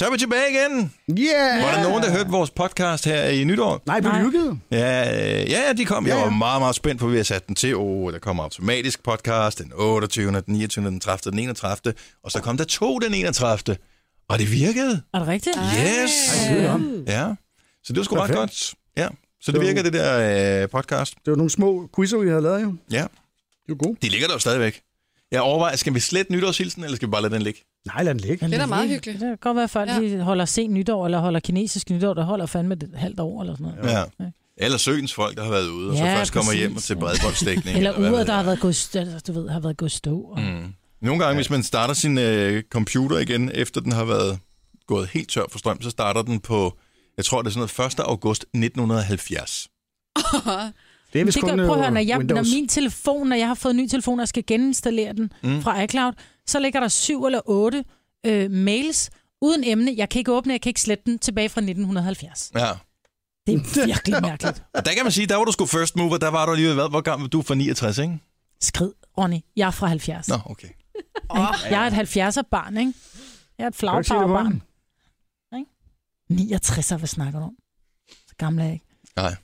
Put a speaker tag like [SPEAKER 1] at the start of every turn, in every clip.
[SPEAKER 1] Så er vi tilbage igen.
[SPEAKER 2] Yeah!
[SPEAKER 1] Var der nogen, der hørte vores podcast her i nytår?
[SPEAKER 2] Nej, blev de hygget?
[SPEAKER 1] Ja, øh, ja, de kom. Jeg
[SPEAKER 2] Ja, ja.
[SPEAKER 1] var meget, meget spændt på, at vi har sat den til. Oh, der kommer automatisk podcast den 28., den 29., den 30., den 31. Og så kom der to den 31. Og det virkede.
[SPEAKER 3] Er det rigtigt?
[SPEAKER 1] Yes!
[SPEAKER 2] Ej, det er om.
[SPEAKER 1] Ja, så det var sgu meget
[SPEAKER 2] Perfekt.
[SPEAKER 1] godt. Ja, så
[SPEAKER 2] Det
[SPEAKER 1] det
[SPEAKER 2] var-
[SPEAKER 1] virker, det der øh, podcast.
[SPEAKER 2] Det var nogle små quizzer, vi havde lavet jo.
[SPEAKER 1] Ja,
[SPEAKER 2] Det var gode.
[SPEAKER 1] de ligger der jo stadigvæk. Jeg overvejer, skal vi slet nytårshilsen, eller skal vi bare lade den ligge?
[SPEAKER 2] Nej, lad den ligge.
[SPEAKER 3] Men
[SPEAKER 4] Det er da meget
[SPEAKER 3] lige-
[SPEAKER 4] hyggeligt.
[SPEAKER 3] Det kan godt være, at folk
[SPEAKER 4] Ja.
[SPEAKER 3] ja. lige holder sent nytår, eller holder kinesisk nytår, der holder fandme et halvt år, eller sådan noget.
[SPEAKER 1] Ja. Eller søens folk, der har været ude, og så
[SPEAKER 3] Ja,
[SPEAKER 1] først kommer
[SPEAKER 3] præcis.
[SPEAKER 1] hjem til bredbåndsdækning.
[SPEAKER 3] Eller
[SPEAKER 1] hvad
[SPEAKER 3] uret,
[SPEAKER 1] ved
[SPEAKER 3] der har
[SPEAKER 1] jeg.
[SPEAKER 3] været gået, st- altså, du ved, har været gået stå. Og... Mm.
[SPEAKER 1] Nogle gange, hvis man starter sin øh, computer igen, efter den har været gået helt tør for strøm, så starter den på, jeg tror, det er sådan noget 1. august 1970.
[SPEAKER 2] Det er
[SPEAKER 3] Det
[SPEAKER 2] vist kun
[SPEAKER 3] gør, prøv at høre,
[SPEAKER 2] øh,
[SPEAKER 3] når, jeg,
[SPEAKER 2] Windows.
[SPEAKER 3] når min telefon, når jeg har fået en ny telefon, og jeg skal geninstallere den mm. fra iCloud, så ligger der syv eller otte øh, mails uden emne. Jeg kan ikke åbne, jeg kan ikke slette den tilbage fra 1970.
[SPEAKER 1] Ja.
[SPEAKER 3] Det er virkelig mærkeligt.
[SPEAKER 1] Og der kan man sige, der var du sgu first mover, der var du alligevel, hvad, hvor gammel du er fra 69, ikke?
[SPEAKER 3] Skrid, Ronny. Jeg er fra 70.
[SPEAKER 1] Nå, okay.
[SPEAKER 3] Jeg er et 70'er-barn, ikke? Jeg er et
[SPEAKER 2] Kan du ikke sige det på
[SPEAKER 3] flagpower-barn.
[SPEAKER 2] den?
[SPEAKER 3] 69, hvad snakker du om? Så gammel er jeg ikke.
[SPEAKER 1] Nej,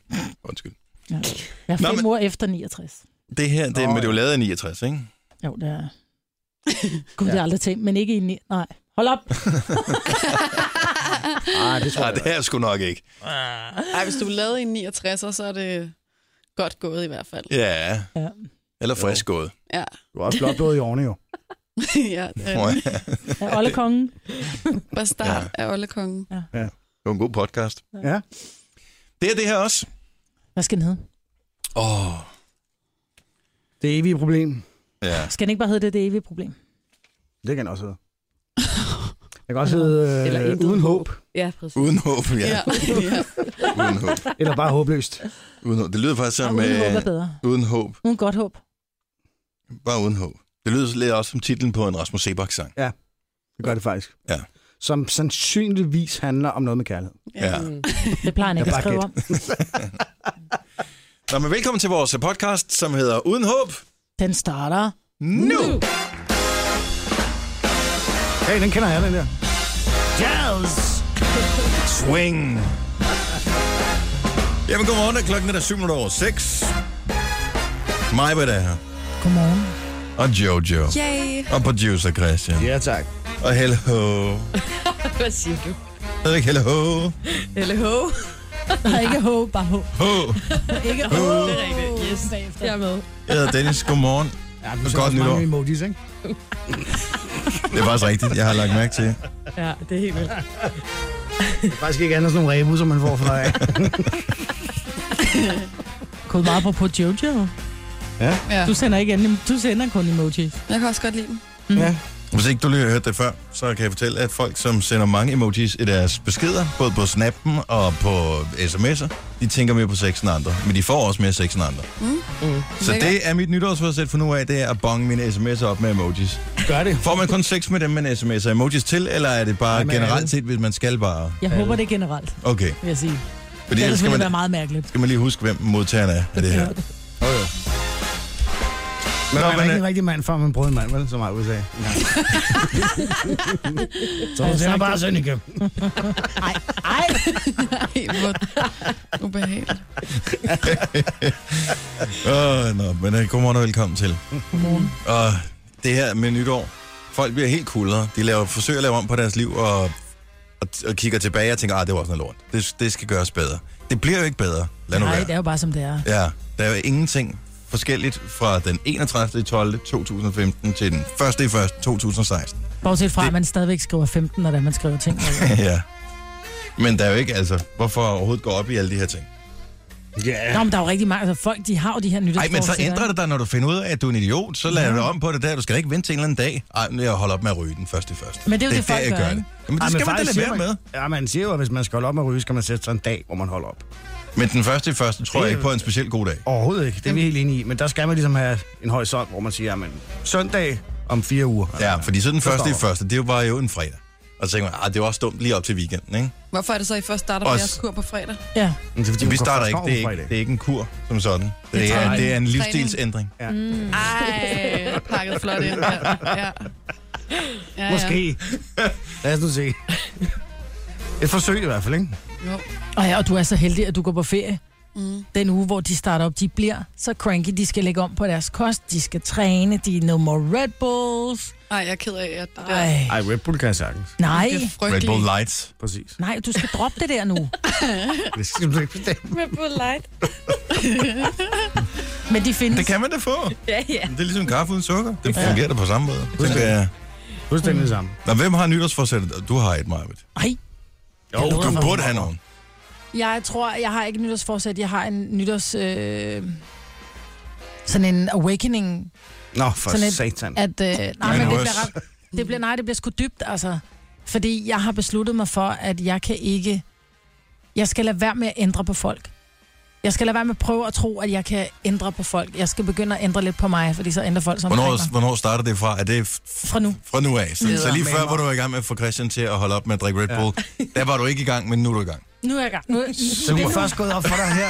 [SPEAKER 1] undskyld.
[SPEAKER 3] Ja. Jeg er
[SPEAKER 1] Nå,
[SPEAKER 3] fem
[SPEAKER 1] men-
[SPEAKER 3] år efter 69.
[SPEAKER 1] Det her, det,
[SPEAKER 2] Nå,
[SPEAKER 1] oh, men
[SPEAKER 2] ja.
[SPEAKER 1] det er jo lavet i 69, ikke?
[SPEAKER 3] Jo, det er... Gud, det er aldrig tænkt, men ikke i... ni- Nej, hold op.
[SPEAKER 2] Nej, det tror
[SPEAKER 1] Nej,
[SPEAKER 2] jeg.
[SPEAKER 1] det er jeg sgu nok ikke.
[SPEAKER 4] Ej, hvis du lavede en 69'er, så er det godt gået i hvert fald.
[SPEAKER 1] Ja,
[SPEAKER 3] Ja.
[SPEAKER 1] eller frisk gået.
[SPEAKER 4] Ja,
[SPEAKER 2] Du har også blot blod i årene jo.
[SPEAKER 4] ja øh, det
[SPEAKER 1] Nå
[SPEAKER 4] er
[SPEAKER 1] ja,
[SPEAKER 4] det.
[SPEAKER 3] Er Olle Kongen?
[SPEAKER 4] Bastard af Ollekongen.
[SPEAKER 1] Det var en god podcast.
[SPEAKER 2] Ja.
[SPEAKER 1] Det er det her også.
[SPEAKER 3] Hvad skal den hedde?
[SPEAKER 1] Åh, oh,
[SPEAKER 2] Det evige problem.
[SPEAKER 1] ja.
[SPEAKER 3] Skal den ikke bare hedde det, det evige problem?
[SPEAKER 2] Det kan den også hedde. Jeg kan også hedde øh, Uden Håb.
[SPEAKER 5] Ja, præcis.
[SPEAKER 1] Uden håb, ja.
[SPEAKER 4] Ja,
[SPEAKER 1] ja.
[SPEAKER 4] ja.
[SPEAKER 1] Uden håb.
[SPEAKER 2] Eller bare håbløst.
[SPEAKER 1] Uden håb. Det lyder faktisk
[SPEAKER 3] Og
[SPEAKER 1] som...
[SPEAKER 3] uden håb
[SPEAKER 1] øh,
[SPEAKER 3] er bedre.
[SPEAKER 1] uden håb.
[SPEAKER 3] Uden godt håb.
[SPEAKER 1] Bare uden håb. Det lyder lidt også som titlen på en Rasmus Sebak-sang.
[SPEAKER 2] Det gør det faktisk.
[SPEAKER 1] Ja.
[SPEAKER 2] Som sandsynligvis handler om noget med kærlighed.
[SPEAKER 1] Ja.
[SPEAKER 5] Mm.
[SPEAKER 3] Det plejer han ikke
[SPEAKER 2] Jeg
[SPEAKER 3] at
[SPEAKER 2] bare
[SPEAKER 3] skrive om.
[SPEAKER 1] Nå, men velkommen til vores podcast, som hedder Uden håb.
[SPEAKER 3] Den starter...
[SPEAKER 1] Nu!
[SPEAKER 2] Hey, den kender jeg, den der.
[SPEAKER 1] Swing! Jamen, godmorgen. og Klokken er der 7 minutter over 6. Mig er her.
[SPEAKER 3] Godmorgen.
[SPEAKER 1] Og Jojo.
[SPEAKER 4] Yay.
[SPEAKER 1] Og producer Christian.
[SPEAKER 2] Ja, tak.
[SPEAKER 1] Og Helle Ho.
[SPEAKER 5] Hvad siger du?
[SPEAKER 1] Hedder det ikke Helle Ho?
[SPEAKER 5] Eller ho?
[SPEAKER 3] Der er ikke håb, bare håb.
[SPEAKER 1] Ho.
[SPEAKER 3] Ikke
[SPEAKER 1] Ho.
[SPEAKER 5] Det er rigtigt. Yes.
[SPEAKER 3] bagefter.
[SPEAKER 5] Jeg er med.
[SPEAKER 1] Jeg hedder Dennis. Godmorgen.
[SPEAKER 2] Ja,
[SPEAKER 1] Og
[SPEAKER 2] du ser
[SPEAKER 1] godt
[SPEAKER 2] også mange
[SPEAKER 1] nytår.
[SPEAKER 2] emojis, ikke?
[SPEAKER 1] Det er faktisk rigtigt. Jeg har lagt mærke til.
[SPEAKER 5] Ja, det er helt vildt.
[SPEAKER 2] Det er faktisk ikke andet sådan nogle rebus, som man får fra dig.
[SPEAKER 3] Kunne meget på på Jojo.
[SPEAKER 4] Ja.
[SPEAKER 3] Du sender ikke anden, du sender kun emojis.
[SPEAKER 4] Jeg kan også godt lide dem.
[SPEAKER 2] ja.
[SPEAKER 1] Hvis ikke du lige har hørt det før, så kan jeg fortælle, at folk, som sender mange emojis i deres beskeder, både på snappen og på sms'er, de tænker mere på sex end andre. Men de får også mere sex end andre. Mm. Mm. Så
[SPEAKER 4] Lækkert.
[SPEAKER 1] det er mit nytårsforsæt for nu af, det er at bonge mine sms'er op med emojis.
[SPEAKER 2] Gør det.
[SPEAKER 1] Får man kun sex med dem, man sms'er emojis til, eller er det bare
[SPEAKER 2] Ja, men alle.
[SPEAKER 1] generelt set, hvis man skal bare...
[SPEAKER 3] Jeg håber det er generelt,
[SPEAKER 1] Okay,
[SPEAKER 3] vil jeg sige.
[SPEAKER 1] fordi ellers
[SPEAKER 3] Ellers
[SPEAKER 1] skal
[SPEAKER 3] ville
[SPEAKER 1] man,
[SPEAKER 3] det være meget mærkeligt.
[SPEAKER 1] skal man lige huske, hvem modtageren er af det her.
[SPEAKER 2] Men
[SPEAKER 1] Nå,
[SPEAKER 2] man er
[SPEAKER 1] men,
[SPEAKER 2] ikke
[SPEAKER 1] øh,
[SPEAKER 2] en rigtig mand, før man brød en mand, vel? Som jeg udsagde. Ja. så hun sender bare Sønneke.
[SPEAKER 3] Ej,
[SPEAKER 4] Helt vådt. Ubehageligt.
[SPEAKER 1] Åh, nå, men øh, godmorgen og velkommen til.
[SPEAKER 3] godmorgen.
[SPEAKER 1] Og det her med nytår, folk bliver helt kuldere. De laver, forsøger at lave om på deres liv og, og, og kigger tilbage og tænker, at det var også noget lort. Det, det skal gøres bedre. Det bliver jo ikke bedre. Lad nu
[SPEAKER 3] Nej,
[SPEAKER 1] være.
[SPEAKER 3] det er jo bare som det er.
[SPEAKER 1] Ja, der er jo ingenting forskelligt fra den 31. 12. 2015 til den 1. 1. 2016.
[SPEAKER 3] Bortset fra,
[SPEAKER 1] Det-
[SPEAKER 3] at man stadigvæk skriver 15, når det er, man skriver ting.
[SPEAKER 1] ja. Men der er jo ikke, altså, hvorfor overhovedet gå op i alle de her ting?
[SPEAKER 3] Nå, men der er jo rigtig mange. Altså, folk, de har jo de her
[SPEAKER 1] Nej, men så ændrer det dig, når du finder ud af, at du er en idiot. Så lader du om på det der. Du skal da ikke vente til en eller anden dag. Ej, men jeg holder op med at ryge den første i første.
[SPEAKER 3] Men det er jo det,
[SPEAKER 1] der,
[SPEAKER 3] folk
[SPEAKER 1] jeg
[SPEAKER 3] gør, ikke?
[SPEAKER 1] det. Jamen, det skal man da lade være med.
[SPEAKER 2] Ja, man siger jo, at hvis man skal holde op med at ryge, skal man sætte sig en dag, hvor man holder op.
[SPEAKER 1] Men den første i første tror jeg ikke på er en specielt god dag.
[SPEAKER 2] Overhovedet ikke. Det er vi helt enige i. Men der skal man ligesom have en horisont, hvor man siger, at søndag om fire uger.
[SPEAKER 1] Ja, fordi så den første i
[SPEAKER 2] stopper.
[SPEAKER 1] første, det var jo en fredag. Og så tænker man, ah, det var også dumt lige op til weekenden, ikke?
[SPEAKER 4] Hvorfor er det så, I først starter med
[SPEAKER 1] Også-
[SPEAKER 4] jeres kur på fredag?
[SPEAKER 3] Ja,
[SPEAKER 2] Men det er, fordi
[SPEAKER 1] Så vi
[SPEAKER 2] hun går
[SPEAKER 1] starter
[SPEAKER 2] fra
[SPEAKER 1] ikke. Det er
[SPEAKER 2] skoven
[SPEAKER 1] ikke,
[SPEAKER 2] fredag.
[SPEAKER 1] det er ikke en kur som sådan. Det er,
[SPEAKER 2] træning.
[SPEAKER 1] det er en
[SPEAKER 4] Træning.
[SPEAKER 1] livsstilsændring.
[SPEAKER 5] Mm.
[SPEAKER 4] Ej, pakket flot ind. Ja. Ja. Ja, ja.
[SPEAKER 2] Måske. Lad os nu se. Et forsøg i hvert fald, ikke?
[SPEAKER 4] Jo.
[SPEAKER 3] Og, ja, og du er så heldig, at du går på ferie.
[SPEAKER 4] Mm.
[SPEAKER 3] Den uge, hvor de starter op, de bliver så cranky. De skal lægge om på deres kost. De skal træne. De er no more Red Bulls.
[SPEAKER 4] Ej, jeg er ked af, at det der...
[SPEAKER 3] Ej,
[SPEAKER 2] Ej, Red Bull kan jeg sagtens.
[SPEAKER 3] nej.
[SPEAKER 4] Det er
[SPEAKER 1] Red
[SPEAKER 4] frygteligt.
[SPEAKER 1] Bull Lights.
[SPEAKER 2] Præcis.
[SPEAKER 3] Nej, du skal droppe det der nu.
[SPEAKER 2] Det skal du ikke bestemme.
[SPEAKER 5] Red Bull Light.
[SPEAKER 3] Men de findes.
[SPEAKER 1] Det kan man da få.
[SPEAKER 5] Ja, ja.
[SPEAKER 1] Det er ligesom kaffe uden sukker. Det fungerer da på samme måde.
[SPEAKER 2] Fuldstændig.
[SPEAKER 1] Tænker jeg.
[SPEAKER 2] Fuldstændig det samme.
[SPEAKER 1] Nå, hvem har nytårsforsættet? Du har et, Marvitt.
[SPEAKER 3] Nej.
[SPEAKER 2] Jo,
[SPEAKER 3] Det lyder
[SPEAKER 1] Du
[SPEAKER 3] for
[SPEAKER 1] burde have nogen.
[SPEAKER 3] Jeg tror, jeg har ikke nytårsforsæt. Jeg har en nytårs... Øh, sådan en awakening,
[SPEAKER 2] Nå, for
[SPEAKER 3] Sådan et-
[SPEAKER 2] satan.
[SPEAKER 3] at... Øh, nej,
[SPEAKER 1] Men
[SPEAKER 3] men det
[SPEAKER 1] også-
[SPEAKER 3] bliver, ret, det bliver, nej, det bliver sgu dybt, altså. Fordi jeg har besluttet mig for, at jeg kan ikke... Jeg skal lade være med at ændre på folk. Jeg skal lade være med at prøve at tro, at jeg kan ændre på folk. Jeg skal begynde at ændre lidt på mig, fordi så ændrer folk sig omkring
[SPEAKER 1] Hvornår,
[SPEAKER 3] mig.
[SPEAKER 1] hvornår starter det fra? Er det f-
[SPEAKER 3] Fra nu.
[SPEAKER 1] fra nu af? Så,
[SPEAKER 2] Leder
[SPEAKER 1] så lige
[SPEAKER 2] med
[SPEAKER 1] før,
[SPEAKER 2] mig.
[SPEAKER 1] hvor du var i gang med at få Christian til at holde op med at drikke Red
[SPEAKER 2] Ja.
[SPEAKER 1] Bull, der var du ikke i gang, men nu er du i gang.
[SPEAKER 3] Nu er jeg i gang. Nu er,
[SPEAKER 2] Så
[SPEAKER 3] det
[SPEAKER 2] det
[SPEAKER 3] er
[SPEAKER 2] er
[SPEAKER 3] nu.
[SPEAKER 2] først gået op for dig her.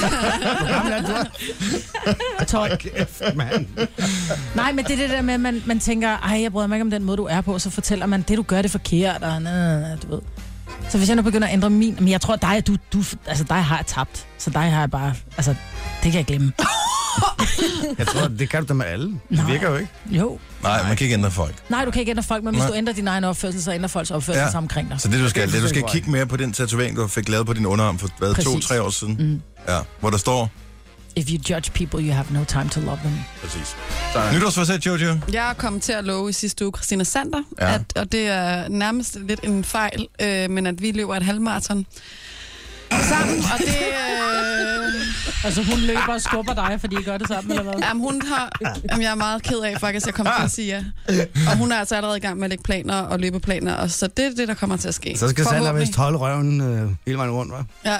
[SPEAKER 2] Hvor gammel er du?
[SPEAKER 3] 12.
[SPEAKER 2] Kæft, mand.
[SPEAKER 3] Nej, men det er det der med, at man, man tænker, ej, jeg bryder mig ikke om den måde, du er på, så fortæller man, det du gør, det er forkert, og næ, næ, næ, du ved. Så hvis jeg nu begynder at ændre min... Men jeg tror, dig, du, du, altså dig har jeg tabt. Så dig har jeg bare... Altså, det kan jeg glemme.
[SPEAKER 2] Jeg tror, det kan du da med alle. Det
[SPEAKER 3] Nej.
[SPEAKER 2] virker jo ikke.
[SPEAKER 3] Jo.
[SPEAKER 1] Nej, man kan ikke ændre folk.
[SPEAKER 3] Nej, du kan ikke ændre folk, men hvis
[SPEAKER 1] Nej.
[SPEAKER 3] du ændrer din egen opførsel, så ændrer folks opførsel
[SPEAKER 1] Ja.
[SPEAKER 3] ja. omkring dig.
[SPEAKER 1] Så det, du skal, det, er, du skal
[SPEAKER 2] Right.
[SPEAKER 1] kigge mere på den tatovering, du fik lavet på din underarm for hvad,
[SPEAKER 3] Præcis.
[SPEAKER 1] to-tre år siden.
[SPEAKER 3] Mm.
[SPEAKER 1] Ja, hvor der står...
[SPEAKER 3] If you judge people, you have no time to love them.
[SPEAKER 1] Præcis.
[SPEAKER 2] Sådan.
[SPEAKER 1] Nytårsforsæt, Jojo?
[SPEAKER 4] Jeg kom til at love i sidste uge Christina Sander,
[SPEAKER 1] Ja.
[SPEAKER 4] ja. at, og det er nærmest lidt en fejl, øh, men at vi løber et halvmarathon sammen, og det... Øh,
[SPEAKER 3] Altså, hun løber og skubber dig, fordi I gør det sammen, eller hvad?
[SPEAKER 4] jamen, hun har, jamen, jeg er meget ked af faktisk, at jeg kom til at sige ja. Og hun er altså allerede i gang med at lægge planer og løbeplaner, og så det er det, der kommer til at ske.
[SPEAKER 2] Så skal Sander
[SPEAKER 4] Forhåbentlig.
[SPEAKER 2] vist holde røven øh, hele vejen rundt, hva'?
[SPEAKER 4] Ja,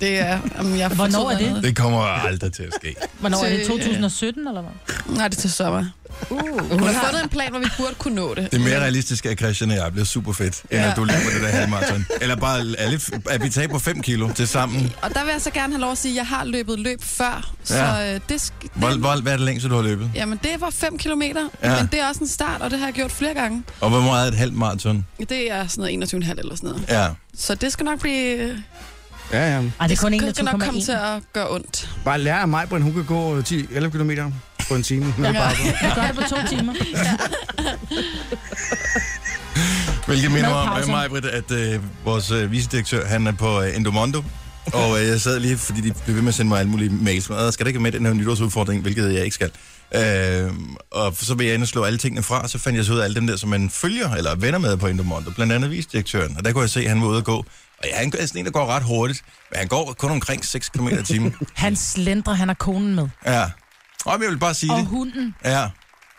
[SPEAKER 4] det er... Jamen, jeg
[SPEAKER 3] Hvornår er
[SPEAKER 4] fortryder
[SPEAKER 3] det?
[SPEAKER 4] noget.
[SPEAKER 1] Det kommer aldrig til at ske.
[SPEAKER 3] Hvornår er det?
[SPEAKER 4] Til-
[SPEAKER 3] 2017, eller hvad?
[SPEAKER 4] Nej, det er til sommer. Uh, hun har fundet en plan, hvor vi burde kunne nå det.
[SPEAKER 1] Det er mere realistisk, at Christian og jeg bliver super fedt, end
[SPEAKER 4] Ja.
[SPEAKER 1] at du løber det der halvmarathon. Eller bare er, lidt, er vi taget på 5 kilo til sammen.
[SPEAKER 4] Og der vil jeg så gerne have lov at sige, at jeg har løbet løb før, så
[SPEAKER 1] Ja.
[SPEAKER 4] ja. det, sk- det,
[SPEAKER 1] Hvor, hvor, hvad er det længste, du har løbet?
[SPEAKER 4] Jamen, det var 5 km,
[SPEAKER 1] Ja.
[SPEAKER 4] ja. men det er også en start, og det har jeg gjort flere gange.
[SPEAKER 1] Og hvor meget er et halvt maraton?
[SPEAKER 4] Det er sådan noget 21,5 eller sådan noget.
[SPEAKER 1] Ja.
[SPEAKER 4] Så det skal nok blive...
[SPEAKER 2] Ja, ja.
[SPEAKER 3] Ej, det er kun
[SPEAKER 4] det skal nok komme til
[SPEAKER 3] 21,1.
[SPEAKER 4] at gøre ondt.
[SPEAKER 2] Bare lære af mig, Brian, hun kan gå øh, 10-11 km på en time. Ja. Bare på.
[SPEAKER 3] Jeg gør det på to timer.
[SPEAKER 1] Hvilket minder
[SPEAKER 3] Med
[SPEAKER 1] mig om,
[SPEAKER 3] pauser.
[SPEAKER 1] mig, Britt, at øh, vores øh, vicedirektør, han er på øh, Endomondo. Og øh, jeg sad lige, fordi de blev ved med at sende mig alle mulige mails. Men, "Øh, skal det ikke med i den her nytårsudfordring, hvilket jeg ikke skal. Øh, og så vil jeg ind og slå alle tingene fra, og så fandt jeg så ud af alle dem der, som man følger eller er venner med på Endomondo. Blandt andet vicedirektøren. Og der kunne jeg se, at han var ude at gå. Og ja, han er sådan en, der går ret hurtigt. Men han går kun omkring 6 km i timen.
[SPEAKER 3] Han slendrer, han har konen med.
[SPEAKER 1] Ja. Og jeg vil bare sige
[SPEAKER 3] Og
[SPEAKER 1] det.
[SPEAKER 3] hunden.
[SPEAKER 1] Ja.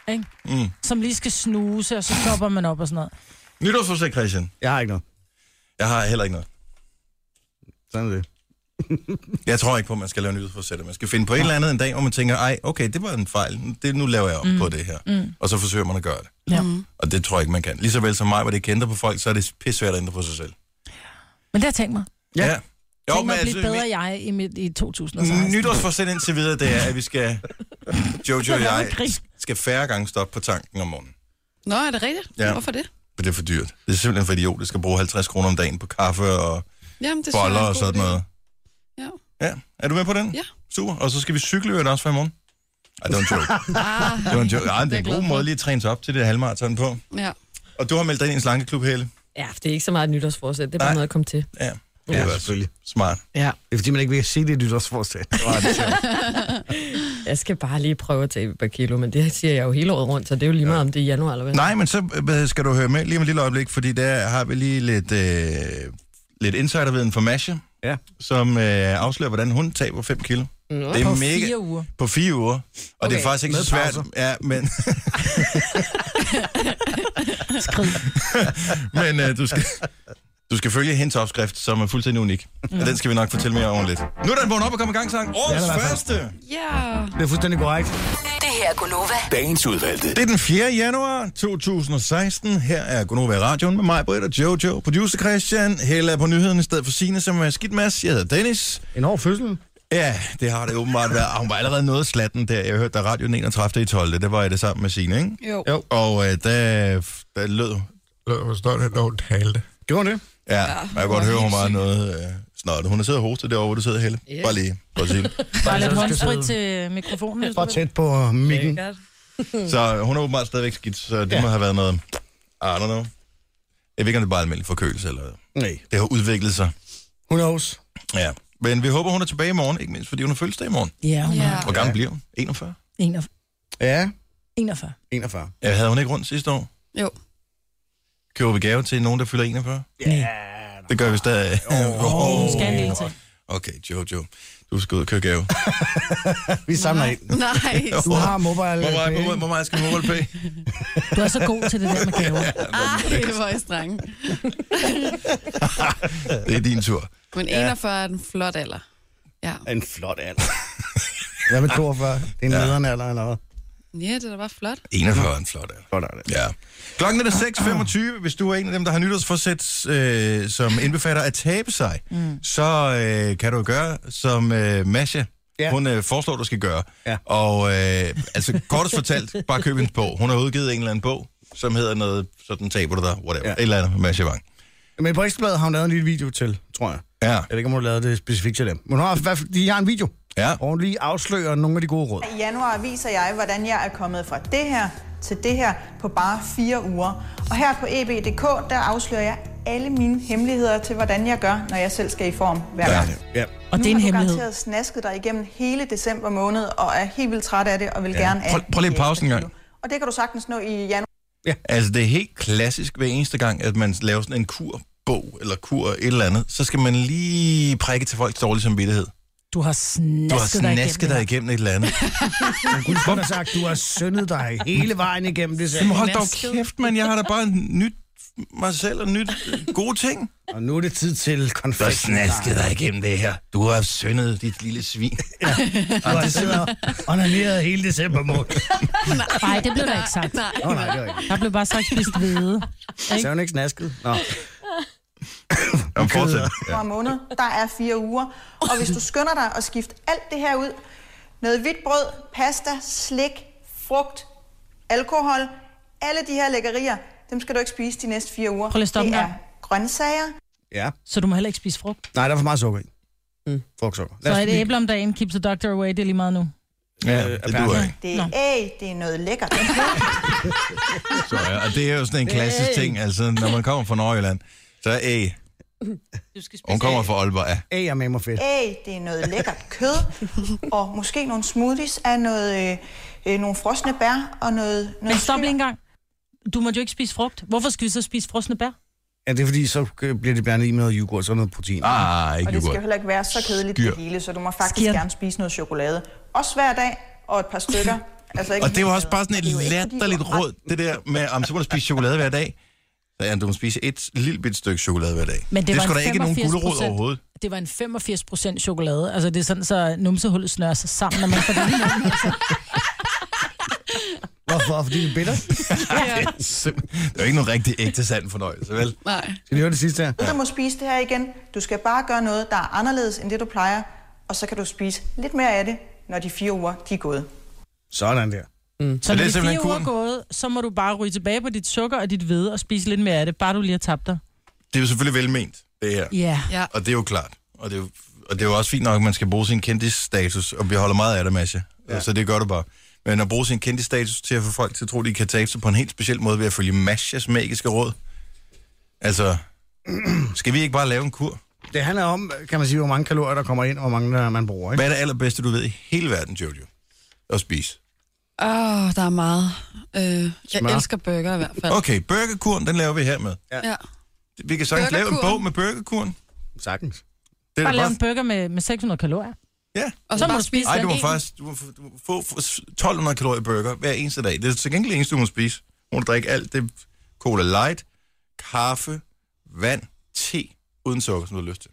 [SPEAKER 3] ikke?
[SPEAKER 1] Mm.
[SPEAKER 3] som lige skal snuse, og så stopper man op og sådan noget.
[SPEAKER 1] Nytårsforsæt, Christian.
[SPEAKER 2] Jeg har ikke noget.
[SPEAKER 1] Jeg har heller ikke noget.
[SPEAKER 2] Sådan er det.
[SPEAKER 1] Jeg tror ikke på, at man skal lave nyhedsforsætter. Man skal finde på et eller andet en dag, hvor man tænker, ej, okay, det var en fejl. Det, nu laver jeg om mm. på det her. Mm. Og så forsøger man at gøre det.
[SPEAKER 3] Ja.
[SPEAKER 4] Mm.
[SPEAKER 1] Og det tror jeg ikke, man kan. Lige så vel som mig, hvor det kan ændre på folk, så er det pisse svært at ændre på sig selv.
[SPEAKER 3] Men det har jeg tænkt mig.
[SPEAKER 2] Ja.
[SPEAKER 1] Jo, men
[SPEAKER 3] Tænk mig at blive
[SPEAKER 1] altså,
[SPEAKER 3] bedre jeg i, mit, i 2016.
[SPEAKER 1] mi- nytårsforsæt indtil videre, det er, at vi skal, Jojo og jeg, skal færre gange stoppe på tanken om morgenen.
[SPEAKER 4] Nå, er det rigtigt?
[SPEAKER 1] Ja.
[SPEAKER 4] Ja. Hvorfor det?
[SPEAKER 1] For det er for dyrt. Det er simpelthen for idiotisk at bruge 50 kroner om dagen på kaffe og
[SPEAKER 4] Jamen, det synes jeg er
[SPEAKER 1] boller
[SPEAKER 4] en
[SPEAKER 1] og
[SPEAKER 4] god
[SPEAKER 1] sådan
[SPEAKER 4] idé.
[SPEAKER 1] noget.
[SPEAKER 4] Ja.
[SPEAKER 1] Ja, er du med på den?
[SPEAKER 4] Ja.
[SPEAKER 1] Super. Og så skal vi cykle jo også for i morgen. Ej, det var en joke.
[SPEAKER 4] Ah,
[SPEAKER 1] Det var en joke. Ej, det
[SPEAKER 4] Det
[SPEAKER 1] er
[SPEAKER 4] er
[SPEAKER 1] en
[SPEAKER 4] glad
[SPEAKER 1] god
[SPEAKER 4] for.
[SPEAKER 1] måde lige at træne sig op til det halvmarathon på.
[SPEAKER 4] ja.
[SPEAKER 1] Og du har meldt dig ind i en slankeklub, Helle.
[SPEAKER 5] Ja, det er ikke så meget et nytårsforsæt. Det er bare
[SPEAKER 1] Nej.
[SPEAKER 5] noget at komme til.
[SPEAKER 1] Ja,
[SPEAKER 2] Ja,
[SPEAKER 1] det var
[SPEAKER 2] selvfølgelig.
[SPEAKER 1] smart.
[SPEAKER 5] Ja.
[SPEAKER 2] Det er fordi, man ikke vil se det i nytårsforsæt.
[SPEAKER 5] Jeg skal bare lige prøve at tabe et par kilo, men det siger jeg jo hele året rundt, så det er jo lige meget, om det er i januar eller hvad.
[SPEAKER 1] Nej, men så øh, skal du høre med lige om et lille øjeblik, fordi der har vi lige lidt, øh, lidt insiderviden fra Masha,
[SPEAKER 2] Ja.
[SPEAKER 1] som øh, afslører, hvordan hun taber 5 kilo.
[SPEAKER 5] Nå.
[SPEAKER 1] Det
[SPEAKER 3] på
[SPEAKER 1] er mega
[SPEAKER 3] fire uger.
[SPEAKER 1] på fire uger. Og okay. det er
[SPEAKER 5] Okay,
[SPEAKER 1] faktisk ikke
[SPEAKER 2] med
[SPEAKER 1] så svært.
[SPEAKER 2] pauser.
[SPEAKER 1] Ja, men...
[SPEAKER 3] Skrid.
[SPEAKER 1] Men øh, du, skal, du skal følge hendes opskrift, som er fuldstændig unik. Mm. Og den skal vi nok fortælle mere om lidt. Nu er den vågen op og kommet i gang, sang. Årets
[SPEAKER 2] Ja, det er
[SPEAKER 1] ja,
[SPEAKER 2] der.
[SPEAKER 1] første!
[SPEAKER 4] Yeah.
[SPEAKER 2] Det er fuldstændig korrekt.
[SPEAKER 6] Det her er Gunova.
[SPEAKER 7] Dagens udvalgte.
[SPEAKER 1] Det er den 4. januar 2016. Her er Gunova i radioen med mig, Britt og Jojo. Producer Christian. Helle er på nyheden i stedet for Signe, som er skidt mas. Jeg hedder Dennis.
[SPEAKER 2] En hård fødsel.
[SPEAKER 1] Ja, det har det åbenbart været. Og Hun var allerede noget slatten der. Jeg hørte, der radioen 31. i 12. Det var jeg det sammen med Signe, ikke?
[SPEAKER 4] Jo.
[SPEAKER 2] Jo.
[SPEAKER 1] Og øh, der, der lød...
[SPEAKER 8] lød forstået, at loven talte.
[SPEAKER 2] Gjorde hun det?
[SPEAKER 1] Ja,
[SPEAKER 4] Ja,
[SPEAKER 1] ja jeg kan
[SPEAKER 4] hun
[SPEAKER 1] godt
[SPEAKER 4] var
[SPEAKER 1] høre, hun
[SPEAKER 4] helt
[SPEAKER 1] var
[SPEAKER 4] syg.
[SPEAKER 1] noget øh, snart. Hun er siddet og hostet derovre, hvor du sidder, Helle.
[SPEAKER 5] Ja.
[SPEAKER 1] Bare lige, for at sige det.
[SPEAKER 3] Bare lidt
[SPEAKER 5] Altså,
[SPEAKER 3] håndsprit til mikrofonen. hvis du
[SPEAKER 2] Bare
[SPEAKER 3] vil.
[SPEAKER 2] tæt på øh, mikken.
[SPEAKER 5] Lækkert.
[SPEAKER 1] Så øh, hun er åbenbart stadigvæk skidt, så det ja.
[SPEAKER 2] Ja.
[SPEAKER 1] må have været noget, I don't know. Jeg ved ikke, om det er bare almindelig forkølelse, eller
[SPEAKER 2] Nej.
[SPEAKER 1] det har udviklet sig.
[SPEAKER 2] Who knows?
[SPEAKER 1] Ja. Men vi håber, hun er tilbage i morgen, ikke mindst, fordi hun er fødselsdag i morgen.
[SPEAKER 3] Ja, hun
[SPEAKER 4] Ja.
[SPEAKER 3] er
[SPEAKER 1] Hvor gammel bliver hun? 41?
[SPEAKER 3] 41.
[SPEAKER 2] Ja,
[SPEAKER 3] 41.
[SPEAKER 2] 41.
[SPEAKER 1] Ja, havde hun ikke rundt sidste år?
[SPEAKER 4] Jo.
[SPEAKER 1] Køber vi gave til nogen, der fylder 41?
[SPEAKER 2] Ja.
[SPEAKER 1] Det gør vi stadig.
[SPEAKER 3] Åh,
[SPEAKER 1] Oh.
[SPEAKER 3] hun skal en lille til.
[SPEAKER 1] Okay, Jojo, du skal ud og købe gave.
[SPEAKER 2] Vi samler ind.
[SPEAKER 4] Nej,
[SPEAKER 2] Du har mobile.
[SPEAKER 1] Hvor meget,
[SPEAKER 2] pay.
[SPEAKER 1] hvor meget, hvor meget skal mobile pay?
[SPEAKER 3] Du er så god til det der med gaver.
[SPEAKER 4] ej, hvor er I strenge.
[SPEAKER 1] Det er din tur.
[SPEAKER 4] Men 41 er den flot alder. Ja,
[SPEAKER 2] En flot alder. Hvad med 42? Det er en
[SPEAKER 1] Ja.
[SPEAKER 2] ja. nederen alder eller hvad?
[SPEAKER 4] ja det er da bare flot.
[SPEAKER 1] 41 er en flot alder.
[SPEAKER 2] Flot alder.
[SPEAKER 1] Ja. Klokken er da 6.25. Hvis du er en af dem, der har nytårsforsæt, øh, som indbefatter at tabe sig, mm. så øh, kan du gøre, som øh, Masha, ja.
[SPEAKER 2] Ja.
[SPEAKER 1] hun øh, foreslår, du skal gøre.
[SPEAKER 2] Ja.
[SPEAKER 1] Og øh, altså, kortest fortalt, bare køb en bog. Hun har udgivet en eller anden bog, som hedder noget, sådan taber du dig, whatever. Ja.
[SPEAKER 2] Ja.
[SPEAKER 1] Et eller andet, Masha Wang.
[SPEAKER 2] Men på Ekstrabladet har hun lavet en lille video til, tror jeg.
[SPEAKER 1] Ja.
[SPEAKER 2] Jeg ved ikke, om hun har lavet det specifikt til dem. Men hun har, i hvert fald- de har en video,
[SPEAKER 1] Ja.
[SPEAKER 2] hvor hun lige afslører nogle af de gode råd.
[SPEAKER 6] I januar viser jeg, hvordan jeg er kommet fra det her til det her på bare fire uger. Og her på E eb.dk, der afslører jeg alle mine hemmeligheder til, hvordan jeg gør, når jeg selv skal i form hver
[SPEAKER 1] Ja.
[SPEAKER 6] gang.
[SPEAKER 2] Ja.
[SPEAKER 3] Og det er en
[SPEAKER 6] Nu har du
[SPEAKER 3] hemmelighed.
[SPEAKER 6] garanteret snasket dig igennem hele december måned, og er helt vildt træt af det, og vil ja. gerne af.
[SPEAKER 1] Prøv- prøv lige at pause en gang.
[SPEAKER 6] Og det kan du sagtens nå i januar.
[SPEAKER 1] Altså, det er helt klassisk hver eneste gang, at man laver sådan en kurbog, eller kur et eller andet, så skal man lige prikke til folks dårlige samvittighed.
[SPEAKER 3] Du har
[SPEAKER 1] Du har
[SPEAKER 3] snasket dig
[SPEAKER 1] snasket dig igennem
[SPEAKER 3] igennem.
[SPEAKER 1] et eller andet.
[SPEAKER 2] Hun kunne have sagt, du har syndet dig hele vejen igennem det selv.
[SPEAKER 1] Jamen hold dog kæft, mand. Jeg har da bare nyt mig selv og nyt øh, gode ting.
[SPEAKER 2] Og nu er det tid til
[SPEAKER 1] Du har
[SPEAKER 2] konflikt.
[SPEAKER 1] snasket dig igennem det her. Du har syndet dit lille svin.
[SPEAKER 2] Du har siddet og onaneret hele december måned.
[SPEAKER 3] Nej, det blev der ikke sagt.
[SPEAKER 4] Nej,
[SPEAKER 2] Nå, nej, det var ikke.
[SPEAKER 3] Der blev bare sagt spist hvede.
[SPEAKER 2] Så er hun ikke snasket. Nå.
[SPEAKER 1] Jamen, fortsæt.
[SPEAKER 6] ja. måned. Der er fire uger. Og hvis du skynder dig at skifte alt det her ud, noget hvidt brød, pasta, slik, frugt, alkohol, alle de her lækkerier, dem skal du ikke spise de næste fire uger.
[SPEAKER 3] Prøv lige at stoppe
[SPEAKER 6] det
[SPEAKER 3] en
[SPEAKER 6] er
[SPEAKER 3] gang.
[SPEAKER 6] grønsager.
[SPEAKER 2] Ja.
[SPEAKER 3] Så du må heller ikke spise frugt.
[SPEAKER 2] Nej, der er for meget sukker i. Mm. Frugtsukker.
[SPEAKER 3] Så
[SPEAKER 2] os
[SPEAKER 3] et
[SPEAKER 2] lige-
[SPEAKER 3] æble om dagen keeps the doctor away, det er lige meget nu.
[SPEAKER 1] Ja, det duer ikke.
[SPEAKER 6] Det er
[SPEAKER 3] Nå.
[SPEAKER 6] æg, det er noget lækkert.
[SPEAKER 1] Så, ja, og det er jo sådan en klassisk ting, altså, når man kommer fra Norgeland, så er æg. Hun kommer fra Aalborg, ja.
[SPEAKER 2] Æg er med mig fedt.
[SPEAKER 6] Æg, det er noget lækkert kød. Og måske nogle smoothies af noget, øh, øh, nogle frosne bær og noget... noget
[SPEAKER 3] Men stop
[SPEAKER 6] syre.
[SPEAKER 3] lige en gang. Du må jo ikke spise frugt. Hvorfor skal vi så spise frosne bær?
[SPEAKER 2] Ja, det er fordi, så øh, bliver det blandet i med noget yoghurt, så noget protein.
[SPEAKER 1] Ah, ikke
[SPEAKER 6] Og det skal
[SPEAKER 1] yoghurt.
[SPEAKER 6] jo heller ikke være så kedeligt
[SPEAKER 1] Skyr.
[SPEAKER 6] det hele, så du må faktisk
[SPEAKER 3] Skir.
[SPEAKER 6] gerne spise noget chokolade. Også hver dag, og et par stykker. Altså ikke
[SPEAKER 1] Og det
[SPEAKER 6] helt
[SPEAKER 1] var også
[SPEAKER 6] bedre.
[SPEAKER 1] bare sådan et
[SPEAKER 6] Og det er jo ikke, fordi du
[SPEAKER 1] latterligt
[SPEAKER 6] har ret.
[SPEAKER 1] råd, det der med, om så må du spise chokolade hver dag. Så ja, du må spise et lille bit stykke chokolade hver dag.
[SPEAKER 3] Men det
[SPEAKER 1] det
[SPEAKER 3] var
[SPEAKER 1] er sgu
[SPEAKER 3] en
[SPEAKER 1] da ikke nogen
[SPEAKER 3] 85%
[SPEAKER 1] gulerod overhovedet.
[SPEAKER 3] Det var en 85 procent chokolade. Altså, det er sådan, så numsehullet snører sig sammen, når man får det.
[SPEAKER 2] Hvorfor? Fordi det er bitter?
[SPEAKER 1] Det er simpelthen- det er jo ikke nogen rigtig ægte sand fornøjelse, vel?
[SPEAKER 4] nej.
[SPEAKER 2] Skal vi høre det sidste her?
[SPEAKER 6] Du må spise det her igen. Du skal bare gøre noget, der er anderledes end det, du plejer. Og så kan du spise lidt mere af det, når de fire uger de er gået.
[SPEAKER 2] Sådan der.
[SPEAKER 3] Så når
[SPEAKER 1] det er
[SPEAKER 3] de
[SPEAKER 1] simpelthen
[SPEAKER 3] fire uger
[SPEAKER 1] kuren.
[SPEAKER 3] er gået, så må du bare ryge tilbage på dit sukker og dit hvede og spise lidt mere af det, bare du lige har tabt dig.
[SPEAKER 1] Det er jo selvfølgelig velment, det her.
[SPEAKER 3] Ja.
[SPEAKER 4] Ja.
[SPEAKER 1] Og det er jo klart. Og det er jo, og det er jo også fint nok, at man skal bruge sin kendtisstatus, og vi holder meget af det, Masha. Ja. Så det gør du bare. Men at bruge sin kendtisstatus til at få folk til at tro, de kan tabe sig på en helt speciel måde ved at følge Mashas magiske råd. Altså, skal vi ikke bare lave en kur?
[SPEAKER 2] Det handler om, kan man sige, hvor mange kalorier, der kommer ind, og hvor mange der man bruger. Ikke?
[SPEAKER 1] Hvad er det allerbedste, du ved i hele verden, Jojo? At spise.
[SPEAKER 4] Åh, oh, der er meget. Øh, jeg
[SPEAKER 2] Smør.
[SPEAKER 4] elsker burger i hvert fald.
[SPEAKER 1] Okay, burgerkuren, den laver vi her med.
[SPEAKER 4] Ja.
[SPEAKER 1] Vi kan sagtens lave en
[SPEAKER 4] Burgerkuren.
[SPEAKER 1] bog med burgerkuren.
[SPEAKER 2] Sagtens.
[SPEAKER 1] Det er
[SPEAKER 3] Bare
[SPEAKER 1] da
[SPEAKER 3] lave en
[SPEAKER 1] godt.
[SPEAKER 3] burger med, med 600 kalorier.
[SPEAKER 1] Ja.
[SPEAKER 4] Og
[SPEAKER 3] Så må
[SPEAKER 4] bare
[SPEAKER 3] du spise
[SPEAKER 1] Ej,
[SPEAKER 3] den
[SPEAKER 1] du må
[SPEAKER 3] en.
[SPEAKER 1] faktisk du må, få- du må få få 1200 kalorier burger hver eneste dag. Det er til gengæld det eneste, du må spise. Du må drikke alt det er cola light, kaffe, vand, te, uden sukker, som du har lyst til.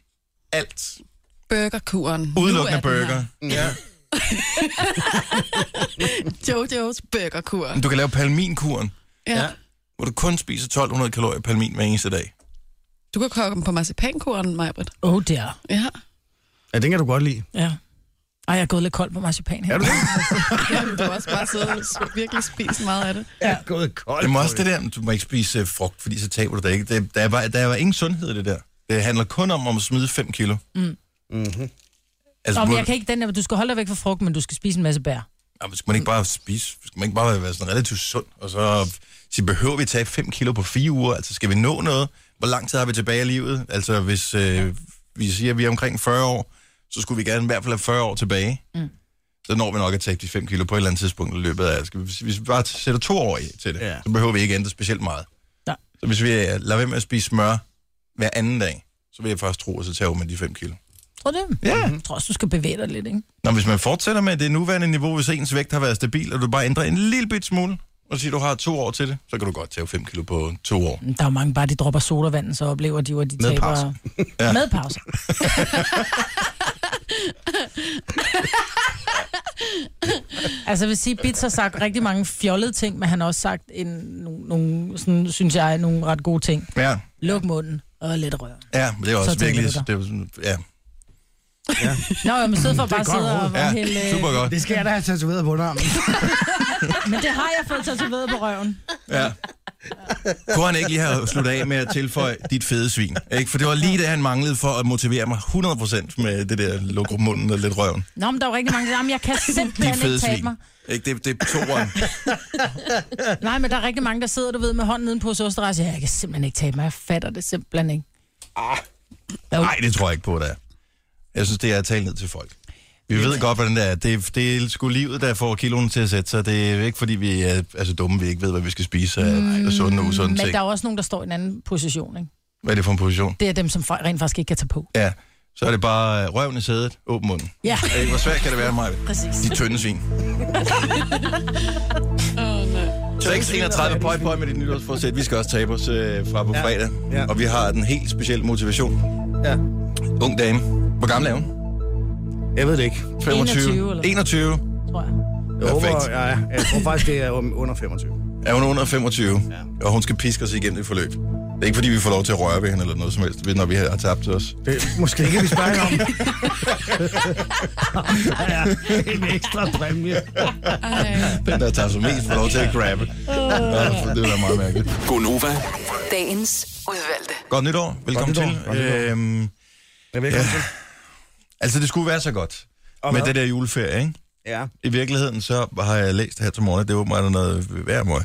[SPEAKER 1] Alt.
[SPEAKER 4] Burgerkuren. Nu er
[SPEAKER 1] Udelukkende
[SPEAKER 4] den her.
[SPEAKER 1] burger. Ja.
[SPEAKER 4] Jojo's burgerkur.
[SPEAKER 1] Men Du kan lave palminkuren,
[SPEAKER 4] Ja.
[SPEAKER 1] hvor du kun spiser 1200 kalorier palmin hver eneste dag.
[SPEAKER 4] Du kan koge dem på marcipankuren, Majbrit.
[SPEAKER 3] Oh, der.
[SPEAKER 4] Ja.
[SPEAKER 2] Ja, den kan du godt lide.
[SPEAKER 3] Ja. Ej, jeg er gået lidt kold på marcipan her.
[SPEAKER 2] Er du det?
[SPEAKER 4] Jamen, du har også bare siddet og s- virkelig spist meget af det.
[SPEAKER 2] Ja. Jeg er gået kold.
[SPEAKER 1] Det må også
[SPEAKER 2] på
[SPEAKER 1] det der, du må ikke spise øh, frugt, fordi så taber du dig ikke. Det, der, er bare, der er bare ingen sundhed i det der. Det handler kun om, om at smide 5 kilo. Mm. Mm-hmm. Altså,
[SPEAKER 3] Nå, men
[SPEAKER 1] burde,
[SPEAKER 3] jeg kan ikke den der, du skal holde dig væk fra frugt, men du skal spise en masse bær.
[SPEAKER 1] jamen, skal man ikke bare spise? Skal man ikke bare være sådan relativt sund? Og så sige, behøver vi tage 5 kilo på 4 uger? Altså, skal vi nå noget? Hvor lang tid har vi tilbage i livet? Altså, hvis øh, vi siger, at vi er omkring 40 år, så skulle vi gerne i hvert fald have 40 år tilbage. Mm. Så når vi nok at tabe de 5 kilo på et eller andet tidspunkt i løbet af... Skal vi, hvis vi bare sætter to år i til det,
[SPEAKER 2] Ja.
[SPEAKER 1] ja. så behøver vi ikke ændre specielt meget.
[SPEAKER 3] Nej.
[SPEAKER 1] Så hvis vi øh, lader være med at spise smør hver anden dag, så vil jeg faktisk tro, at så tager man de 5 kilo.
[SPEAKER 3] Tror du det?
[SPEAKER 1] Ja.
[SPEAKER 3] Jeg tror også, du skal bevæge dig lidt, ikke?
[SPEAKER 1] Nå, hvis man fortsætter med det nuværende niveau, hvis ens vægt har været stabil, og du bare ændrer en lille bit smule, og siger, du har to år til det, så kan du godt tage 5 kilo på to år.
[SPEAKER 3] Men Der er jo mange bare, de dropper sodavand, så oplever de jo, at de
[SPEAKER 1] Med
[SPEAKER 3] taber...
[SPEAKER 1] pause.
[SPEAKER 3] Ja. Med pause. altså, jeg vil sige, Bits har sagt rigtig mange fjollede ting, men han har også sagt en, nogle, nogle sådan, synes jeg, nogle ret gode ting.
[SPEAKER 1] Ja,
[SPEAKER 3] Luk munden og lidt rør.
[SPEAKER 1] ja men det er også
[SPEAKER 3] tænker
[SPEAKER 1] virkelig...
[SPEAKER 3] du dig.
[SPEAKER 1] Det er, sådan- ja.
[SPEAKER 3] Nå, ja, men sidder for
[SPEAKER 2] Det er
[SPEAKER 3] bare at
[SPEAKER 2] godt
[SPEAKER 3] sidde og
[SPEAKER 2] råd.
[SPEAKER 1] ja,
[SPEAKER 3] være helt... øh,
[SPEAKER 1] super godt.
[SPEAKER 2] Det skal jeg da have tatoveret på underarmen.
[SPEAKER 3] Men det har jeg fået tatoveret på røven.
[SPEAKER 1] Ja. Kunne han ikke lige have sluttet af med at tilføje dit fede svin? Ikke? For det var lige det, han manglede for at motivere mig 100% med det der lukke munden og lidt røven.
[SPEAKER 3] Nå, men der er jo rigtig mange, der siger, "Jamen, jeg kan
[SPEAKER 1] Dit
[SPEAKER 3] simpelthen ikke
[SPEAKER 1] fede
[SPEAKER 3] tabe
[SPEAKER 1] svin.
[SPEAKER 3] mig.
[SPEAKER 1] Ikke? Det, det er toeren.
[SPEAKER 3] Nej, men der er rigtig mange, der sidder, du ved, med hånden nedenpå så og siger, jeg kan simpelthen ikke tabe mig, jeg fatter det simpelthen ikke.
[SPEAKER 1] Nej, det tror jeg ikke på, det er. Jeg synes, det er at tale ned til folk. Vi ved godt, hvordan det er. Det, er- det er sgu livet, der får kiloen til at sætte sig. Det er ikke, fordi vi er altså, dumme, vi ikke ved, hvad vi skal spise, mm, og sunde og usunde
[SPEAKER 3] Men
[SPEAKER 1] ting.
[SPEAKER 3] der er jo også nogen, der står i en anden position, ikke?
[SPEAKER 1] Hvad er det for en position?
[SPEAKER 3] Det er dem, som fa- rent faktisk ikke kan tage på.
[SPEAKER 1] Ja, så er det bare øh, røven i sædet, åben munden.
[SPEAKER 3] Ja,
[SPEAKER 1] Ikke? Hvor svært kan det være, mig?
[SPEAKER 3] præcis.
[SPEAKER 1] De tynde svin. Så 631 pøj pøj med dit nytårsforsæt. Vi skal også tabe os øh, fra på
[SPEAKER 2] Ja.
[SPEAKER 1] fredag.
[SPEAKER 2] Ja.
[SPEAKER 1] Og vi har den helt specielle motivation.
[SPEAKER 2] Ja.
[SPEAKER 1] Ung dame. Hvor gammel er hun?
[SPEAKER 2] Jeg ved det ikke.
[SPEAKER 3] 21 eller-
[SPEAKER 1] 21.
[SPEAKER 3] tror jeg.
[SPEAKER 2] Jeg,
[SPEAKER 1] Perfekt.
[SPEAKER 2] håber, ja, ja. jeg tror faktisk, det er um- under 25.
[SPEAKER 1] Er hun under 25, ja. og hun skal piske os igennem det forløb. Det er ikke, fordi vi får lov til at røre ved hende eller noget som helst, ved- når vi har tabt til os.
[SPEAKER 2] Det er måske ikke, vi spørger om. ja, en ekstra præmie.
[SPEAKER 4] Ej.
[SPEAKER 1] Den, der tager som mest, får lov til at grabbe. Ja, det er da meget mærkeligt.
[SPEAKER 7] Gonova.
[SPEAKER 8] Dagens udvalgte.
[SPEAKER 1] Godt nytår. Velkommen
[SPEAKER 2] Godt
[SPEAKER 1] godt
[SPEAKER 2] nytår.
[SPEAKER 1] nytår. til.
[SPEAKER 2] Godt
[SPEAKER 1] Øhm,
[SPEAKER 2] Jeg ved ikke, ja.
[SPEAKER 1] altså, det skulle være så godt
[SPEAKER 2] Og
[SPEAKER 1] med
[SPEAKER 2] hvad?
[SPEAKER 1] det der juleferie, ikke?
[SPEAKER 2] ja.
[SPEAKER 1] I virkeligheden, så har jeg læst her til morgen, at det åbenbart er noget værd møg.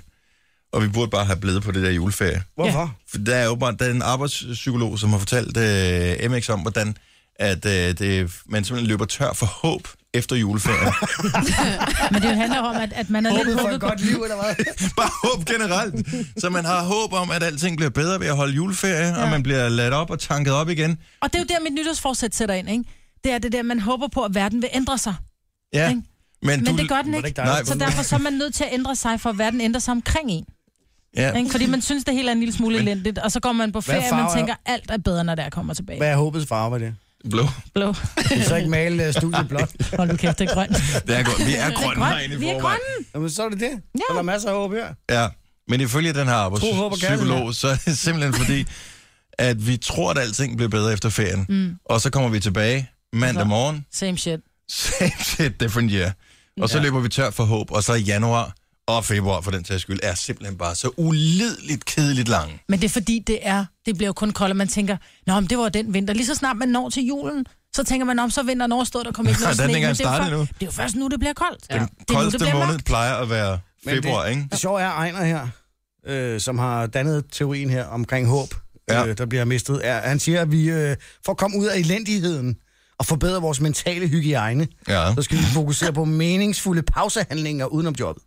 [SPEAKER 1] Og vi burde bare have blevet på det der juleferie.
[SPEAKER 2] Hvorfor?
[SPEAKER 1] For der er åbenbart der er en arbejdspsykolog, som har fortalt øh, MX om, hvordan at, øh, det, man simpelthen løber tør for håb efter juleferien.
[SPEAKER 3] Men det handler om, at, at man er lidt
[SPEAKER 2] Håbet for
[SPEAKER 3] håbet
[SPEAKER 2] et
[SPEAKER 3] på...
[SPEAKER 2] godt liv, eller hvad?
[SPEAKER 1] Bare håb generelt. Så man har håb om, at alting bliver bedre ved at holde juleferie, ja. og man bliver ladt op og tanket op igen.
[SPEAKER 3] Og det er jo der, mit nytårsforsæt sætter ind, ikke? Det er det der, man håber på, at verden vil ændre sig.
[SPEAKER 1] Ja.
[SPEAKER 3] Ikke?
[SPEAKER 1] Men,
[SPEAKER 3] Men
[SPEAKER 1] du,
[SPEAKER 3] det gør
[SPEAKER 2] Var
[SPEAKER 3] den
[SPEAKER 2] det
[SPEAKER 3] ikke.
[SPEAKER 2] ikke dig,
[SPEAKER 1] Nej,
[SPEAKER 3] Så derfor så er man nødt til at ændre sig, for at verden ændrer sig omkring en.
[SPEAKER 1] ja.
[SPEAKER 3] Ikke? Fordi man synes, det hele er en lille smule elendigt, og så går man på
[SPEAKER 2] Hvad
[SPEAKER 3] ferie, og
[SPEAKER 2] farve
[SPEAKER 3] man
[SPEAKER 2] er-
[SPEAKER 3] tænker, alt er bedre, når der kommer tilbage.
[SPEAKER 2] Hvad er håbets farve var det?
[SPEAKER 1] Blå.
[SPEAKER 3] Blå.
[SPEAKER 2] Kan du så ikke male øh, studiet blåt?
[SPEAKER 3] Hold nu kæft, det er grønt.
[SPEAKER 1] Det er godt. Vi er grønne herinde i
[SPEAKER 3] Vi er
[SPEAKER 1] forvejen.
[SPEAKER 3] grønne.
[SPEAKER 2] Jamen, så er det det.
[SPEAKER 3] Ja.
[SPEAKER 2] Så er der masser af håb her.
[SPEAKER 1] Ja. Men ifølge den her
[SPEAKER 2] Tro, håb og kærlighed.
[SPEAKER 1] arbejdspsykolog, så er det simpelthen fordi, at vi tror, at alting bliver bedre efter ferien. Mm. Og så kommer vi tilbage mandag
[SPEAKER 3] Så-
[SPEAKER 1] morgen.
[SPEAKER 3] Same shit.
[SPEAKER 1] Same shit, different year. Og så ja. løber vi tør for håb, og så i januar og februar for den tages skyld, er simpelthen bare så ulideligt kedeligt lange.
[SPEAKER 3] Men det er fordi, det er, det bliver jo kun koldt, og man tænker, nå, men det var den vinter. Lige så snart man når til julen, så tænker man, om så er vinteren overstået, der kommer ikke noget
[SPEAKER 1] Den er
[SPEAKER 3] sne.
[SPEAKER 1] ikke engang
[SPEAKER 3] men det, er jo
[SPEAKER 1] startet
[SPEAKER 3] før-
[SPEAKER 1] endnu.
[SPEAKER 3] det er jo først nu, det bliver koldt. Ja.
[SPEAKER 1] Den
[SPEAKER 3] det
[SPEAKER 1] koldeste
[SPEAKER 3] bliver
[SPEAKER 1] måned
[SPEAKER 3] mørkt.
[SPEAKER 1] plejer at være
[SPEAKER 2] Men
[SPEAKER 1] februar,
[SPEAKER 2] det,
[SPEAKER 1] ikke?
[SPEAKER 2] Det sjove er, Ejner her, øh, som har dannet teorien her omkring håb,
[SPEAKER 1] Ja.
[SPEAKER 2] ja. øh, der bliver mistet, er, han siger, at vi øh, for at komme ud af elendigheden og forbedre vores mentale hygiejne,
[SPEAKER 1] Ja.
[SPEAKER 2] så skal vi fokusere på meningsfulde pausehandlinger udenom jobbet.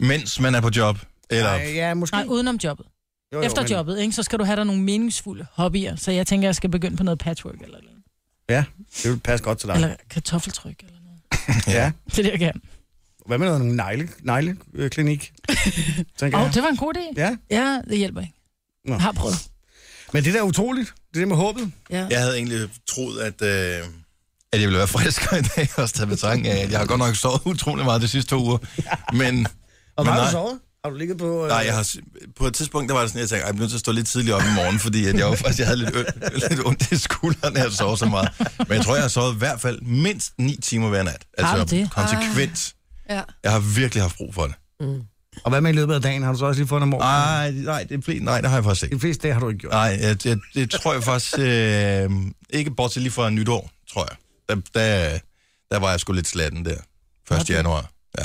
[SPEAKER 1] Mens man er på job. Eller,
[SPEAKER 2] Ej, ja, måske.
[SPEAKER 3] Nej, udenom jobbet.
[SPEAKER 2] jo,
[SPEAKER 3] Efter
[SPEAKER 2] men-
[SPEAKER 3] jobbet, ikke? så skal du have dig nogle meningsfulde hobbyer. Så jeg tænker, jeg skal begynde på noget patchwork eller, eller,
[SPEAKER 2] Ja, det vil passe godt til dig.
[SPEAKER 3] eller kartoffeltryk. Eller noget.
[SPEAKER 2] Ja.
[SPEAKER 3] Det er det, jeg kan.
[SPEAKER 2] Hvad med noget negle, negleklinik? Tænker
[SPEAKER 3] Åh,
[SPEAKER 2] jeg.
[SPEAKER 3] oh, det var en god idé.
[SPEAKER 2] Ja,
[SPEAKER 3] Ja, det hjælper ikke.
[SPEAKER 2] Nå.
[SPEAKER 3] Nå. Har prøvet.
[SPEAKER 2] men det der er utroligt. Det der med håbet.
[SPEAKER 3] Ja.
[SPEAKER 1] jeg havde egentlig troet, at, øh, at jeg ville være friskere i dag, også taget betragtning af, at jeg har godt nok sovet utrolig meget de sidste to uger. Men,
[SPEAKER 2] Og
[SPEAKER 1] men
[SPEAKER 2] hvad har
[SPEAKER 1] nej,
[SPEAKER 2] du sovet? Har du ligget på... Øh...
[SPEAKER 1] Nej, jeg har, s- på et tidspunkt, der var det sådan, jeg tænkte, "Ej, jeg bliver nødt til at stå lidt tidligt op i morgen, fordi at jeg, var, faktisk, jeg havde lidt, ø- lidt ondt i skuldrene, jeg sov så meget. Men jeg tror, jeg har sovet i hvert fald mindst 9 timer hver nat. Altså,
[SPEAKER 3] Har du det? Ah.
[SPEAKER 1] konsekvent.
[SPEAKER 4] Ja.
[SPEAKER 1] Jeg har virkelig haft brug for det.
[SPEAKER 2] Og hvad med i løbet af dagen? Har du så også lige fået en morgen?
[SPEAKER 1] Nej, nej, det, blev, nej, det har jeg faktisk ikke.
[SPEAKER 2] De fleste dage har du ikke gjort.
[SPEAKER 1] Nej, jeg, jeg, det tror jeg faktisk øh, ikke, bortset lige fra nytår, tror jeg. Der, der, der var jeg sgu lidt slatten der, 1. januar. Ja,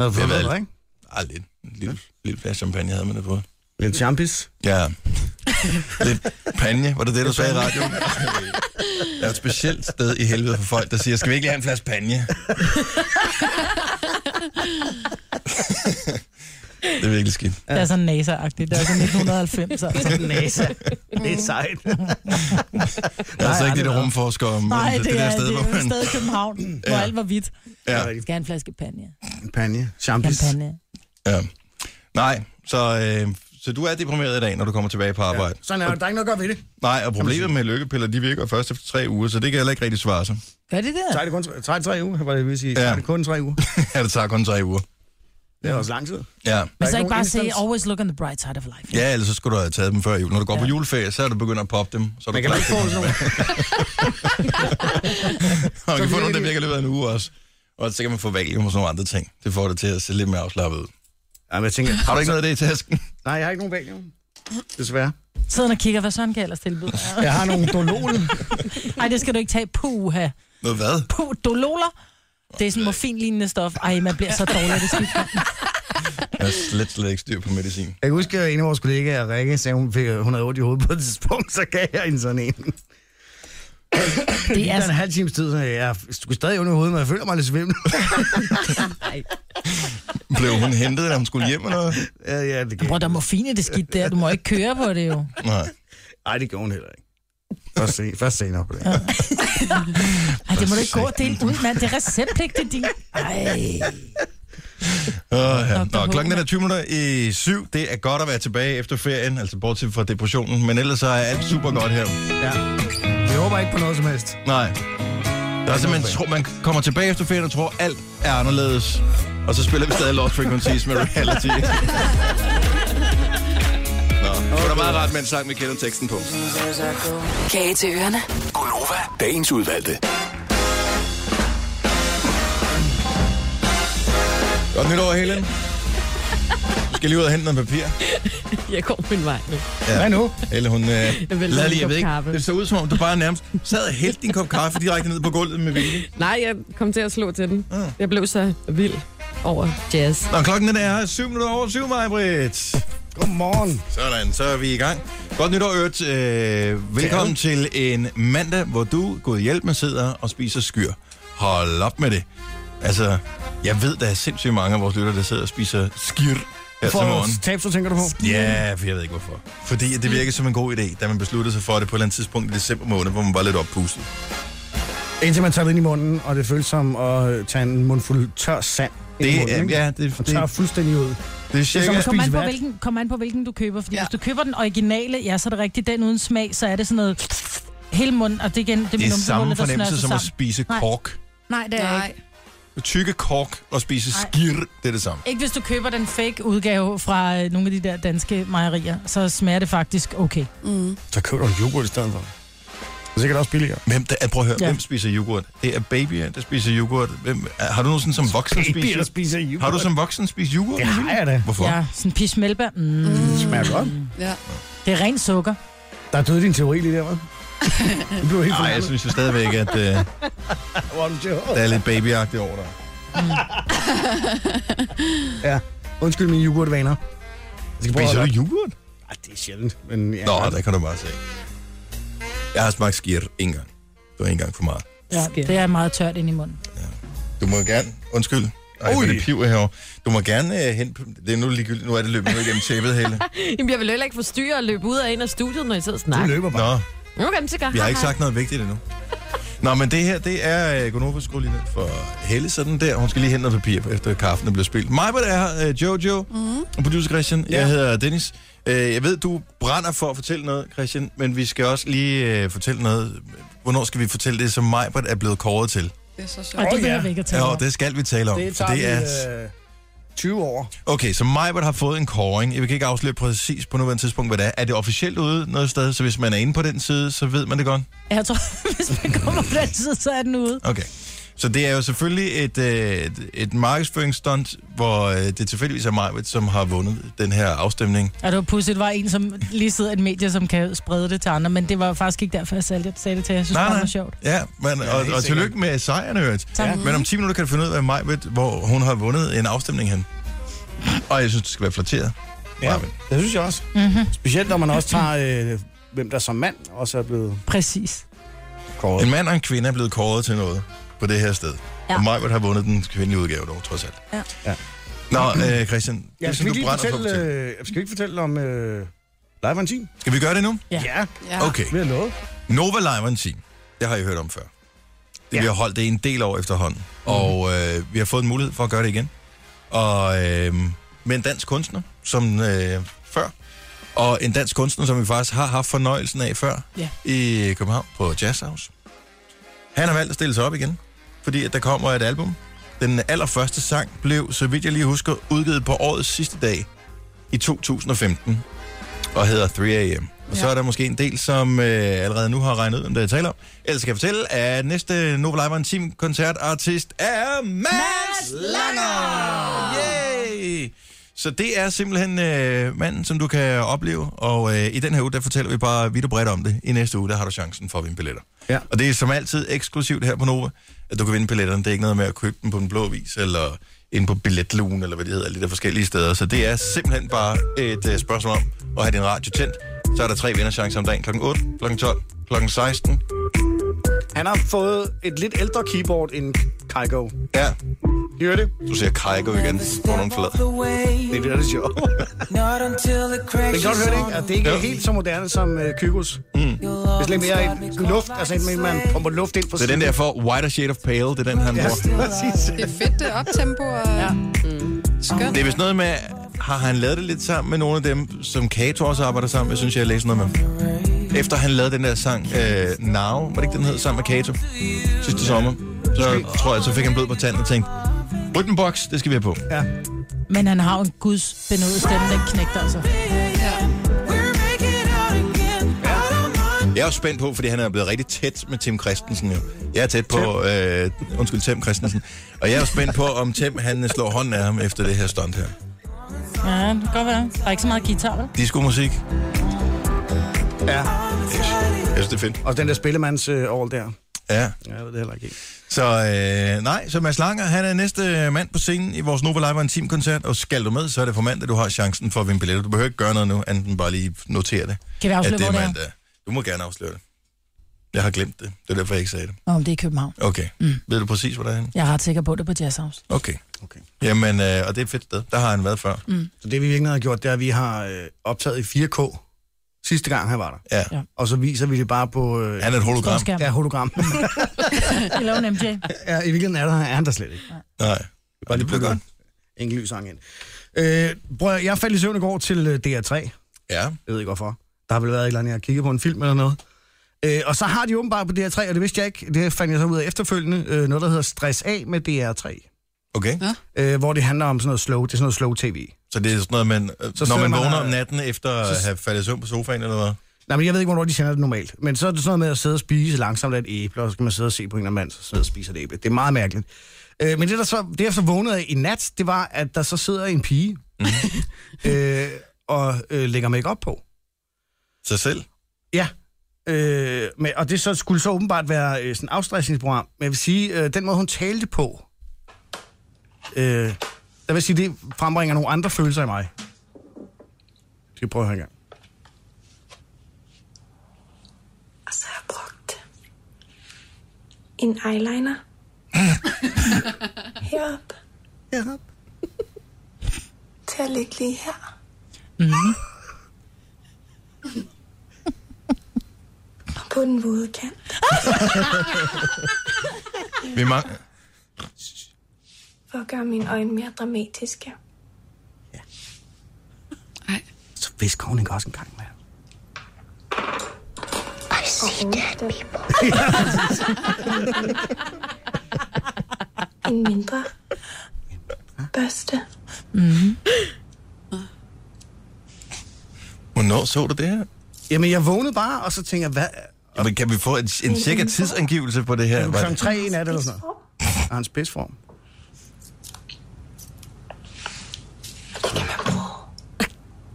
[SPEAKER 2] Har du fået
[SPEAKER 1] Jeg ved
[SPEAKER 2] noget,
[SPEAKER 1] det.
[SPEAKER 2] ikke?
[SPEAKER 1] Ej, lidt. En lille, lille flaske champagne havde man det på.
[SPEAKER 2] Lidt champis.
[SPEAKER 1] Ja. Lidt panje, var det det, du sagde i radioen? Der er et specielt sted i helvede for folk, der siger, skal vi ikke lige have en flaske panje? det er virkelig skidt.
[SPEAKER 3] Det er sådan NASA-agtigt. Det er sådan 1990. Altså.
[SPEAKER 2] Næse. Det er sejt.
[SPEAKER 1] Jeg er
[SPEAKER 2] Nej,
[SPEAKER 1] altså ikke
[SPEAKER 2] det
[SPEAKER 1] det
[SPEAKER 2] er
[SPEAKER 1] der rumforskere, men
[SPEAKER 3] Nej,
[SPEAKER 1] det, det, der sted,
[SPEAKER 3] det
[SPEAKER 1] hvor
[SPEAKER 3] er jo
[SPEAKER 1] man...
[SPEAKER 3] stadig i København, hvor alt var hvidt.
[SPEAKER 1] Ja,
[SPEAKER 3] Skal have en flaske panje.
[SPEAKER 2] Champagne. Champis.
[SPEAKER 3] Kampagne.
[SPEAKER 1] ja. Nej, så, øh, så du er deprimeret i dag, når du kommer tilbage på arbejde. Ja.
[SPEAKER 2] Sådan er det. Der er ikke noget at gøre ved det.
[SPEAKER 1] Nej, og problemet med lykkepiller, de virker først efter tre uger, så det kan heller ikke rigtig svare sig.
[SPEAKER 3] Gør det det?
[SPEAKER 2] Tager det kun tre, tager det tre uger, var det, jeg ville sige.
[SPEAKER 1] Ja.
[SPEAKER 2] Tager det kun tre uger.
[SPEAKER 1] ja, det tager kun tre uger.
[SPEAKER 2] Det er også lang tid.
[SPEAKER 1] Ja.
[SPEAKER 3] Men så
[SPEAKER 2] ikke
[SPEAKER 3] ikke bare
[SPEAKER 2] nogen
[SPEAKER 3] sige,
[SPEAKER 2] instans.
[SPEAKER 3] always look on the bright side of life.
[SPEAKER 1] Ja, ellers så skulle du have taget dem før jul. Når du går ja. på
[SPEAKER 3] Ja.
[SPEAKER 1] juleferie, så er du begyndt at poppe dem. Så er du
[SPEAKER 2] Man kan
[SPEAKER 1] klar
[SPEAKER 2] ikke
[SPEAKER 1] til
[SPEAKER 2] få
[SPEAKER 1] dem.
[SPEAKER 2] sådan nogle...
[SPEAKER 1] Og man kan
[SPEAKER 2] Så
[SPEAKER 1] få nogle, der
[SPEAKER 2] virkelig-
[SPEAKER 1] virker i løbet af en uge også. Og så kan man få valium og sådan nogle andre ting. Det får det til at se lidt mere afslappet ud.
[SPEAKER 2] Jamen, jeg tænker...
[SPEAKER 1] Har du ikke noget af det i tasken?
[SPEAKER 2] Nej, jeg har ikke nogen valium. Desværre.
[SPEAKER 3] Sidder og kigger, hvad Søren kan ellers tilbyde.
[SPEAKER 2] Jeg har nogle Dolol.
[SPEAKER 3] Nej, det skal du ikke tage. Puha.
[SPEAKER 1] Noget hvad?
[SPEAKER 3] Puh, dololer. Det er sådan morfinlignende stof. Ej, man bliver så dårlig, af det skidt.
[SPEAKER 1] Jeg har slet, slet ikke styr på medicin.
[SPEAKER 2] Jeg kan huske, at en af vores kollegaer, Rikke, sagde, hun fik 108 i hovedet på et tidspunkt, så gav jeg hende sådan en.
[SPEAKER 3] Det
[SPEAKER 2] Det
[SPEAKER 3] er
[SPEAKER 2] er en halv times tid, så jeg er sgu stadig under hovedet, men jeg føler mig lidt svimmel.
[SPEAKER 1] Blev hun hentet, da hun skulle hjem eller noget?
[SPEAKER 2] ja, ja, det
[SPEAKER 3] Bror,
[SPEAKER 2] kan.
[SPEAKER 3] der er morfin i det skidt der. Du må ikke køre på det jo.
[SPEAKER 1] Nej.
[SPEAKER 2] Nej, det gjorde hun heller ikke. Først, sen, først senere på det.
[SPEAKER 3] Ej, det må du ikke gå og dele ud, mand. Det er receptpligtigt, din... Ej.
[SPEAKER 1] Oh, ja.
[SPEAKER 3] Dr.
[SPEAKER 1] Nå,
[SPEAKER 3] Hohmann.
[SPEAKER 1] klokken er 20 minutter i syv. Det er godt at være tilbage efter ferien, altså bortset fra depressionen. Men ellers så er alt super godt her.
[SPEAKER 2] Ja. Jeg håber ikke på noget som helst.
[SPEAKER 1] Nej. Der er simpelthen, tro, man kommer tilbage efter ferien og tror, alt er anderledes. Og så spiller vi stadig Lost Frequencies med Reality. Nå, det var meget rart med en sang, vi kender teksten på.
[SPEAKER 8] Kage til ørerne.
[SPEAKER 7] Gonova, dagens udvalgte.
[SPEAKER 1] Godt nytår, Helen. Du skal lige ud og hente noget papir.
[SPEAKER 5] Jeg går min vej nu.
[SPEAKER 1] Ja. Hvad nu? Eller hun... Øh,
[SPEAKER 5] vælter
[SPEAKER 1] lader
[SPEAKER 5] en
[SPEAKER 1] lige, jeg
[SPEAKER 5] kop
[SPEAKER 1] ved ikke.
[SPEAKER 5] kaffe.
[SPEAKER 1] Det så ud som om, du bare nærmest sad og hældte din kop kaffe direkte ned på gulvet med vilje.
[SPEAKER 5] Nej, jeg kom til at slå til den.
[SPEAKER 1] Ah.
[SPEAKER 5] Jeg blev så vild over jazz.
[SPEAKER 1] Nå, klokken den er 7 minutter over 7, Majbrit.
[SPEAKER 2] Godmorgen.
[SPEAKER 1] Sådan, så er vi i gang. Godt nytår, Ørt. Øh, velkommen til en mandag, hvor du, gud hjælp med, sidder og spiser skyr. Hold op med det. Altså, jeg ved, der er sindssygt mange af vores lytter, der sidder og spiser skyr her til morgen.
[SPEAKER 2] For tabs, så tænker du på?
[SPEAKER 1] Ja, for jeg ved ikke hvorfor. Fordi at det virkede som en god idé, da man besluttede sig for det på et eller andet tidspunkt i december måned, hvor man var lidt oppustet.
[SPEAKER 2] Indtil man tager det ind i munden, og det føles som at øh, tage en mundfuld tør sand. ind i
[SPEAKER 1] Det,
[SPEAKER 2] munden,
[SPEAKER 1] øh,
[SPEAKER 2] ikke?
[SPEAKER 1] ja, det, det,
[SPEAKER 2] Og tør
[SPEAKER 1] det,
[SPEAKER 2] fuldstændig ud.
[SPEAKER 1] det er cirka...
[SPEAKER 2] som-
[SPEAKER 3] Kom an,
[SPEAKER 2] spise
[SPEAKER 3] på,
[SPEAKER 2] vat.
[SPEAKER 3] hvilken, kom an på, hvilken du køber. Fordi
[SPEAKER 4] Ja.
[SPEAKER 3] ja. hvis du køber den originale, ja, så er det rigtigt. Den uden smag, så er det sådan noget... Hele munden, og det igen, det,
[SPEAKER 1] Det er
[SPEAKER 3] numsehullet, der
[SPEAKER 1] samme
[SPEAKER 3] snører
[SPEAKER 1] fornemmelse
[SPEAKER 3] sig
[SPEAKER 1] som at
[SPEAKER 3] sammen.
[SPEAKER 1] spise
[SPEAKER 3] Nej.
[SPEAKER 1] kork.
[SPEAKER 3] Nej, det er
[SPEAKER 4] Nej.
[SPEAKER 3] ikke.
[SPEAKER 1] Tykke kork og spise
[SPEAKER 3] Nej.
[SPEAKER 1] skir, det er det samme.
[SPEAKER 3] Ikke hvis du køber den fake udgave fra øh, nogle af de der danske mejerier, så smager det faktisk okay.
[SPEAKER 4] Mm.
[SPEAKER 2] Så køber du en yoghurt i stedet for. Det er sikkert også billigere.
[SPEAKER 1] Hvem der, prøv at høre, ja.
[SPEAKER 3] Ja.
[SPEAKER 1] hvem spiser yoghurt? Det er babyer, der spiser yoghurt. Hvem, er- har du nogensinde som voksen
[SPEAKER 2] Babyer
[SPEAKER 1] spist
[SPEAKER 2] spiser yoghurt.
[SPEAKER 1] Har du som voksen spist yoghurt?
[SPEAKER 2] Det har jeg da.
[SPEAKER 1] Hvorfor? Ja.
[SPEAKER 3] Ja, sådan pis melba. Mm, mm.
[SPEAKER 2] Det smager godt.
[SPEAKER 4] Ja.
[SPEAKER 3] Det er rent sukker.
[SPEAKER 2] Der er døde din teori lige der, hva'? Du blev helt
[SPEAKER 1] Nej, jeg
[SPEAKER 2] fornærmet.
[SPEAKER 1] synes jo stadigvæk, at øh,
[SPEAKER 2] Hvor er du til?
[SPEAKER 1] der er lidt babyagtigt over dig.
[SPEAKER 2] Ja. Undskyld mine yoghurtvaner. Jeg skal prøve at-
[SPEAKER 1] yoghurt?
[SPEAKER 2] Ej, det er sjældent, men ja.
[SPEAKER 1] Nå, der kan du bare se. Jeg har smagt skir en gang. Det var en gang for meget.
[SPEAKER 3] Ja,
[SPEAKER 5] Sker.
[SPEAKER 3] det er meget tørt ind i munden.
[SPEAKER 1] Du må gerne... Undskyld. Ej, hvor
[SPEAKER 2] Ui.
[SPEAKER 1] det piver herovre. Du må gerne øh, hente... Det er nu ligegyldigt. Nu er det løbet ned igennem tæppet, Helle.
[SPEAKER 5] Jamen, jeg vil heller ikke forstyrre og løbe ud og ind af studiet, når I sidder og
[SPEAKER 2] Du
[SPEAKER 5] snakker.
[SPEAKER 2] løber bare.
[SPEAKER 1] Nå,
[SPEAKER 5] Nu kan til
[SPEAKER 1] vi har ikke sagt noget vigtigt endnu. Nå, men det her, det er... Øh, Gunova, skru lige ned for Helle sådan der. Hun skal lige hente noget papir, efter kaffen er blevet spildt. Mig, hvad det er, øh, Jojo, mm. og producer Christian. Jeg hedder Dennis. Øh, jeg ved, du brænder for at fortælle noget, Christian, men vi skal også lige øh, fortælle noget. Hvornår skal vi fortælle det, som Majbert er blevet kåret til?
[SPEAKER 4] Det er så
[SPEAKER 3] Og
[SPEAKER 4] sjovt.
[SPEAKER 3] det
[SPEAKER 2] ja.
[SPEAKER 3] behøver vi ikke at tale
[SPEAKER 1] Ja,
[SPEAKER 3] om.
[SPEAKER 1] og det skal vi tale om, det for det er
[SPEAKER 2] øh, 20 år.
[SPEAKER 1] Okay, så Majbert har fået en kåring. Jeg kan ikke afsløre præcis på nuværende tidspunkt, hvad det er. Er det officielt ude noget sted, så hvis man er inde på den side, så ved man det godt?
[SPEAKER 3] Jeg tror, hvis man kommer på den side, så er den ude.
[SPEAKER 1] Okay. Så det er jo selvfølgelig et, øh, et, et markedsføringsstunt, hvor øh, det tilfældigvis er Majbert, som har vundet den her afstemning.
[SPEAKER 3] Og det var pudsigt, det var en, som lige sidder i et medie, som kan sprede det til andre, men det var faktisk ikke derfor, jeg sagde det, sagde det til jer. Jeg synes, bare, det var sjovt.
[SPEAKER 1] Ja, men,
[SPEAKER 2] Ja, helt
[SPEAKER 1] og, og
[SPEAKER 2] sikkert. Mhm.
[SPEAKER 1] tillykke med sejren, hørt.
[SPEAKER 3] Tak.
[SPEAKER 1] Men om 10 minutter kan du finde ud af, Majbert, hvor hun har vundet en afstemning hen. Og jeg synes, det skal være flatteret.
[SPEAKER 2] Ja,
[SPEAKER 1] Marvin.
[SPEAKER 2] det synes jeg også.
[SPEAKER 1] Mhm.
[SPEAKER 2] Mm-hmm. Specielt når man også tager, øh, hvem der som mand også er blevet
[SPEAKER 3] Præcis.
[SPEAKER 2] kåret.
[SPEAKER 1] En mand og en kvinde er blevet kåret til noget på det her sted. Ja.
[SPEAKER 3] Ja.
[SPEAKER 1] Og Majbert har vundet den kvindelige udgave dog, trods alt.
[SPEAKER 3] Ja.
[SPEAKER 2] Ja.
[SPEAKER 1] Nå, øh, Christian,
[SPEAKER 2] Ja,
[SPEAKER 1] det,
[SPEAKER 2] skal,
[SPEAKER 1] som
[SPEAKER 2] vi
[SPEAKER 1] du
[SPEAKER 2] ikke lige
[SPEAKER 1] brænder for,
[SPEAKER 2] fortælle,
[SPEAKER 1] fortæl.
[SPEAKER 2] øh, skal vi ikke fortælle om øh, Leif Valentin?
[SPEAKER 1] Skal vi gøre det nu?
[SPEAKER 3] Ja.
[SPEAKER 2] ja,
[SPEAKER 4] Ja.
[SPEAKER 1] Okay.
[SPEAKER 2] vi har lovet.
[SPEAKER 1] Nova Live Team, det har I hørt om før. Det, ja.
[SPEAKER 2] Ja.
[SPEAKER 1] Vi har holdt det en del år efterhånden, mm. og øh, vi har fået en mulighed for at gøre det igen. Og øh, med en dansk kunstner, som øh, før, og en dansk kunstner, som vi faktisk har haft fornøjelsen af før
[SPEAKER 3] Ja.
[SPEAKER 1] i København på Jazz House. Han har valgt at stille sig op igen, fordi at der kommer et album. Den allerførste sang blev, så vidt jeg lige husker, udgivet på årets sidste dag i 2015 og hedder 3AM. Og så
[SPEAKER 4] Ja.
[SPEAKER 1] er der måske en del, som øh, allerede nu har regnet ud, om det jeg taler om. Ellers kan jeg fortælle, at næste Nova Live Team koncertartist er Mads Langer! Yay! Så det er simpelthen øh, manden, som du kan opleve. Og øh, i den her uge, der fortæller vi bare vidt og bredt om det. I næste uge, der har du chancen for at vinde billetter.
[SPEAKER 2] Ja.
[SPEAKER 1] Og det er som altid eksklusivt her på Nova, at du kan vinde billetterne. Det er ikke noget med at købe dem på en blå vis, eller inde på billetlugen, eller hvad det hedder, alle de der forskellige steder. Så det er simpelthen bare et uh, spørgsmål om at have din radio tændt. Så er der tre vinderchancer om dagen kl. 8, kl. 12, kl. 16.
[SPEAKER 2] Han har fået et lidt ældre keyboard end Kygo.
[SPEAKER 1] Ja,
[SPEAKER 2] Hører det?
[SPEAKER 1] du ser Kaiko igen på nogle forlade.
[SPEAKER 2] Det bliver det sjovt. Men kan du høre det, ikke? At det ikke er helt så moderne som øh, Kygos. Mm. Det er slet mere en luft, altså en, med, man pumper luft ind på
[SPEAKER 1] Det er den der for Whiter Shade of Pale, det er den, han
[SPEAKER 2] Ja,
[SPEAKER 1] bruger.
[SPEAKER 2] præcis.
[SPEAKER 4] Det er fedt, det er optempo og ja. skønt.
[SPEAKER 1] Det er vist noget med, har han lavet det lidt sammen med nogle af dem, som Kato også arbejder sammen med, synes jeg, jeg læste noget med. Efter han lavede den der sang, øh, Now, var det ikke den hed, sammen med Kato, sidste sommer. Så tror jeg, så fik han blod på tanden og tænkte, Rytmenbox, det skal vi have på.
[SPEAKER 2] Ja.
[SPEAKER 3] Men han har jo en guds benådet stemme, den knægter altså.
[SPEAKER 4] Ja.
[SPEAKER 1] Jeg er jo spændt på, fordi han er blevet rigtig tæt med Tim Christensen jo. Jeg er tæt på, øh, undskyld, Tim Christensen. Og jeg er jo spændt på, om Tim han slår hånden af ham efter det her stunt her.
[SPEAKER 3] Ja, det kan godt være. Der er ikke så meget guitar, vel?
[SPEAKER 1] Disco-musik,
[SPEAKER 2] ja.
[SPEAKER 1] jeg synes, det er fedt.
[SPEAKER 2] Og den der spillemands øh, all der.
[SPEAKER 1] Ja.
[SPEAKER 2] Ja, jeg ved det heller ikke. helt.
[SPEAKER 1] Så øh, nej, så Mads Langer, han er næste mand på scenen i vores Nova Live Team koncert og skal du med, så er det for mandag, du har chancen for at vinde billetter. Du behøver ikke gøre noget nu, andet end bare lige notere det.
[SPEAKER 3] Kan vi afsløre,
[SPEAKER 1] at det
[SPEAKER 3] hvor
[SPEAKER 1] er
[SPEAKER 3] det er?
[SPEAKER 1] mandag. Du må gerne afsløre det. Jeg har glemt det. Det er derfor, jeg ikke sagde det.
[SPEAKER 3] Om det er i København.
[SPEAKER 1] Okay. Mm. Ved du præcis, hvor det er henne?
[SPEAKER 3] Jeg er ret sikker på det er på Jazz House.
[SPEAKER 1] Okay.
[SPEAKER 2] Okay.
[SPEAKER 1] Jamen, øh, og det er et fedt sted. Der har han været før. Mm.
[SPEAKER 2] Så det vi virkelig har gjort, det er, at vi har øh, optaget i 4K sidste gang, han var der.
[SPEAKER 1] Ja.
[SPEAKER 3] Ja.
[SPEAKER 2] Og så viser vi det bare på... Øh,
[SPEAKER 1] Han er et hologram.
[SPEAKER 3] Storskærm.
[SPEAKER 2] ja, hologram.
[SPEAKER 3] Eller en MJ.
[SPEAKER 2] ja, i virkeligheden er, der, er han der slet ikke.
[SPEAKER 1] Nej. Bare det bliver godt.
[SPEAKER 2] Ingen lys sang ind. Øh, bror, jeg faldt i søvn i går til øh, DR3. Jeg
[SPEAKER 1] Ja.
[SPEAKER 2] ved ikke hvorfor. Der har vel været et eller andet, jeg har kigget på en film eller noget. Øh, og så har de åbenbart på DR3, og det vidste jeg ikke, det fandt jeg så ud af efterfølgende, øh, noget, der hedder Stress A med DR3.
[SPEAKER 1] Okay.
[SPEAKER 4] Ja.
[SPEAKER 2] Øh, hvor det handler om sådan noget slow, det er sådan noget slow tv.
[SPEAKER 1] Så det er sådan noget, man, øh,
[SPEAKER 2] Så
[SPEAKER 1] når
[SPEAKER 2] sidder
[SPEAKER 1] man
[SPEAKER 2] man
[SPEAKER 1] vågner
[SPEAKER 2] og-
[SPEAKER 1] om natten efter at have faldet i søvn på sofaen eller hvad?
[SPEAKER 2] Nej, men jeg ved ikke, hvornår de sender det normalt. Men så er det sådan noget med at sidde og spise langsomt af et æble, og så skal man sidde og se på en eller anden mand, så sidder og spiser et æble. Det er meget mærkeligt. Øh, men det, der så, det, jeg så vågnede af i nat, det var, at der så sidder en pige øh, og øh, lægger make op på.
[SPEAKER 1] Sig selv?
[SPEAKER 2] Ja. Øh, men, og det så skulle så åbenbart være øh, sådan et afstressningsprogram. Men jeg vil sige, øh, den måde, hun talte på, øh, der vil jeg sige, det frembringer nogle andre følelser i mig. Skal vi prøve at høre en gang?
[SPEAKER 9] Og så har Altså, jeg brugt en eyeliner. Herop.
[SPEAKER 2] Ja.
[SPEAKER 9] Til at ligge lige her.
[SPEAKER 2] Mm-hmm.
[SPEAKER 9] Mm. Og på den våde kant.
[SPEAKER 1] Vi mangler...
[SPEAKER 9] For at gøre mine øjne mere dramatiske.
[SPEAKER 4] Ej.
[SPEAKER 2] Så visker hun ikke også en gang med ham.
[SPEAKER 9] Og understøt. en mindre børste. Mm.
[SPEAKER 1] Hvornår så du det her?
[SPEAKER 2] Jamen, jeg vågnede bare, og så tænkte jeg, hvad?
[SPEAKER 1] Jamen, kan vi få en, en cirka tidsangivelse på det her?
[SPEAKER 2] Det var klokken tre i nat eller sådan noget. Og hans spidsform.
[SPEAKER 9] Det kan man bruge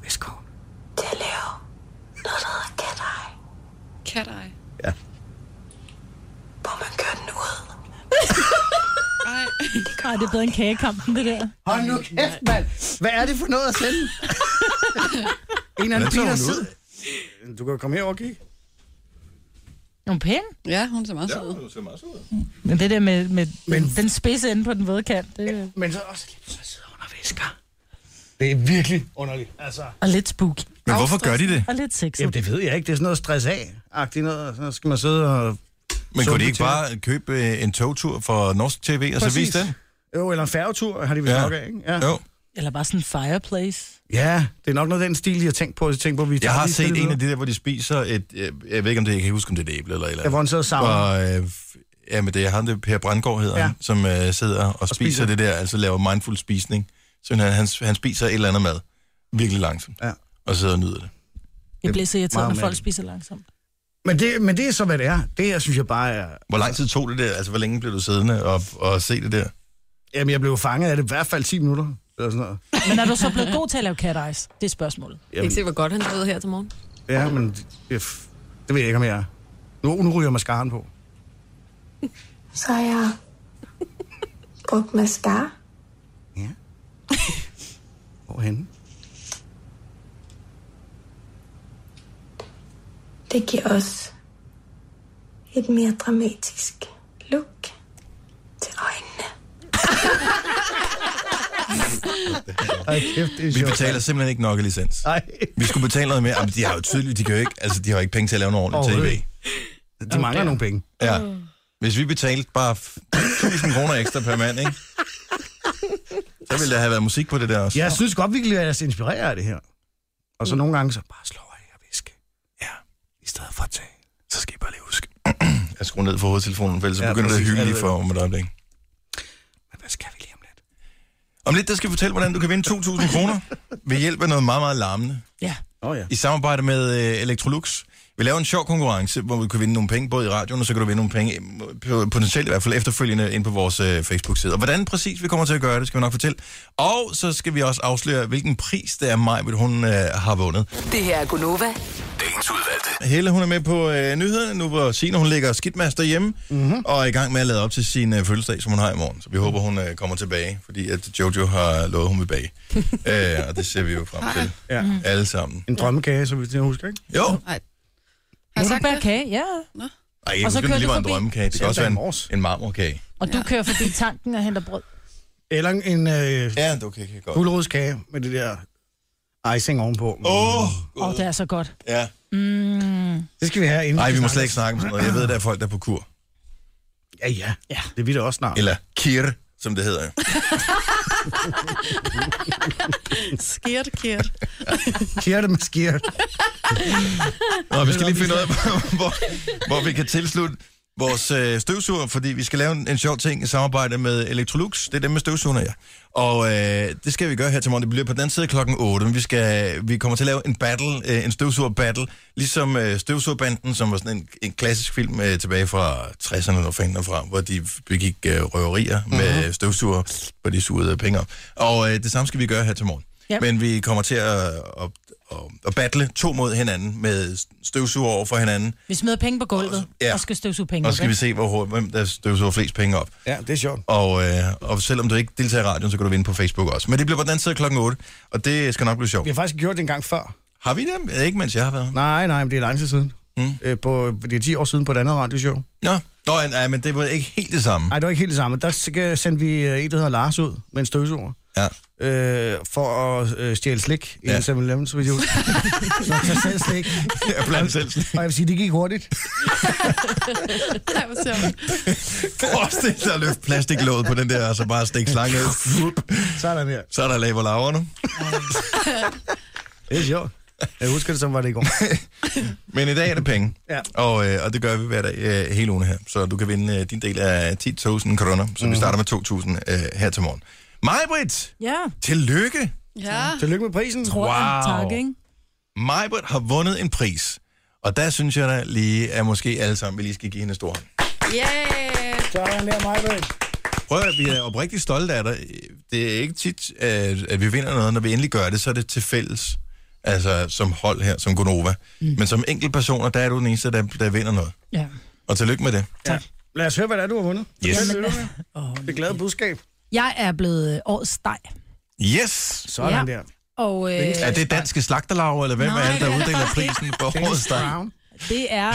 [SPEAKER 2] Vestkorn.
[SPEAKER 9] til at lave noget, der hedder cat eye,
[SPEAKER 4] Cat eye.
[SPEAKER 2] Ja.
[SPEAKER 9] hvor man gør den ud.
[SPEAKER 4] Ej.
[SPEAKER 3] Nej, det er bedre end kagekampen, det der.
[SPEAKER 2] Hold nu kæft, mand. Hvad er det for noget at sende? en eller
[SPEAKER 1] Hvordan
[SPEAKER 2] anden
[SPEAKER 1] så
[SPEAKER 2] pige, der
[SPEAKER 1] hun ud?
[SPEAKER 2] sidder... Du kan jo komme herover og kigge.
[SPEAKER 3] Nogle penge.
[SPEAKER 4] Ja, hun ser meget sød ud.
[SPEAKER 1] ser meget ud.
[SPEAKER 3] Men det der med, med
[SPEAKER 2] Men-
[SPEAKER 3] Men... den spidse inde på den våde kant, det
[SPEAKER 2] Men så også lige så sidder hun og væsker. Det er virkelig underligt. Altså,
[SPEAKER 3] er lidt spooky
[SPEAKER 1] Men hvorfor gør de det?
[SPEAKER 3] og lidt sexet.
[SPEAKER 2] jamen, det ved jeg ikke. Det er sådan noget stress af-agtigt noget. og Så skal man sidde og...
[SPEAKER 1] Men kunne de
[SPEAKER 2] Sundhed
[SPEAKER 1] ikke
[SPEAKER 2] til.
[SPEAKER 1] bare købe øh, en togtur for norsk tv, og så vise den?
[SPEAKER 2] Jo, eller en færgetur har de vist
[SPEAKER 1] Ja.
[SPEAKER 2] ja. nok af, ikke? Ja.
[SPEAKER 1] Jo.
[SPEAKER 3] Eller bare sådan en fireplace.
[SPEAKER 2] ja, det er nok noget af den stil, jeg har tænkt på. Jeg, tænkt på, at vi
[SPEAKER 1] Jeg
[SPEAKER 2] tager
[SPEAKER 1] har
[SPEAKER 2] lige
[SPEAKER 1] set
[SPEAKER 2] stille
[SPEAKER 1] en af
[SPEAKER 2] videre.
[SPEAKER 1] de der, hvor de spiser et... Jeg, jeg ved ikke, om det... Jeg kan ikke huske, om det er et æble eller et eller
[SPEAKER 2] Ja, hvor han sidder sammen.
[SPEAKER 1] Og, øh, f- ja, men det er ham, det er Per Brandgaard hedder,
[SPEAKER 2] Ja.
[SPEAKER 1] ja. som øh, sidder og, og spiser,
[SPEAKER 2] spiser.
[SPEAKER 1] det der, altså laver mindful spisning. Så han, han, han spiser et eller andet mad, virkelig langsomt,
[SPEAKER 2] Ja.
[SPEAKER 1] og sidder og nyder det.
[SPEAKER 3] Jeg bliver så irriteret,
[SPEAKER 2] meget
[SPEAKER 3] når folk
[SPEAKER 2] mærkeligt.
[SPEAKER 3] spiser langsomt.
[SPEAKER 2] Men det, men det er så, hvad det er. Det her synes jeg bare er...
[SPEAKER 1] Hvor lang tid tog det der? Altså, hvor længe blev du siddende og, og se det der?
[SPEAKER 2] Jamen, jeg blev fanget af det i hvert fald 10 minutter. Eller sådan noget.
[SPEAKER 3] Men er du så blevet god til at lave cat eyes? Det er spørgsmålet.
[SPEAKER 5] Jeg kan se, hvor godt han sidder her til morgen.
[SPEAKER 2] Ja, men det, det, det ved jeg ikke, om jeg er. Nu, nu ryger mascaraen på.
[SPEAKER 9] Så har jeg brugt mascara.
[SPEAKER 2] Ja. Hvorhenne?
[SPEAKER 9] Det giver os et mere dramatisk look til øjnene.
[SPEAKER 2] Ej, kæft, det er
[SPEAKER 1] Vi
[SPEAKER 2] sjovt.
[SPEAKER 1] betaler simpelthen ikke nok i licens.
[SPEAKER 2] Nej,
[SPEAKER 1] Vi skulle betale noget mere. Jamen, de har jo tydeligt, de kan jo ikke, altså, de har jo ikke penge til at lave noget ordentligt tv.
[SPEAKER 2] Overhovedet de mangler nogle penge.
[SPEAKER 1] Ja. Hvis vi betalte bare f- 1000 kroner ekstra per mand, ikke? Så ville der have været musik på det der også.
[SPEAKER 2] Jeg synes godt virkelig, at jeg er inspireret af det her. Og så nogle gange så bare slå af og viske.
[SPEAKER 1] Ja.
[SPEAKER 2] I stedet for at tage.
[SPEAKER 1] Så skal I bare lige huske. Jeg skruer ned for hovedtelefonen, for ellers så
[SPEAKER 2] Ja,
[SPEAKER 1] begynder det at
[SPEAKER 2] præcis.
[SPEAKER 1] hygge
[SPEAKER 2] Ja,
[SPEAKER 1] lige
[SPEAKER 2] det
[SPEAKER 1] for
[SPEAKER 2] ved
[SPEAKER 1] om et øjeblik.
[SPEAKER 2] Men hvad skal vi lige om lidt?
[SPEAKER 1] Om lidt, der skal jeg fortælle, hvordan du kan vinde 2.000 kroner ved hjælp af noget meget, meget larmende.
[SPEAKER 3] Ja.
[SPEAKER 2] Åh oh, ja.
[SPEAKER 1] I samarbejde med øh, Electrolux. Vi laver en sjov konkurrence, hvor du kan vinde nogle penge, både i radioen, og så kan du vinde nogle penge, øh, potentielt i hvert fald efterfølgende, ind på vores øh, Facebook-side. Og hvordan præcis vi kommer til at gøre det, skal vi nok fortælle. Og så skal vi også afsløre, hvilken pris det er mig, hun øh, har vundet.
[SPEAKER 8] Det her er Gunova.
[SPEAKER 7] Dagens udvalgte.
[SPEAKER 1] Helle, hun er med på øh, nyhederne nu, hvor Signe, hun ligger skidtmast derhjemme, mm-hmm. og er i gang med at lade op til sin øh, fødselsdag, som hun har i morgen. Så vi håber, hun øh, kommer tilbage, fordi at Jojo har lovet, hun vil bage. øh, og det ser vi jo frem til.
[SPEAKER 2] Ja.
[SPEAKER 1] Alle sammen.
[SPEAKER 2] En drømmekage, så vi jeg husker, ikke?
[SPEAKER 1] Jo.
[SPEAKER 4] Har
[SPEAKER 3] Må du
[SPEAKER 4] jeg sagt
[SPEAKER 3] ikke bage
[SPEAKER 4] det?
[SPEAKER 3] kage? Ja.
[SPEAKER 1] Ej, jeg
[SPEAKER 3] Og så
[SPEAKER 1] husker, det
[SPEAKER 3] kører
[SPEAKER 1] lige
[SPEAKER 3] det
[SPEAKER 1] var en
[SPEAKER 3] forbi.
[SPEAKER 1] drømmekage. Det kan
[SPEAKER 2] Selv
[SPEAKER 1] også
[SPEAKER 2] dag
[SPEAKER 1] være
[SPEAKER 2] i
[SPEAKER 1] en,
[SPEAKER 2] morges.
[SPEAKER 1] en marmorkage.
[SPEAKER 3] Og du kører forbi tanken og henter brød.
[SPEAKER 2] Eller en øh,
[SPEAKER 1] Ja, det okay, kan godt. Åh,
[SPEAKER 2] gulerodskage med det der icing ovenpå.
[SPEAKER 1] oh,
[SPEAKER 3] Åh, oh, det er så godt.
[SPEAKER 1] ja.
[SPEAKER 2] Det skal vi have inden.
[SPEAKER 1] Ej, vi må
[SPEAKER 2] snakker.
[SPEAKER 1] slet ikke snakke om sådan noget. Jeg ved, der er folk, der er på kur.
[SPEAKER 2] Ja, ja.
[SPEAKER 3] Ja.
[SPEAKER 2] Det er vi da også snart.
[SPEAKER 1] Eller kir, som det hedder. jo.
[SPEAKER 4] Skært, kært.
[SPEAKER 2] Kjerte med skjerte.
[SPEAKER 1] Nå, vi skal lige finde ud af, hvor, hvor, hvor vi kan tilslutte vores øh, støvsuger, fordi vi skal lave en, en sjov ting i samarbejde med Electrolux. Det er dem med støvsugerne, ja. Og øh, det skal vi gøre her til morgen. Det bliver på den anden side klokken 8, men vi, skal, vi kommer til at lave en battle, øh, en støvsuger-battle, ligesom øh, Støvsugerbanden, som var sådan en, en klassisk film øh, tilbage fra 60'erne og fanden fra, hvor de begik øh, røverier mm-hmm. med støvsuger, hvor de sugede penge op. Og øh, det samme skal vi gøre her til morgen.
[SPEAKER 3] Ja.
[SPEAKER 1] Men vi kommer til at, at, at, at battle to mod hinanden med støvsuger over for hinanden.
[SPEAKER 3] Vi smider penge på gulvet,
[SPEAKER 1] Ja.
[SPEAKER 3] og skal støvsuge penge.
[SPEAKER 1] Og så skal vi
[SPEAKER 3] ikke?
[SPEAKER 1] se, hvor, hurtigt- hvem der støvsuger flest penge op.
[SPEAKER 2] Ja, det er sjovt.
[SPEAKER 1] Og, øh, og selvom du ikke deltager i radioen, så kan du vinde på Facebook også. Men det bliver på den anden side klokken 8, og det skal nok blive sjovt.
[SPEAKER 2] Vi har faktisk gjort det en gang før.
[SPEAKER 1] Har vi det? Ja, Ikke mens jeg har været.
[SPEAKER 2] Nej, nej, men det er lang tid siden. Mm. Øh, på, det er 10 år siden på et andet radioshow.
[SPEAKER 1] Nå, Nå ja, nej, men det var ikke helt det samme.
[SPEAKER 2] Nej, det var ikke helt det samme. Der sk- sendte vi øh, en, der hedder Lars ud med en støvsuger.
[SPEAKER 1] Ja.
[SPEAKER 2] Øh, for at øh, stjæle slik i
[SPEAKER 1] Ja.
[SPEAKER 2] ja. en 7-Eleven, så vi jo. så tag selv slik.
[SPEAKER 1] Jeg blandt selv sådan.
[SPEAKER 2] Og jeg vil sige, det gik hurtigt.
[SPEAKER 4] Ej, hvor sjovt.
[SPEAKER 1] Forestil dig at løfte plastiklåget på den der, og så bare stikke slangen ud. Vup.
[SPEAKER 2] Så er der mere.
[SPEAKER 1] Så er der laver laverne.
[SPEAKER 2] Det er sjovt. Jeg husker det, som var det i går.
[SPEAKER 1] Men i dag er det penge,
[SPEAKER 2] Ja.
[SPEAKER 1] og, øh, og det gør vi hver dag øh, hele ugen her. Så du kan vinde øh, din del af 10.000 kroner, så mm-hmm. vi starter med 2.000 øh, her til morgen. Majbrit,
[SPEAKER 3] Ja,
[SPEAKER 1] tillykke.
[SPEAKER 4] Ja.
[SPEAKER 2] Tillykke med prisen.
[SPEAKER 3] tror jeg.
[SPEAKER 1] Wow.
[SPEAKER 3] Tak, ikke?
[SPEAKER 1] Majbrit har vundet en pris. Og der synes jeg da lige, at måske alle sammen, vi lige skal give hende en stor hånd.
[SPEAKER 4] Yeah.
[SPEAKER 2] Sådan der, Majbrit.
[SPEAKER 1] Prøv at høre, vi er oprigtigt stolte af dig. Det er ikke tit, at, at vi vinder noget. Når vi endelig gør det, så er det til fælles. Altså som hold her, som Gonova. Mm. Men som enkeltpersoner, der er du den eneste, der, der vinder noget.
[SPEAKER 3] Ja.
[SPEAKER 1] Og tillykke med det.
[SPEAKER 2] Lad os høre, hvad det er, du har vundet.
[SPEAKER 1] Yes.
[SPEAKER 2] Tillykke med Det Det glade budskab.
[SPEAKER 3] Jeg er blevet øh, årets steg.
[SPEAKER 1] Yes!
[SPEAKER 2] Sådan
[SPEAKER 3] Ja.
[SPEAKER 2] der.
[SPEAKER 3] Og øh,
[SPEAKER 1] Er det danske slagterlag, eller hvem
[SPEAKER 3] Nej,
[SPEAKER 1] er det, der
[SPEAKER 3] det er
[SPEAKER 1] uddeler prisen på årets dag?
[SPEAKER 2] Brown.
[SPEAKER 3] det er...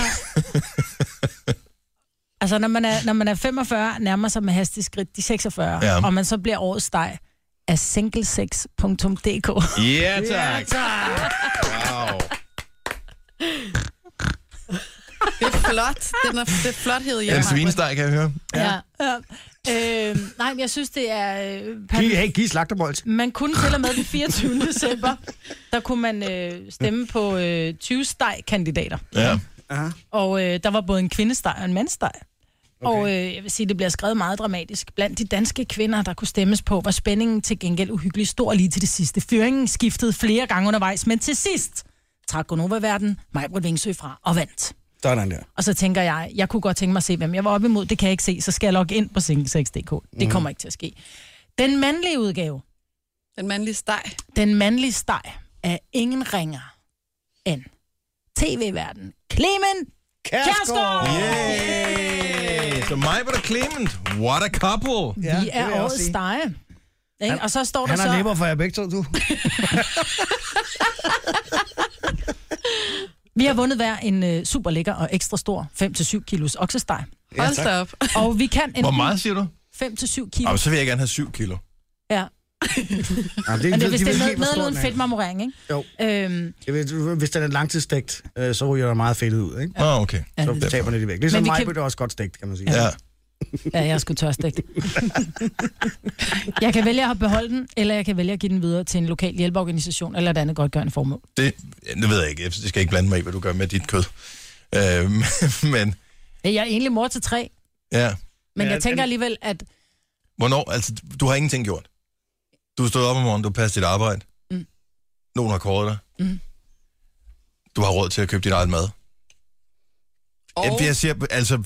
[SPEAKER 3] altså, når man er, når man er 45, nærmer sig med hastig skridt de 46,
[SPEAKER 1] Ja.
[SPEAKER 3] ja. og man så bliver årets steg af singlesex.dk.
[SPEAKER 1] Ja, tak. Wow.
[SPEAKER 4] Det er flot. Den er, det er flothed, jeg
[SPEAKER 1] Er det svinesteg, kan jeg høre?
[SPEAKER 3] Ja. ja. Øh, nej, men jeg synes, det er... øh,
[SPEAKER 2] Giv, hey, giv slagterbold.
[SPEAKER 3] Man kunne til og med den 24. december, der kunne man øh, stemme på øh, 20 steg-kandidater.
[SPEAKER 1] Ja.
[SPEAKER 3] Og øh, der var både en kvindesteg og en mandsteg. Okay. Og øh, jeg vil sige, det bliver skrevet meget dramatisk. Blandt de danske kvinder, der kunne stemmes på, var spændingen til gengæld uhyggelig stor lige til det sidste. Fyringen skiftede flere gange undervejs, men til sidst trak Gonova-verden Majbrud Vingsø fra og vandt.
[SPEAKER 2] Sådan der.
[SPEAKER 3] Og så tænker jeg, jeg kunne godt tænke mig at se, hvem jeg var op imod. Det kan jeg ikke se, så skal jeg logge ind på singlesex.dk. Det kommer ikke til at ske. Den mandlige udgave,
[SPEAKER 4] Den mandlige steg.
[SPEAKER 3] den mandlige steg af ingen ringer end tv-verden. Clemen Kjærsgaard!
[SPEAKER 1] Yay! Så mig var der Clement. What a couple.
[SPEAKER 2] Ja,
[SPEAKER 3] Vi
[SPEAKER 2] det vil jeg
[SPEAKER 3] er
[SPEAKER 2] også
[SPEAKER 3] årets
[SPEAKER 2] sige.
[SPEAKER 3] stege. Ikke? Og så står der
[SPEAKER 2] Han har
[SPEAKER 3] så...
[SPEAKER 2] læber for jer begge to, du.
[SPEAKER 3] Vi har vundet hver en uh, super lækker og ekstra stor 5-7 kilos oksesteg.
[SPEAKER 4] Hold da op.
[SPEAKER 3] Og vi kan en
[SPEAKER 1] Hvor meget siger du?
[SPEAKER 3] 5-7 kilo.
[SPEAKER 1] Jamen, så vil jeg gerne have 7 kilo.
[SPEAKER 3] Ja.
[SPEAKER 2] Jamen,
[SPEAKER 3] Men det, hvis det
[SPEAKER 2] ved
[SPEAKER 3] er med,
[SPEAKER 2] helt, hvor
[SPEAKER 3] med
[SPEAKER 2] stor
[SPEAKER 3] eller uden
[SPEAKER 2] den er.
[SPEAKER 3] fedtmarmorering, ikke?
[SPEAKER 2] Jo.
[SPEAKER 3] Øhm,
[SPEAKER 2] Jeg ved, Hvis den er langtidsstegt, øh, så ryger der meget fedt ud, ikke?
[SPEAKER 1] Nå, ah, okay.
[SPEAKER 3] ja,
[SPEAKER 2] Så taber det de væk. Ligesom
[SPEAKER 3] Men vi
[SPEAKER 2] mig
[SPEAKER 3] kan-
[SPEAKER 2] blev det også godt stegt, kan man sige.
[SPEAKER 1] Ja.
[SPEAKER 3] ja, jeg er sgu tørstægt. jeg kan vælge at beholde den, eller jeg kan vælge at give den videre til en lokal hjælpeorganisation eller et andet godtgørende formål.
[SPEAKER 1] Det, det ved jeg ikke. Jeg skal ikke blande mig i, hvad du gør med dit kød. Øhm, men
[SPEAKER 3] Jeg er egentlig mor til tre,
[SPEAKER 1] ja,
[SPEAKER 3] men
[SPEAKER 2] Ja,
[SPEAKER 3] jeg tænker
[SPEAKER 2] den-
[SPEAKER 3] alligevel, at
[SPEAKER 1] hvornår? Altså, du har ingenting gjort. Du er stået op om morgenen, du har passet dit arbejde.
[SPEAKER 3] Mm.
[SPEAKER 1] Nogen har kåret dig.
[SPEAKER 3] Mm.
[SPEAKER 1] Du har råd til at købe dit eget mad.
[SPEAKER 4] Og
[SPEAKER 1] Oh. Jeg siger, altså,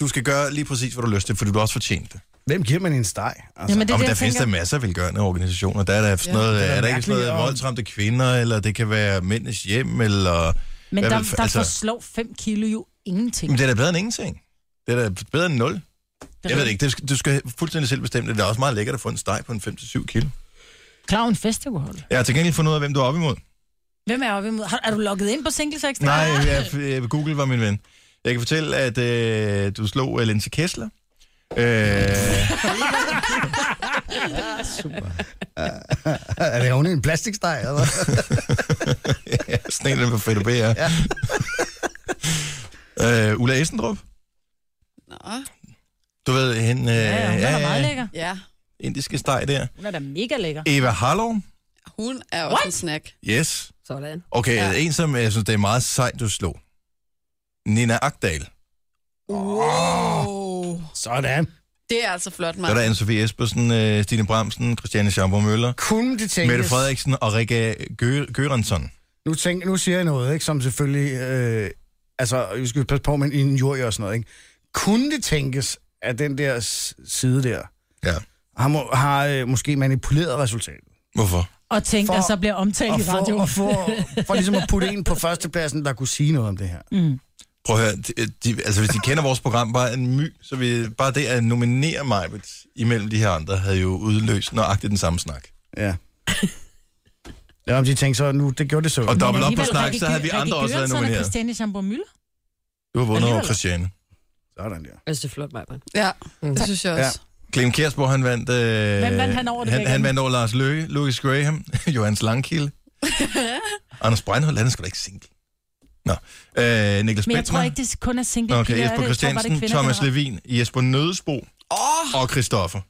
[SPEAKER 1] du skal gøre lige præcis, hvad du har lyst til, fordi du har også fortjent det.
[SPEAKER 2] Hvem giver man en steg? Altså,
[SPEAKER 3] Jamen, det
[SPEAKER 1] Det
[SPEAKER 3] er
[SPEAKER 1] og
[SPEAKER 3] det,
[SPEAKER 1] der
[SPEAKER 3] jeg
[SPEAKER 1] findes der
[SPEAKER 3] tænker.
[SPEAKER 1] masser af velgørende organisationer. Der er der sådan noget,
[SPEAKER 2] er
[SPEAKER 1] er, der ikke sådan
[SPEAKER 2] mærkeligt,
[SPEAKER 1] noget
[SPEAKER 2] og-
[SPEAKER 1] voldsramte kvinder, eller det kan være mændenes hjem, eller...
[SPEAKER 3] Men
[SPEAKER 1] Hvad
[SPEAKER 3] der,
[SPEAKER 1] vil- altså-
[SPEAKER 3] der altså... forslår 5 kilo jo ingenting.
[SPEAKER 1] Men det er da bedre end ingenting. Det er da bedre end nul. Jeg ved det ikke, det skal, du skal fuldstændig selv bestemme det. Det er også meget lækkert at få en steg på en 5-7 kilo.
[SPEAKER 3] Klar en fest, jeg kunne holde.
[SPEAKER 1] Jeg har til gengæld fundet ud af, hvem du er op imod.
[SPEAKER 3] Hvem er jeg oppe imod? Har, er du logget ind på single sex?
[SPEAKER 1] Nej, jeg, jeg, Google var min ven. Jeg kan fortælle, at øh, du slog øh, Linse Kessler. Øh,
[SPEAKER 2] Er det oven i en plastiksteg, eller hvad?
[SPEAKER 1] sådan en af dem på Fedt og BR. øh, Ulla Essendrup.
[SPEAKER 4] Nå.
[SPEAKER 1] Du ved, hende... Øh,
[SPEAKER 3] Ja, hun er da meget lækker.
[SPEAKER 4] Ja,
[SPEAKER 1] indiske steg der.
[SPEAKER 3] Hun er da mega lækker.
[SPEAKER 1] Eva Harlow.
[SPEAKER 4] hun er også What? en snack.
[SPEAKER 1] Yes.
[SPEAKER 5] Sådan.
[SPEAKER 1] Okay, ja.
[SPEAKER 4] Ja.
[SPEAKER 1] en som jeg synes, det er meget sejt, du slog. Nina Agdal. Der
[SPEAKER 4] Oh.
[SPEAKER 2] Sådan.
[SPEAKER 4] Det er altså flot,
[SPEAKER 1] er
[SPEAKER 4] mand.
[SPEAKER 1] der Anne-Sophie Espersen, øh, Stine Bramsen, Christiane Schamper Møller,
[SPEAKER 2] Kunne det tænkes...
[SPEAKER 1] Mette Frederiksen og Rikke Gø- Gørensson.
[SPEAKER 2] Nu, tænk, nu siger jeg noget, ikke, som selvfølgelig... Øh, altså, vi skal passe på med en jury og sådan noget. Ikke? Kunne det tænkes, at den der s- side der
[SPEAKER 1] Ja.
[SPEAKER 2] har, må, har øh, måske manipuleret resultatet?
[SPEAKER 1] Hvorfor?
[SPEAKER 3] Og tænk,
[SPEAKER 2] For-
[SPEAKER 3] der så bliver omtalt
[SPEAKER 2] Og
[SPEAKER 3] i radioen.
[SPEAKER 2] for, og for, for ligesom at putte en på førstepladsen, der kunne sige noget om det her.
[SPEAKER 3] Mm.
[SPEAKER 1] Prøv at høre, de, de, altså hvis de kender vores program, bare en my, så vi, bare det at nominere mig imellem de her andre, havde jo udløst nøjagtigt den samme snak.
[SPEAKER 2] Ja. Ja, om de tænkte så, nu, det gjorde det så.
[SPEAKER 1] Og
[SPEAKER 3] Men
[SPEAKER 1] dobbelt op på
[SPEAKER 3] alligevel,
[SPEAKER 1] snak,
[SPEAKER 3] Rikke
[SPEAKER 1] så havde vi
[SPEAKER 3] Gy- Rikke
[SPEAKER 1] andre også været
[SPEAKER 3] Gyldenson og
[SPEAKER 1] nomineret.
[SPEAKER 3] Christiane Schamburg-Müller.
[SPEAKER 1] Du har vundet over
[SPEAKER 3] Alligevel.
[SPEAKER 1] Christiane.
[SPEAKER 2] Sådan der.
[SPEAKER 5] Jeg synes, det er flot, Maja.
[SPEAKER 4] Ja, det synes jeg også.
[SPEAKER 1] Clem Kjersborg, han vandt... Øh,
[SPEAKER 3] Hvem vandt han over det
[SPEAKER 1] han,
[SPEAKER 3] begge?
[SPEAKER 1] han vandt over Lars Løkke, Lucas Graham, Johannes Langkilde. Anders Breinholt, han er sgu da ikke single. Nå. Øh, Niklas
[SPEAKER 3] Men jeg tror
[SPEAKER 1] Bentner.
[SPEAKER 3] ikke, det kun er single
[SPEAKER 1] Okay,
[SPEAKER 3] piger, er
[SPEAKER 1] Jesper
[SPEAKER 3] det? Jeg tror bare, det er
[SPEAKER 1] Christiansen,
[SPEAKER 3] kvinder
[SPEAKER 1] Thomas
[SPEAKER 3] generelt.
[SPEAKER 1] Levin, Jesper Nødesbo
[SPEAKER 4] Åh, oh,
[SPEAKER 1] og Christoffer.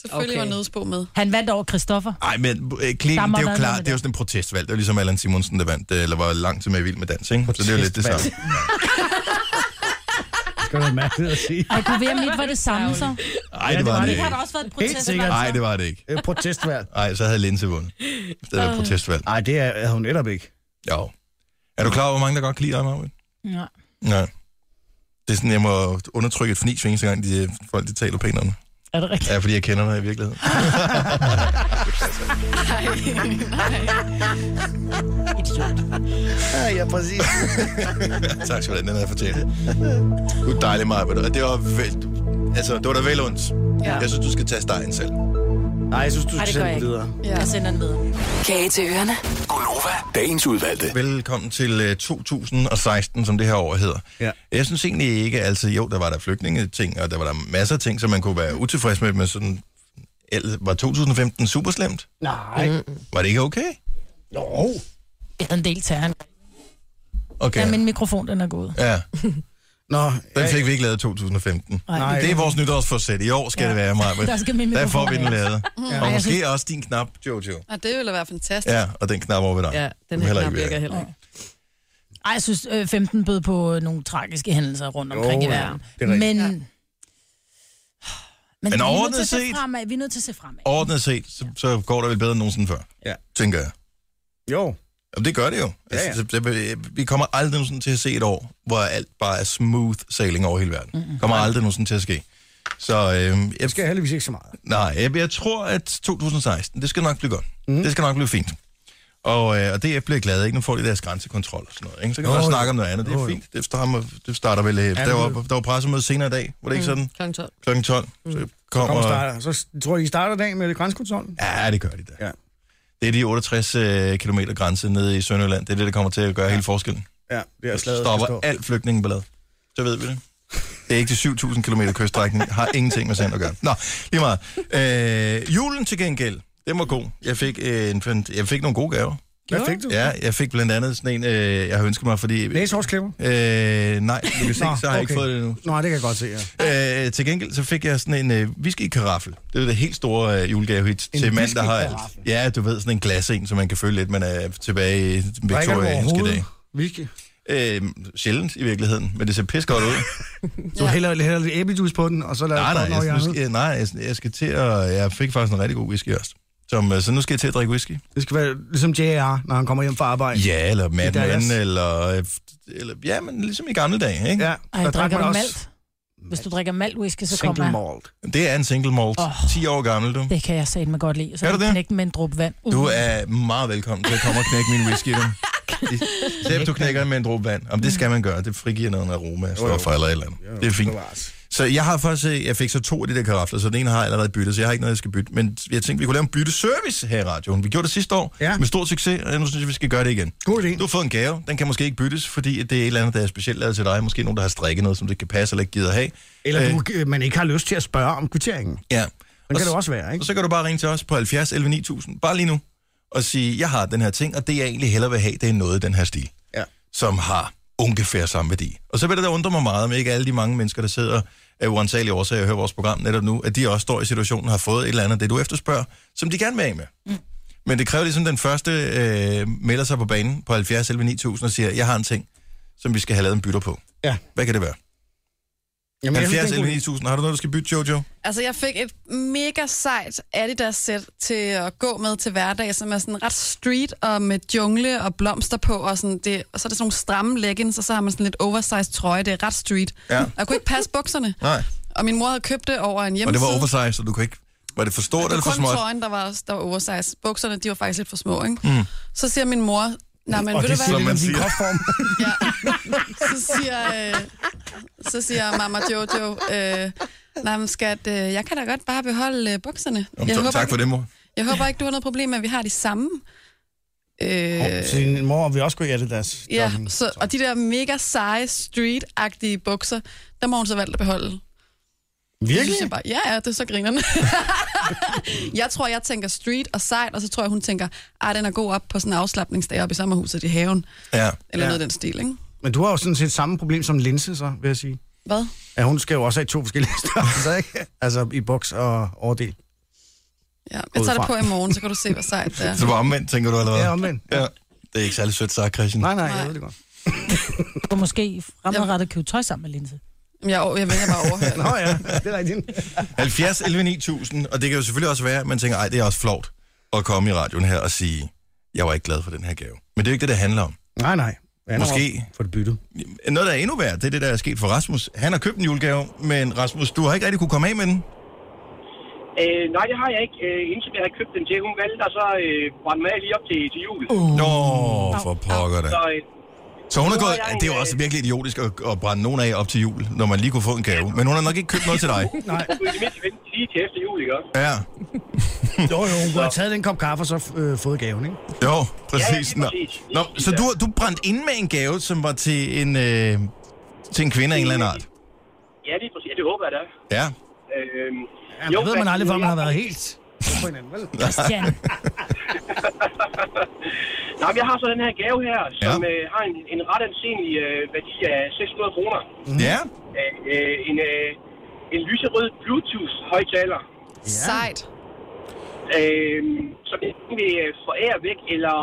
[SPEAKER 4] selvfølgelig okay.
[SPEAKER 5] Okay.
[SPEAKER 4] var nødsbo med.
[SPEAKER 3] Han vandt over Christoffer.
[SPEAKER 1] Nej, men øh, Clem, det
[SPEAKER 3] Der må
[SPEAKER 1] er
[SPEAKER 3] være
[SPEAKER 1] jo
[SPEAKER 3] noget
[SPEAKER 1] klart,
[SPEAKER 3] med
[SPEAKER 1] det er jo
[SPEAKER 3] det.
[SPEAKER 1] sådan en protestvalg. Det var ligesom Allan Simonsen, der vandt, øh, eller var langt til med i Vild med Dans, ikke? Så det er jo lidt det samme.
[SPEAKER 2] Protestvalg. sgu da mærkeligt at sige.
[SPEAKER 3] Og det kunne være, at mit var det samme så.
[SPEAKER 1] Nej, det var det
[SPEAKER 3] Har
[SPEAKER 1] ikke.
[SPEAKER 3] der også været et
[SPEAKER 2] Helt
[SPEAKER 3] protest?
[SPEAKER 2] sikkert.
[SPEAKER 1] Nej, det var det ikke.
[SPEAKER 2] Øh, protestvalg.
[SPEAKER 1] Nej, så havde Linse vundet. Det var protestvalg.
[SPEAKER 2] Nej, det er, havde hun netop ikke.
[SPEAKER 1] Jo. Er du klar over, hvor mange der godt kan lide dig, Marvind?
[SPEAKER 3] Nej.
[SPEAKER 1] Nej. Det er sådan, jeg må undertrykke et fnis hver eneste gang, de, folk de taler pænt om. mig.
[SPEAKER 3] Er det rigtigt?
[SPEAKER 1] Ja, fordi jeg kender dig i virkeligheden.
[SPEAKER 2] Ja, præcis.
[SPEAKER 1] tak skal du have, den havde jeg fortjent. Du er dejlig, Marvind, og det var vel... Altså, det var da vel ondt. Ja. Jeg synes, du skal tage stegen selv.
[SPEAKER 2] Nej, jeg synes, du
[SPEAKER 3] Nej,
[SPEAKER 2] skal
[SPEAKER 3] det gør
[SPEAKER 2] sende
[SPEAKER 3] jeg
[SPEAKER 2] den
[SPEAKER 3] ikke.
[SPEAKER 2] videre.
[SPEAKER 4] Ja.
[SPEAKER 3] Jeg sender den videre.
[SPEAKER 8] Kage til ørerne.
[SPEAKER 7] Gunova, dagens udvalgte.
[SPEAKER 1] Velkommen til øh, 2016, som det her år hedder.
[SPEAKER 2] Ja.
[SPEAKER 1] Jeg synes egentlig ikke, altså jo, der var der flygtningeting, og der var der masser af ting, som man kunne være utilfreds med, men sådan, el- var 2015 super slemt?
[SPEAKER 2] Nej.
[SPEAKER 1] Var det ikke okay?
[SPEAKER 2] Jo.
[SPEAKER 3] Jeg havde en del til han.
[SPEAKER 1] Okay.
[SPEAKER 3] Ja, min mikrofon, den er gået.
[SPEAKER 1] ja.
[SPEAKER 2] Nå,
[SPEAKER 1] Den fik vi ikke lavet i 2015.
[SPEAKER 2] Nej.
[SPEAKER 1] Det er vores nytårsforsæt. I år skal ja.
[SPEAKER 3] Ja.
[SPEAKER 1] det være mig.
[SPEAKER 3] Der skal min
[SPEAKER 1] Der
[SPEAKER 3] mikrofon
[SPEAKER 1] får vi den
[SPEAKER 3] af.
[SPEAKER 1] lavet. Ja. Og
[SPEAKER 3] jeg
[SPEAKER 1] måske også din knap, Jojo.
[SPEAKER 4] Og det ville være fantastisk.
[SPEAKER 1] Ja, og den knap over ved dig.
[SPEAKER 5] Ja, den
[SPEAKER 1] Du
[SPEAKER 5] her
[SPEAKER 1] heller
[SPEAKER 5] knap
[SPEAKER 1] ikke ved
[SPEAKER 5] virker
[SPEAKER 1] det.
[SPEAKER 5] heller ikke.
[SPEAKER 3] Ej, jeg synes, øh, 15 bød på øh, nogle tragiske hændelser rundt omkring
[SPEAKER 2] Jo,
[SPEAKER 3] i
[SPEAKER 2] ja,
[SPEAKER 3] verden.
[SPEAKER 2] det er rigtigt.
[SPEAKER 3] men...
[SPEAKER 4] Ja.
[SPEAKER 3] Men, vi er nødt
[SPEAKER 1] overordnet
[SPEAKER 3] til at se
[SPEAKER 1] set-
[SPEAKER 3] fremad. Vi er nødt til at se fremad.
[SPEAKER 1] Overordnet set, så, så går det vel bedre end nogensinde før,
[SPEAKER 2] Ja.
[SPEAKER 1] tænker jeg.
[SPEAKER 2] Jo.
[SPEAKER 1] Jamen, det gør det jo.
[SPEAKER 2] Ja, ja.
[SPEAKER 1] Altså, det- det, vi kommer aldrig nogensinde til at se et år, hvor alt bare er smooth sailing over hele verden. Mm-hmm. Kommer aldrig nogensinde til at ske. Så øh, jeg,
[SPEAKER 2] Det skal heldigvis ikke så meget.
[SPEAKER 1] Nej, jeg, jeg tror, at 2016, det skal nok blive godt. Mm. Det skal nok blive fint. Og, øh, og DF bliver glad, ikke? Nu får de deres grænsekontrol og sådan noget, ikke? Så kan man
[SPEAKER 2] Jo,
[SPEAKER 1] også
[SPEAKER 2] jo.
[SPEAKER 1] snakke om noget andet. Det
[SPEAKER 2] Jo,
[SPEAKER 1] er
[SPEAKER 2] jo.
[SPEAKER 1] fint. Det starter, det starter vel... Øh, der,
[SPEAKER 2] det
[SPEAKER 1] var,
[SPEAKER 2] ved
[SPEAKER 1] der var pressemøde senere i dag. Var det ikke sådan?
[SPEAKER 5] Mm. Klokken 12.
[SPEAKER 1] Klokken 12. Så kommer...
[SPEAKER 2] Kom starter. Så s- tror jeg, I starter dagen med grænsekontrollen?
[SPEAKER 1] ja, det gør de da.
[SPEAKER 2] Ja.
[SPEAKER 1] Det er de 68 øh, km grænse nede i Sønderjylland. Det er det, der kommer til at gøre ja. hele forskellen.
[SPEAKER 2] Ja, det er
[SPEAKER 1] Jeg
[SPEAKER 2] slaget.
[SPEAKER 1] stopper
[SPEAKER 2] forstår.
[SPEAKER 1] alt flygtningeballade. Så ved vi det. Det er ikke de 7.000 km kyststrækning. Har ingenting med sand at gøre. Nå, lige meget. Øh, julen til gengæld, den var god. Jeg fik, øh, en, fan- jeg fik nogle gode gaver.
[SPEAKER 2] Hvad fik du?
[SPEAKER 1] Ja, jeg fik blandt andet sådan en, øh, jeg har ønsket mig, fordi... Øh,
[SPEAKER 2] Næsehårsklipper?
[SPEAKER 1] nej, du kan se, så har jeg ikke
[SPEAKER 2] okay.
[SPEAKER 1] fået det endnu.
[SPEAKER 2] Nej, det kan jeg godt se, ja.
[SPEAKER 1] Øh, til gengæld så fik jeg sådan en øh, whisky-karaffel. Det er det helt store øh, julegavehit
[SPEAKER 2] En
[SPEAKER 1] til mand, der har alt.
[SPEAKER 2] whisky-karaffel?
[SPEAKER 1] Ja, du ved, sådan en glas en, så man kan føle lidt, man er tilbage i
[SPEAKER 2] Drikker du
[SPEAKER 1] viktorianske
[SPEAKER 2] overhovedet
[SPEAKER 1] dage.
[SPEAKER 2] Whisky?
[SPEAKER 1] Øh, sjældent i virkeligheden, men det ser pis godt ud.
[SPEAKER 2] Så hælder, hælder lidt æblejuice på den, og så lader
[SPEAKER 1] nej, nej,
[SPEAKER 2] den over i
[SPEAKER 1] jeg, nu skal,
[SPEAKER 2] hjernet.
[SPEAKER 1] jeg- nej jeg, jeg skal til at... Jeg fik faktisk en rigtig god whisky også. Som, øh, så nu skal jeg til at drikke whisky.
[SPEAKER 2] Det skal være ligesom J.R., når han kommer hjem fra arbejde.
[SPEAKER 1] Ja, eller Mad
[SPEAKER 2] I deres-
[SPEAKER 1] Men, eller, øh, eller... Ja, men ligesom i gamle dage, ikke?
[SPEAKER 2] Ja,
[SPEAKER 3] Ej,
[SPEAKER 2] der
[SPEAKER 3] jeg
[SPEAKER 2] drak
[SPEAKER 3] drikker
[SPEAKER 2] man
[SPEAKER 3] du
[SPEAKER 2] også
[SPEAKER 3] malt. Hvis du drikker malt whisky, så kommer
[SPEAKER 2] Single
[SPEAKER 3] jeg.
[SPEAKER 2] malt.
[SPEAKER 1] Det er en single malt.
[SPEAKER 3] Åh.
[SPEAKER 1] 10 år gammel, du.
[SPEAKER 2] Uh.
[SPEAKER 3] Det kan jeg satme godt lide. Så
[SPEAKER 1] Kan
[SPEAKER 3] kan
[SPEAKER 1] du
[SPEAKER 3] du
[SPEAKER 1] det?
[SPEAKER 3] knække den med en dråbe vand. Uh.
[SPEAKER 1] Du er meget velkommen til at komme og knække min whisky, du. Selv du knækker den med en dråbe vand. Om det skal man gøre. Det frigiver noget aroma, stoffer eller et eller andet. Det er fint. Så jeg har faktisk, øh, jeg fik så to af de der karafler, så den ene har jeg allerede byttet, så jeg har ikke noget, jeg skal bytte. Men jeg tænkte, vi kunne lave en bytteservice her i radioen. Vi gjorde det sidste år ja.
[SPEAKER 2] Ja.
[SPEAKER 1] med stor succes, og nu synes jeg, vi skal gøre det igen.
[SPEAKER 2] God idé.
[SPEAKER 1] Du har fået en gave, den kan måske ikke byttes, fordi at det er et eller andet, der er specielt lavet til dig. Måske nogen, der har strikket noget, som det kan passe eller ikke gider have.
[SPEAKER 2] Eller
[SPEAKER 1] Øh,
[SPEAKER 2] du, øh, man ikke har lyst til at spørge om kvitteringen.
[SPEAKER 1] Ja.
[SPEAKER 2] Den
[SPEAKER 1] Og
[SPEAKER 2] kan det
[SPEAKER 1] s-
[SPEAKER 2] også være, ikke?
[SPEAKER 1] Og så kan du bare ringe til os på 70 11 9000, bare lige nu, og sige, jeg har den her ting, og det jeg egentlig hellere vil have, det er noget i den her stil,
[SPEAKER 2] Ja.
[SPEAKER 1] som har ungefær samme værdi. Og så vil det da undre mig meget, om ikke alle de mange mennesker, der sidder af uansagelige årsager og hører vores program netop nu, at de også står i situationen og har fået et eller andet af det, du efterspørger, som de gerne vil af med. Mm. Men det kræver ligesom den første øh, melder sig på banen på 70 11 9000 og siger, jeg har en ting, som vi skal have lavet en bytter på.
[SPEAKER 2] Ja.
[SPEAKER 1] Hvad kan det være?
[SPEAKER 2] Jamen, jeg synes,
[SPEAKER 1] 70
[SPEAKER 2] det er
[SPEAKER 1] 11
[SPEAKER 2] en god idé.
[SPEAKER 1] 9000, har du noget, du skal bytte, Jojo?
[SPEAKER 4] Altså, jeg fik et mega sejt Adidas-sæt til at gå med til hverdag, som er sådan ret street og med jungle og blomster på, og, sådan det, og så er det sådan nogle stramme leggings, og så har man sådan lidt oversized trøje. Det er ret street.
[SPEAKER 1] Ja.
[SPEAKER 4] Og jeg kunne ikke passe bukserne.
[SPEAKER 1] Nej.
[SPEAKER 4] Og min mor havde købt det over en
[SPEAKER 1] Og det
[SPEAKER 4] hjemmeside.
[SPEAKER 1] var oversize, så du kunne ikke... Var det for stort
[SPEAKER 4] Det
[SPEAKER 1] eller
[SPEAKER 4] var
[SPEAKER 1] for
[SPEAKER 4] kun
[SPEAKER 1] småt?
[SPEAKER 4] trøjen, der var, der var oversize. Bukserne, de var faktisk lidt for små, ikke? Mm. Så siger min mor, nej, men
[SPEAKER 2] Og
[SPEAKER 4] ved
[SPEAKER 2] det
[SPEAKER 4] du hvad?
[SPEAKER 2] siger
[SPEAKER 1] Som man
[SPEAKER 2] lidt om din
[SPEAKER 1] siger.
[SPEAKER 2] kropform.
[SPEAKER 4] Ja. Så siger, øh, så siger mamma Jojo, øh, nej, men skat, øh, jeg kan da godt bare beholde øh, bukserne.
[SPEAKER 1] Jamen,
[SPEAKER 4] jeg,
[SPEAKER 1] tak- tak
[SPEAKER 4] ikke,
[SPEAKER 1] for det, mor.
[SPEAKER 4] jeg håber ikke, du har noget problem med, at vi har de samme. Øh,
[SPEAKER 2] Så din mor vil også gå i Adidas.
[SPEAKER 4] ja, så, og de der mega seje, street-agtige bukser, der må hun så valgt at beholde. Det
[SPEAKER 2] Virkelig?
[SPEAKER 4] synes jeg bare, ja, ja, det er så grinerne. jeg tror, jeg tænker street og sejt, og så tror jeg, hun tænker, ah, den er god op på sådan en afslappningsdag oppe i sommerhuset i haven.
[SPEAKER 1] Ja.
[SPEAKER 4] Eller
[SPEAKER 2] Ja.
[SPEAKER 4] ja. noget af den stil, ikke?
[SPEAKER 2] Men du har jo sådan set samme problem som Linse, så, vil jeg sige.
[SPEAKER 4] Hvad?
[SPEAKER 2] Ja, hun skal jo også have to forskellige størrelser, ikke? Altså i boks og overdel.
[SPEAKER 4] Ja, jeg tager det
[SPEAKER 2] Udefra.
[SPEAKER 4] på i morgen, så kan du se, hvor sejt det er.
[SPEAKER 1] Så var omvendt, tænker du, eller hvad?
[SPEAKER 2] Ja, omvendt.
[SPEAKER 1] Ja. Det er ikke særlig sødt sagt, Christian.
[SPEAKER 2] Nej, nej, jeg
[SPEAKER 4] Nej.
[SPEAKER 2] ved det godt.
[SPEAKER 3] Du kan måske fremadrettet købe tøj sammen med Linse.
[SPEAKER 4] Jeg, er over- jeg vælger bare over her.
[SPEAKER 2] Nå ja, det er rigtigt.
[SPEAKER 1] 70 11 9000, og det kan jo selvfølgelig også være, at man tænker, ej, det er også flot at komme i radioen her og sige, jeg var ikke glad for den her gave. Men det er jo ikke det, det handler om.
[SPEAKER 2] Nej, nej. Hvad er
[SPEAKER 1] Måske-
[SPEAKER 2] der for det byttet.
[SPEAKER 1] Noget, der er endnu værd, det er det, der er sket for Rasmus. Han har købt en julegave, men Rasmus, du har ikke rigtig kunne komme af med den.
[SPEAKER 10] Øh, nej, det har jeg ikke. Øh, indtil jeg havde købt den til, hun valgte, og så øh, brændte mig af lige op til, til jul. Uh.
[SPEAKER 1] Nå, for pokker da.
[SPEAKER 10] Så øh,
[SPEAKER 1] Så hun har
[SPEAKER 10] Nu
[SPEAKER 1] gået,
[SPEAKER 10] har jeg en,
[SPEAKER 1] det er jo også virkelig idiotisk at, at brænde nogen af op til jul, når man lige kunne få en gave. Men hun har nok ikke købt noget til dig.
[SPEAKER 2] Nej,
[SPEAKER 10] kunne i det mindste vente lige til efter jul, ikke også?
[SPEAKER 1] Ja,
[SPEAKER 2] jo, jo, hun kunne have taget den kop kaffe og så øh, fået gaven, ikke?
[SPEAKER 1] jo,
[SPEAKER 10] Ja, ja,
[SPEAKER 1] præcis.
[SPEAKER 10] lige
[SPEAKER 1] Nå.
[SPEAKER 10] præcis. Lige
[SPEAKER 1] Nå,
[SPEAKER 10] præcis,
[SPEAKER 1] så
[SPEAKER 10] ja.
[SPEAKER 1] du, har- du brændte ind med en gave, som var til en, øh, til en kvinde af en eller anden art.
[SPEAKER 10] Ja, lige præcis. Ja, det håber jeg da.
[SPEAKER 1] Ja.
[SPEAKER 10] Øh,
[SPEAKER 2] Ja, jo, ved man
[SPEAKER 10] hvad-
[SPEAKER 2] aldrig, hvor man har været helt på hinanden, vel?
[SPEAKER 3] Christian.
[SPEAKER 10] Nej, men jeg har så den her gave her, som
[SPEAKER 1] Ja.
[SPEAKER 10] ja. øh, har en, en ret ansenlig øh, værdi af 600 kroner.
[SPEAKER 1] Ja,
[SPEAKER 10] Øh, øh, en, øh, en lyserød Bluetooth-højtaler,
[SPEAKER 4] Sejt.
[SPEAKER 10] øh, som jeg ikke vil øh, forære væk, eller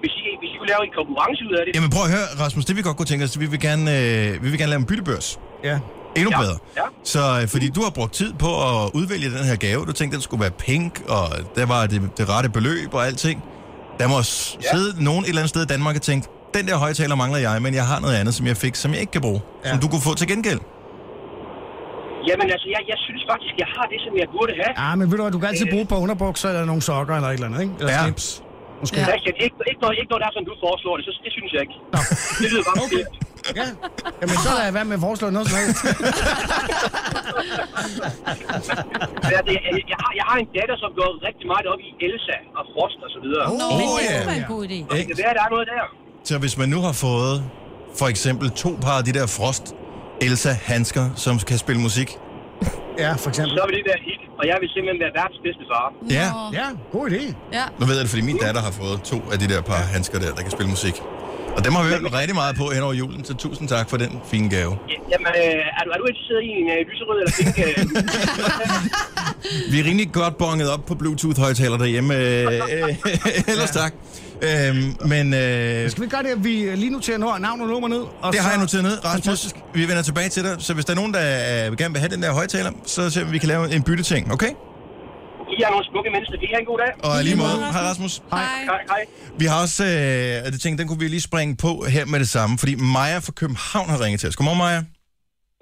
[SPEAKER 10] hvis I, hvis I kunne lave en konkurrence ud af det.
[SPEAKER 1] jamen prøv at høre, Rasmus, det vi godt kunne tænke os, vi vil gerne, øh, vi vil gerne lave en byttebørs.
[SPEAKER 2] Ja.
[SPEAKER 1] Endnu
[SPEAKER 10] Ja,
[SPEAKER 1] bedre.
[SPEAKER 10] ja.
[SPEAKER 1] Så øh, fordi du har brugt tid på at udvælge den her gave, du tænkte, den skulle være pink, og der var det, det rette beløb og alting. Der må s-
[SPEAKER 10] Ja.
[SPEAKER 1] sidde nogen et eller andet sted i Danmark og tænke, den der højtaler mangler jeg, men jeg har noget andet, som jeg fik, som jeg ikke kan bruge, ja.
[SPEAKER 2] Ja.
[SPEAKER 1] som du kunne få til gengæld.
[SPEAKER 10] Jamen altså, jeg, jeg synes faktisk, jeg har det, som jeg burde have.
[SPEAKER 2] Ja, men ved du hvad, du kan altid bruge på underbukser eller nogle sokker eller et eller andet, ikke? Eller
[SPEAKER 1] Ja.
[SPEAKER 2] slips. Måske.
[SPEAKER 4] Ja.
[SPEAKER 2] Ja.
[SPEAKER 10] Christian, ikke, ikke, noget, ikke noget, der er, som du foreslår det, så det synes jeg ikke. Nå. Det lyder bare okay.
[SPEAKER 2] ja. Jamen, så er jeg værd med at foreslå noget som helst.
[SPEAKER 10] Jeg, jeg, jeg, har, jeg har en datter, som går rigtig meget op i Elsa og Frost og så videre. Oh.
[SPEAKER 3] Nå,
[SPEAKER 1] Åh,
[SPEAKER 3] men det
[SPEAKER 1] ja.
[SPEAKER 3] kunne være en god idé.
[SPEAKER 10] Det kan være, der er noget der.
[SPEAKER 1] Så hvis man nu har fået for eksempel to par af de der Frost Elsa-handsker, som kan spille musik.
[SPEAKER 2] Ja, for eksempel.
[SPEAKER 10] Så vil det være hit, og jeg vil simpelthen være verdens bedste far.
[SPEAKER 1] Ja,
[SPEAKER 4] Nå.
[SPEAKER 2] Ja, god idé.
[SPEAKER 4] Ja.
[SPEAKER 1] nu ved jeg det, fordi min datter har fået to af de der par handsker der, der kan spille musik. Og dem har vi hørt rigtig meget på hen over julen, så tusind tak for den fine gave.
[SPEAKER 10] Ja, Jamen, øh, er du, er du interesseret i en øh, lyserød eller pink? øh,
[SPEAKER 1] Vi er rimelig godt bonget op på Bluetooth-højtaler derhjemme. Øh, øh, ellers tak. Øhm, men øh, det
[SPEAKER 2] Skal vi gøre det, at vi øh, lige nu til at nå navn og nummer ned? Og
[SPEAKER 1] har
[SPEAKER 2] så-
[SPEAKER 1] jeg noteret ned, Rasmus.
[SPEAKER 2] Fantastisk.
[SPEAKER 1] Vi vender tilbage til dig. Så hvis der er nogen, der øh, gerne vil have den der højtaler, så ser vi, om vi kan lave en bytteting, okay?
[SPEAKER 10] I er nogle smukke mennesker. Det er en god dag.
[SPEAKER 1] Og i lige måde. Hej, Rasmus.
[SPEAKER 4] Hej.
[SPEAKER 10] Hej, hej.
[SPEAKER 1] Vi har også, øh, og det tænkte, den kunne vi lige springe på her med det samme, fordi Maja fra København har ringet til os. Godmorgen, Maja.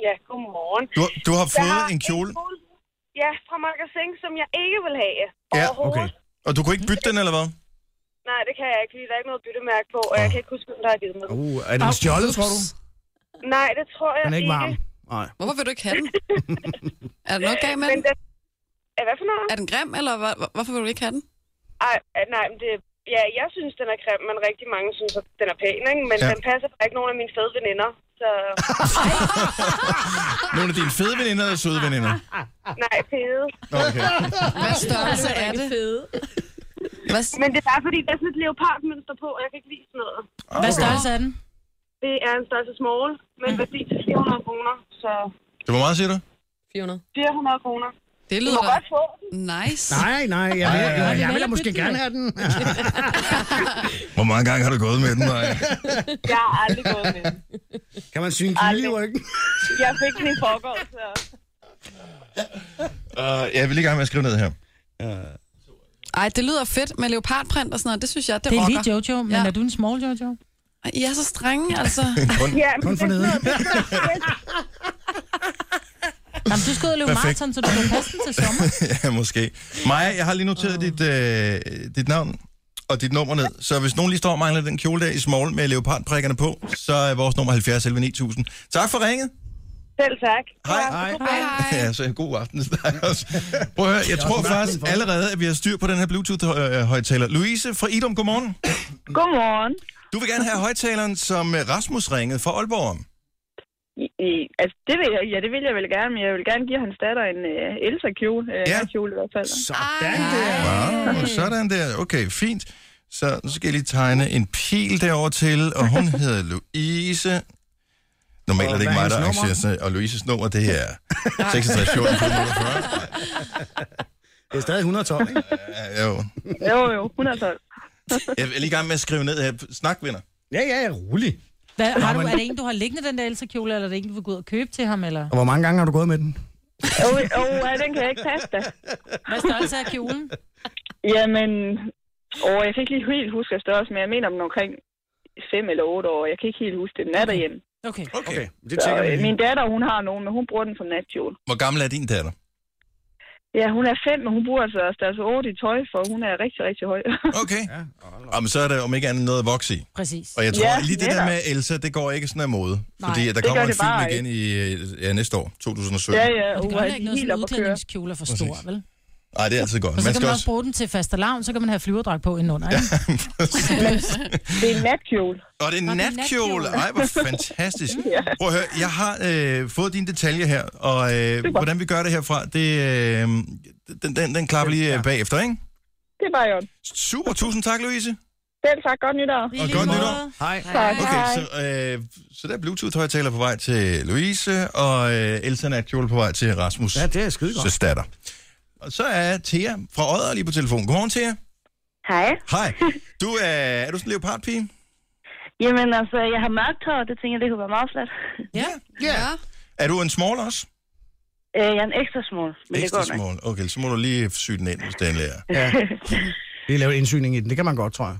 [SPEAKER 9] Ja, godmorgen.
[SPEAKER 1] Du, du har
[SPEAKER 9] Jeg
[SPEAKER 1] fået
[SPEAKER 9] har
[SPEAKER 1] en kjole,
[SPEAKER 9] Ja, fra magasin, som jeg ikke vil have.
[SPEAKER 1] Ja,
[SPEAKER 2] Okay.
[SPEAKER 1] og du kunne ikke bytte den, eller hvad?
[SPEAKER 9] Nej, det kan jeg ikke, fordi der er ikke noget byttemærke på, og jeg kan ikke huske, hvem der har givet mig den.
[SPEAKER 2] Uh, er den stjålet, tror du?
[SPEAKER 9] Nej, det tror jeg
[SPEAKER 2] Den er
[SPEAKER 9] ikke.
[SPEAKER 2] ikke varm. Nej.
[SPEAKER 4] Hvorfor vil du ikke have den? er der noget galt med
[SPEAKER 9] Men
[SPEAKER 4] den?
[SPEAKER 9] den... Er hvad for noget?
[SPEAKER 4] Er den grim, eller hvor, hvor- hvorfor vil du ikke have den?
[SPEAKER 9] Ej, øh, nej, men det... Ja, jeg synes, den er grim, men rigtig mange synes, at den er pæn, ikke? Men
[SPEAKER 1] Ja.
[SPEAKER 9] ja. den passer bare ikke nogen af mine fede veninder. Så
[SPEAKER 1] Nogle af dine fede veninder eller søde veninder?
[SPEAKER 9] nej, fede.
[SPEAKER 1] Okay.
[SPEAKER 4] Hvad størrelse er det? Hvad, s-
[SPEAKER 9] altså Men det er bare fordi, der er sådan et leopardmønster på, og jeg kan ikke lide sådan noget.
[SPEAKER 3] Hvad størrelse er den?
[SPEAKER 9] Det er en størrelse small, men værdi til 400 kroner, så
[SPEAKER 1] Det var meget, siger du?
[SPEAKER 5] 400.
[SPEAKER 9] 400 kroner.
[SPEAKER 4] det
[SPEAKER 9] Du
[SPEAKER 4] lyder
[SPEAKER 9] må
[SPEAKER 4] da
[SPEAKER 9] godt få den.
[SPEAKER 4] nice.
[SPEAKER 2] Nej, nej, jeg vil, jeg, jeg, jeg vil da
[SPEAKER 3] vælger
[SPEAKER 2] måske
[SPEAKER 3] bytten,
[SPEAKER 2] gerne
[SPEAKER 3] ja.
[SPEAKER 2] have den.
[SPEAKER 1] Hvor mange gange har du gået med den, Maja?
[SPEAKER 9] Jeg har aldrig gået med den.
[SPEAKER 2] Kan man syge en kilde i ryggen?
[SPEAKER 9] Jeg fik den i forgårs, så...
[SPEAKER 1] Uh, jeg vil lige gerne med at skrive ned her.
[SPEAKER 4] Ej, det lyder fedt med leopardprint og sådan noget. Det synes jeg, det,
[SPEAKER 3] Det er
[SPEAKER 4] rocker.
[SPEAKER 3] lige Jojo, men
[SPEAKER 4] Ja.
[SPEAKER 3] er du en small Jojo?
[SPEAKER 4] Ej, I er så strenge, altså.
[SPEAKER 1] Kun.
[SPEAKER 9] Ja, men
[SPEAKER 2] Kun for
[SPEAKER 9] det er
[SPEAKER 2] neden.
[SPEAKER 9] sådan noget,
[SPEAKER 3] Jamen, du skal ud og løbe
[SPEAKER 1] Perfekt.
[SPEAKER 3] maraton, så du kan passe den til sommer.
[SPEAKER 1] ja, måske. Maja, jeg har lige noteret dit, øh, dit navn og dit nummer ned. Så hvis nogen lige står og mangler den kjole der i small med leopardprikkerne på, så er vores nummer 70 11 9000. Tak for ringet.
[SPEAKER 9] Selv tak.
[SPEAKER 1] Hej.
[SPEAKER 9] Ja,
[SPEAKER 2] Hej.
[SPEAKER 4] Hej, hej.
[SPEAKER 1] Ja, så en god aften til dig også. Prøv at høre, jeg tror
[SPEAKER 2] også en aften
[SPEAKER 1] faktisk
[SPEAKER 2] for-
[SPEAKER 1] allerede, at vi har styr på den her Bluetooth-højtaler. Louise fra Idom, godmorgen.
[SPEAKER 9] Godmorgen.
[SPEAKER 1] Du vil gerne have højtaleren, som øh, Rasmus ringede fra Aalborg om.
[SPEAKER 9] I, I, altså, det vil jeg, ja, det vil jeg vel gerne, men jeg vil gerne give hans datter en uh, Elsa-kjole. Uh,
[SPEAKER 1] Ja.
[SPEAKER 9] ja. kjole i hvert fald.
[SPEAKER 2] Sådan der.
[SPEAKER 1] Wow, sådan der. Okay, fint. Så nu skal jeg lige tegne en pil derover til, og hun hedder Louise. Normalt er det
[SPEAKER 2] Og
[SPEAKER 1] ikke
[SPEAKER 2] hvad er
[SPEAKER 1] mig, der
[SPEAKER 2] hendes
[SPEAKER 1] arrangerer sådan, og Louises nummer, det er 66, 14, 45.
[SPEAKER 2] Det er stadig 112, ikke?
[SPEAKER 1] Ja, jo.
[SPEAKER 9] Jo, jo, 112.
[SPEAKER 1] Jeg er lige i gang med at skrive ned her. Snak, venner.
[SPEAKER 2] Ja, ja, ja, rolig.
[SPEAKER 3] Hvad,
[SPEAKER 2] Nå,
[SPEAKER 3] har du,
[SPEAKER 2] men-
[SPEAKER 3] er det en, du har liggende, den der Elsa-kjole, eller er det en, du vil gå ud og købe til ham? Eller?
[SPEAKER 2] Og hvor mange gange har du gået med den?
[SPEAKER 9] Åh, oh, oh, den kan jeg ikke passe da.
[SPEAKER 3] Hvad størrelse er kjolen?
[SPEAKER 9] Jamen, åh, jeg kan ikke lige helt huske af størrelse, men jeg mener om den omkring 5 eller 8 år. Jeg kan ikke helt huske det. Den er derhjemme.
[SPEAKER 3] Okay.
[SPEAKER 1] Okay,
[SPEAKER 2] det tjekker vi
[SPEAKER 9] øh,
[SPEAKER 2] lige.
[SPEAKER 9] Min datter, hun har nogen, men hun bruger den som natkjole.
[SPEAKER 1] Hvor gammel er din datter?
[SPEAKER 9] Ja, hun er 5, men hun bruger altså størrelse 8 i tøj, for hun er rigtig, rigtig høj.
[SPEAKER 1] Okay. Jamen, så er der om ikke andet noget at vokse i.
[SPEAKER 3] Præcis.
[SPEAKER 1] Og jeg tror
[SPEAKER 9] Ja,
[SPEAKER 1] ja, lige det der
[SPEAKER 9] netop.
[SPEAKER 1] med Elsa, det går ikke sådan af mode.
[SPEAKER 9] Nej,
[SPEAKER 1] fordi at der
[SPEAKER 9] det gør
[SPEAKER 1] kommer en
[SPEAKER 9] det bare
[SPEAKER 1] film igen i øh, ja, næste år, 2017.
[SPEAKER 9] Ja,
[SPEAKER 3] Og
[SPEAKER 9] ja,
[SPEAKER 3] det
[SPEAKER 9] hun
[SPEAKER 3] gør
[SPEAKER 9] er
[SPEAKER 3] heller ikke noget,
[SPEAKER 9] helt
[SPEAKER 3] sådan en
[SPEAKER 9] op at køre.
[SPEAKER 3] udklædningskjole er for stor, vel?
[SPEAKER 1] Nej, det er altid godt.
[SPEAKER 3] Og så
[SPEAKER 1] Man
[SPEAKER 3] kan
[SPEAKER 1] skal
[SPEAKER 3] man også
[SPEAKER 1] også...
[SPEAKER 3] bruge den til faste lavn, så kan man have flyverdrag på indenunder, ikke?
[SPEAKER 9] det er en natkjole.
[SPEAKER 1] Og det er en natkjole. Ej, hvor fantastisk. Prøv at høre, jeg har øh, fået dine detaljer her, og øh, hvordan vi gør det herfra, det, øh, den, den, den klapper lige øh, bagefter, ikke?
[SPEAKER 9] Det var jo.
[SPEAKER 1] Super, tusind tak, Louise.
[SPEAKER 9] Selv tak. Godt nytår.
[SPEAKER 1] Og godt nytår.
[SPEAKER 2] Hej.
[SPEAKER 9] Tak.
[SPEAKER 1] Okay, så, øh, så der er Bluetooth-højtaler på vej til Louise, og øh, Elsa Natkjole på vej til Rasmus. Ja,
[SPEAKER 2] det er skide
[SPEAKER 1] godt. Søstatter. Og så er Thea fra Odder lige på telefonen. Godmorgen, Thea.
[SPEAKER 10] Hej.
[SPEAKER 1] Hej. Du er, er du sådan en leopardpige?
[SPEAKER 10] Jamen altså, jeg har mørkt hår, det tænker jeg, det kunne være meget flot.
[SPEAKER 3] Ja.
[SPEAKER 10] ja.
[SPEAKER 1] Er du en small også?
[SPEAKER 10] Øh, jeg er en ekstra small, men det
[SPEAKER 1] Ekstra
[SPEAKER 10] går nok.
[SPEAKER 1] small. Okay, så må du lige sy den ind, hvis det er en lærer.
[SPEAKER 2] Ja. Vi laver indsygning i den, det kan man godt, tror jeg.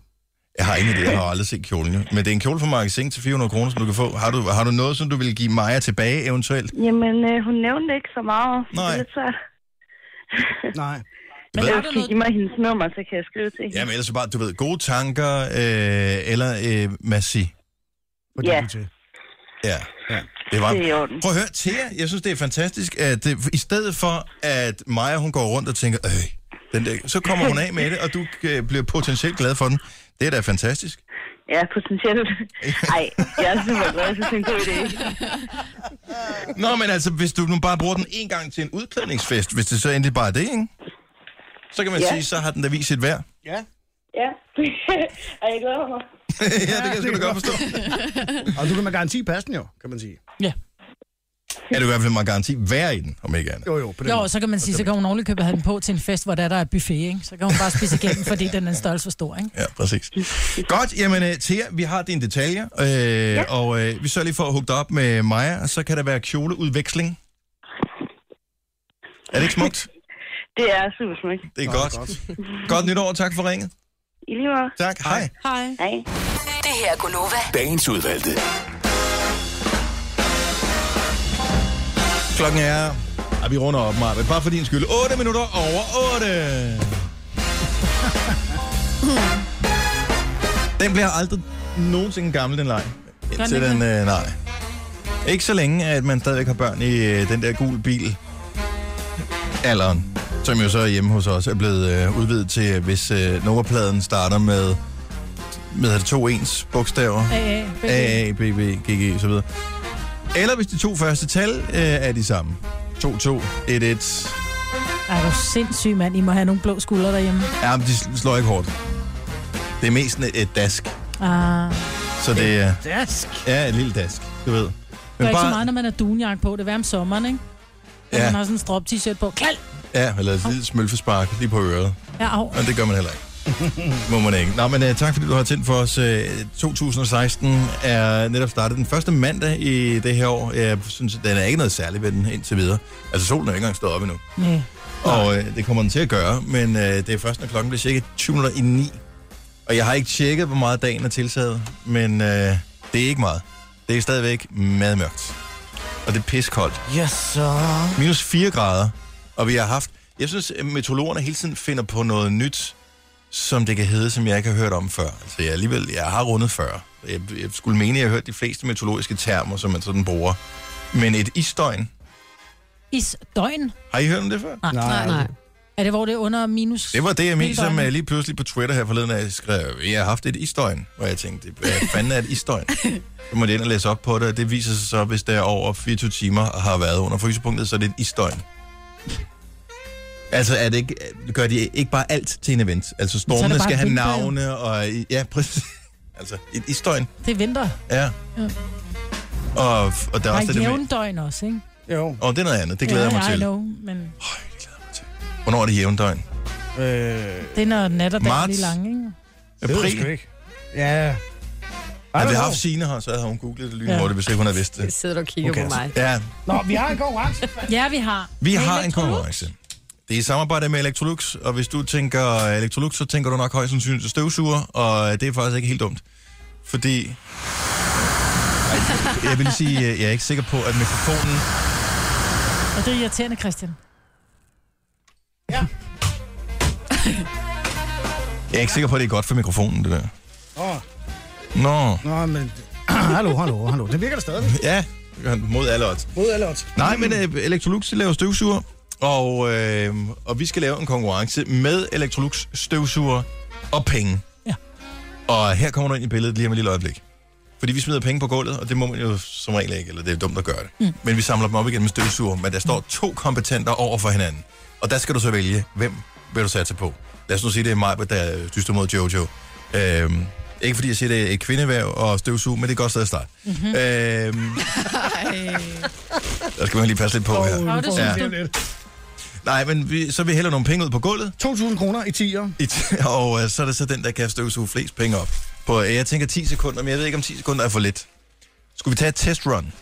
[SPEAKER 1] Jeg har ingen idé, jeg har aldrig set kjolen. jo. Men det er en kjole fra magasin til 400 kroner, som du kan få. Har du, har du noget, som du vil give Maja tilbage eventuelt?
[SPEAKER 10] Jamen, øh, hun nævnte ikke så meget. så Det
[SPEAKER 1] Nej.
[SPEAKER 10] er lidt svært.
[SPEAKER 2] Nej.
[SPEAKER 10] Men
[SPEAKER 1] Hvad?
[SPEAKER 10] jeg skal give mig hendes nummer, så kan jeg skrive til hende.
[SPEAKER 1] Jamen ellers bare, du ved, gode tanker, øh, eller øh, massi.
[SPEAKER 10] ja.
[SPEAKER 1] Ja. ja. Det var...
[SPEAKER 10] Det er i orden.
[SPEAKER 1] Prøv at høre, Thea, jeg synes, det er fantastisk, at øh, i stedet for, at Maja, hun går rundt og tænker, øh, den der, så kommer hun af med det, og du øh, bliver potentielt glad for den. Det er da fantastisk.
[SPEAKER 10] ja, potentielt. Ej, jeg er super glad, jeg synes, det er en god idé.
[SPEAKER 1] Nå, men altså, hvis du nu bare bruger den en gang til en udklædningsfest, hvis det så endelig bare er det, ikke? Så kan man
[SPEAKER 10] Ja.
[SPEAKER 1] ja. sige, så har den da vist sit værd.
[SPEAKER 2] Ja.
[SPEAKER 10] Ja, og jeg glæder mig.
[SPEAKER 1] ja, det kan jeg sgu da godt forstå.
[SPEAKER 2] Og du kan med garanti passe den jo, kan man sige.
[SPEAKER 1] Er du i hvert fald meget garanti værd i den, om ikke andet?
[SPEAKER 2] Jo, jo, på den
[SPEAKER 3] Jo,
[SPEAKER 2] måde.
[SPEAKER 3] og så kan man sige, så kan hun ordentligt købe at have den på til en fest, hvor der, der er buffet, ikke? Så kan hun bare spise igennem, fordi den er en størrelse for stor, ikke?
[SPEAKER 1] Ja, præcis. Godt, jamen øh, Thea, vi har dine detaljer, øh, ja. og øh, vi sørger lige for at hugge dig op med Maja, og så kan der være kjoleudveksling. Er det ikke smukt?
[SPEAKER 10] Det er super smukt.
[SPEAKER 1] Det er godt. godt. Godt nytår, og tak for ringet.
[SPEAKER 10] I lige måde.
[SPEAKER 1] Tak, hej.
[SPEAKER 3] Hej.
[SPEAKER 10] Hej.
[SPEAKER 11] Det her er Gunova.
[SPEAKER 12] Dagens udvalgte.
[SPEAKER 1] Klokken er... Ej, vi runder op, Maja, men bare for din skyld. 8 minutter over 8. Den bliver aldrig nogensinde gammel, den leg. Indtil
[SPEAKER 13] den
[SPEAKER 1] den,
[SPEAKER 13] ikke
[SPEAKER 1] øh, nej. Ikke så længe, at man stadigvæk har børn i øh, den der gule bil. Alderen, som jo så hjemme hos os er blevet øh, udvidet til, hvis øh, nummerpladen starter med, med er det to ens bogstaver.
[SPEAKER 3] AA, BB.
[SPEAKER 1] AA, BB, GG, så videre. Eller hvis de to første tal øh, er de samme. 2, 2, 1, 1.
[SPEAKER 3] Ej, du er sindssyg, mand. I må have nogle blå skuldre derhjemme.
[SPEAKER 1] Ja, men de sl- slår ikke hårdt. Det er mest sådan et, et dask.
[SPEAKER 3] Ah.
[SPEAKER 1] Så det er...
[SPEAKER 3] Dask.
[SPEAKER 1] Ja, et lille dask, du ved.
[SPEAKER 3] Det er ikke så meget, når man har dunjakke på. Det er om sommeren, ikke? Når
[SPEAKER 1] Ja.
[SPEAKER 3] man har sådan en strop t-shirt på. Klal!
[SPEAKER 1] Ja, eller et lille smølfespark lige på øret.
[SPEAKER 3] Ja, au.
[SPEAKER 1] Men det gør man heller ikke. Må man ikke. Nå, men uh, tak fordi du har tændt for os. Uh, 2016 er netop startet den første mandag i det her år. Jeg synes, den er ikke noget særligt ved den indtil videre. Altså, solen er ikke engang stået op endnu.
[SPEAKER 3] Nej.
[SPEAKER 1] Og øh, det kommer den til at gøre, men øh, det er først, når klokken bliver cirka 20 minutter i 9. Og jeg har ikke tjekket, hvor meget dagen er tiltaget, men øh, det er ikke meget. Det er stadigvæk meget mørkt. Og det er piskoldt.
[SPEAKER 2] Ja, så...
[SPEAKER 1] Minus 4 grader, og vi har haft... Jeg synes, at meteorologerne hele tiden finder på noget nyt, som det kan hedde, som jeg ikke har hørt om før. Altså, jeg, alligevel, jeg har rundet 40. Jeg, jeg skulle mene, at jeg har hørt de fleste meteorologiske termer, som man sådan bruger. Men et isdøgn,
[SPEAKER 3] Is døgn.
[SPEAKER 1] har I hørt om det før?
[SPEAKER 3] Nej. Er det, hvor det er under minus?
[SPEAKER 1] Det var det, jeg mente, som
[SPEAKER 3] døgnet?
[SPEAKER 1] uh, lige pludselig på Twitter her forleden af skrev, jeg har haft et isdøgn, hvor jeg tænkte, hvad fanden er et isdøgn? Så må jeg ind og læse op på det, og det viser sig så, hvis det er over 24 timer og har været under frysepunktet, så er det et isdøgn. Altså, er det ikke, gør de ikke bare alt til en event? Altså,
[SPEAKER 3] er det
[SPEAKER 1] stormene
[SPEAKER 3] bare
[SPEAKER 1] skal have
[SPEAKER 3] vinter, jo.
[SPEAKER 1] navne, og ja, præcis. Altså, et isdøgn,
[SPEAKER 3] Det er vinter.
[SPEAKER 1] ja.
[SPEAKER 3] Ja.
[SPEAKER 1] Og, og der
[SPEAKER 3] Der
[SPEAKER 1] er
[SPEAKER 3] er
[SPEAKER 1] også det,
[SPEAKER 3] ikke
[SPEAKER 1] der med,
[SPEAKER 3] jævndøgn også, ikke?
[SPEAKER 2] Jo.
[SPEAKER 1] og det er noget andet, det glæder
[SPEAKER 3] ja,
[SPEAKER 1] jeg mig
[SPEAKER 3] I
[SPEAKER 1] til.
[SPEAKER 3] Know, men
[SPEAKER 1] Hvornår er det jævndøgn?
[SPEAKER 2] Øh,
[SPEAKER 3] det er, når nat og dag
[SPEAKER 1] Marts.
[SPEAKER 3] bliver lang, ikke?
[SPEAKER 2] det ved jeg sgu ikke. Ja,
[SPEAKER 1] Havde vi haft Signe her, så havde hun googlet det lynhurtigt, ja. hvis ikke hun havde vidst det.
[SPEAKER 5] Sidder du og kigger
[SPEAKER 1] Okay,
[SPEAKER 5] okay. på mig.
[SPEAKER 1] Ja.
[SPEAKER 2] Nå, vi har en konkurrence.
[SPEAKER 3] ja, vi har.
[SPEAKER 1] Vi har en konkurrence. Det er i samarbejde med Electrolux, og hvis du tænker Electrolux, så tænker du nok højst sandsynligt støvsuger, og det er faktisk ikke helt dumt. Fordi... Ej, jeg vil lige sige, øh, jeg er ikke sikker på, at mikrofonen...
[SPEAKER 3] Og det er irriterende, Christian.
[SPEAKER 1] Jeg er ikke sikker på, at det er godt for mikrofonen, det der.
[SPEAKER 2] Åh,
[SPEAKER 1] Nå,
[SPEAKER 2] nå, men... hallo, hallo, hallo. Det virker da stadig.
[SPEAKER 1] ja, mod alle odds.
[SPEAKER 2] Mod alle odds.
[SPEAKER 1] Nej, men øh, Electrolux de laver støvsuger, og, øh, og vi skal lave en konkurrence med Electrolux støvsuger og penge.
[SPEAKER 3] Ja.
[SPEAKER 1] Og her kommer du ind i billedet lige om et lille øjeblik. Fordi vi smider penge på gulvet, og det må man jo som regel ikke, eller det er dumt at gøre det. Mm. Men vi samler dem op igen med støvsuger, men der står to kompetenter over for hinanden. Og der skal du så vælge, hvem vil du satse på. Lad os nu sige, det er mig, der dyster mod Jojo. Øhm, ikke fordi jeg siger, det er et kvindeværv og støvsuger, men det er et godt sted at starte. Mm-hmm. Øhm, der skal man lige passe lidt på her.
[SPEAKER 2] Åh, det synes jeg.
[SPEAKER 1] Nej, men vi, så vi hælder nogle penge ud på gulvet,
[SPEAKER 2] 2.000 kroner i 10'er.
[SPEAKER 1] i t- og øh, så er det så den, der kan støvsuge flest penge op. På, øh, jeg tænker 10 sekunder, men jeg ved ikke, om 10 sekunder er for lidt. Skulle vi tage et testrun?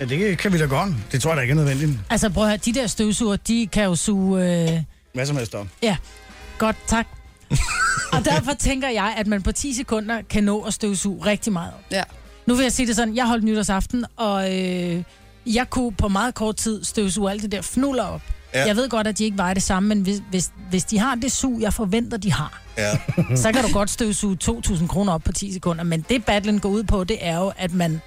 [SPEAKER 2] Ja, det kan vi da godt. Det tror jeg da ikke er nødvendigt.
[SPEAKER 3] Altså, prøv at høre, de der støvsuger, de kan jo suge... Øh...
[SPEAKER 2] Hvad som helst om.
[SPEAKER 3] Ja, godt, tak. og derfor tænker jeg, at man på 10 sekunder kan nå at støvsuge rigtig meget. op.
[SPEAKER 4] Ja.
[SPEAKER 3] Nu vil jeg sige det sådan, jeg holdt nytårsaften, og øh, jeg kunne på meget kort tid støvsuge alt det der fnuller op.
[SPEAKER 1] Ja.
[SPEAKER 3] Ja. Jeg ved godt, at de ikke vejer det samme, men hvis, hvis, hvis de har det sug, jeg forventer, de har,
[SPEAKER 1] Ja.
[SPEAKER 3] så kan du godt støvsuge 2.000 kroner op på 10 sekunder. Men det, battlen går ud på, det er jo, at man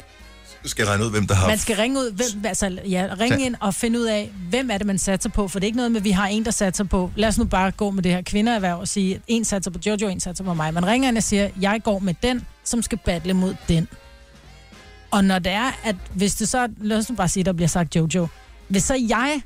[SPEAKER 1] Du skal regne ud, hvem der har...
[SPEAKER 3] man skal ringe ud, hvem, altså, ja, ringe
[SPEAKER 1] Tag.
[SPEAKER 3] ind og finde ud af, hvem er det, man satser på. For det er ikke noget med, at vi har en, der satser på. Lad os nu bare gå med det her kvindeerhverv og sige, at en satser på Jojo, en satser på mig. Man ringer ind og siger, jeg går med den, som skal battle mod den. Og når det er, at hvis det så, lad os nu bare sige, der bliver sagt Jojo. Hvis så jeg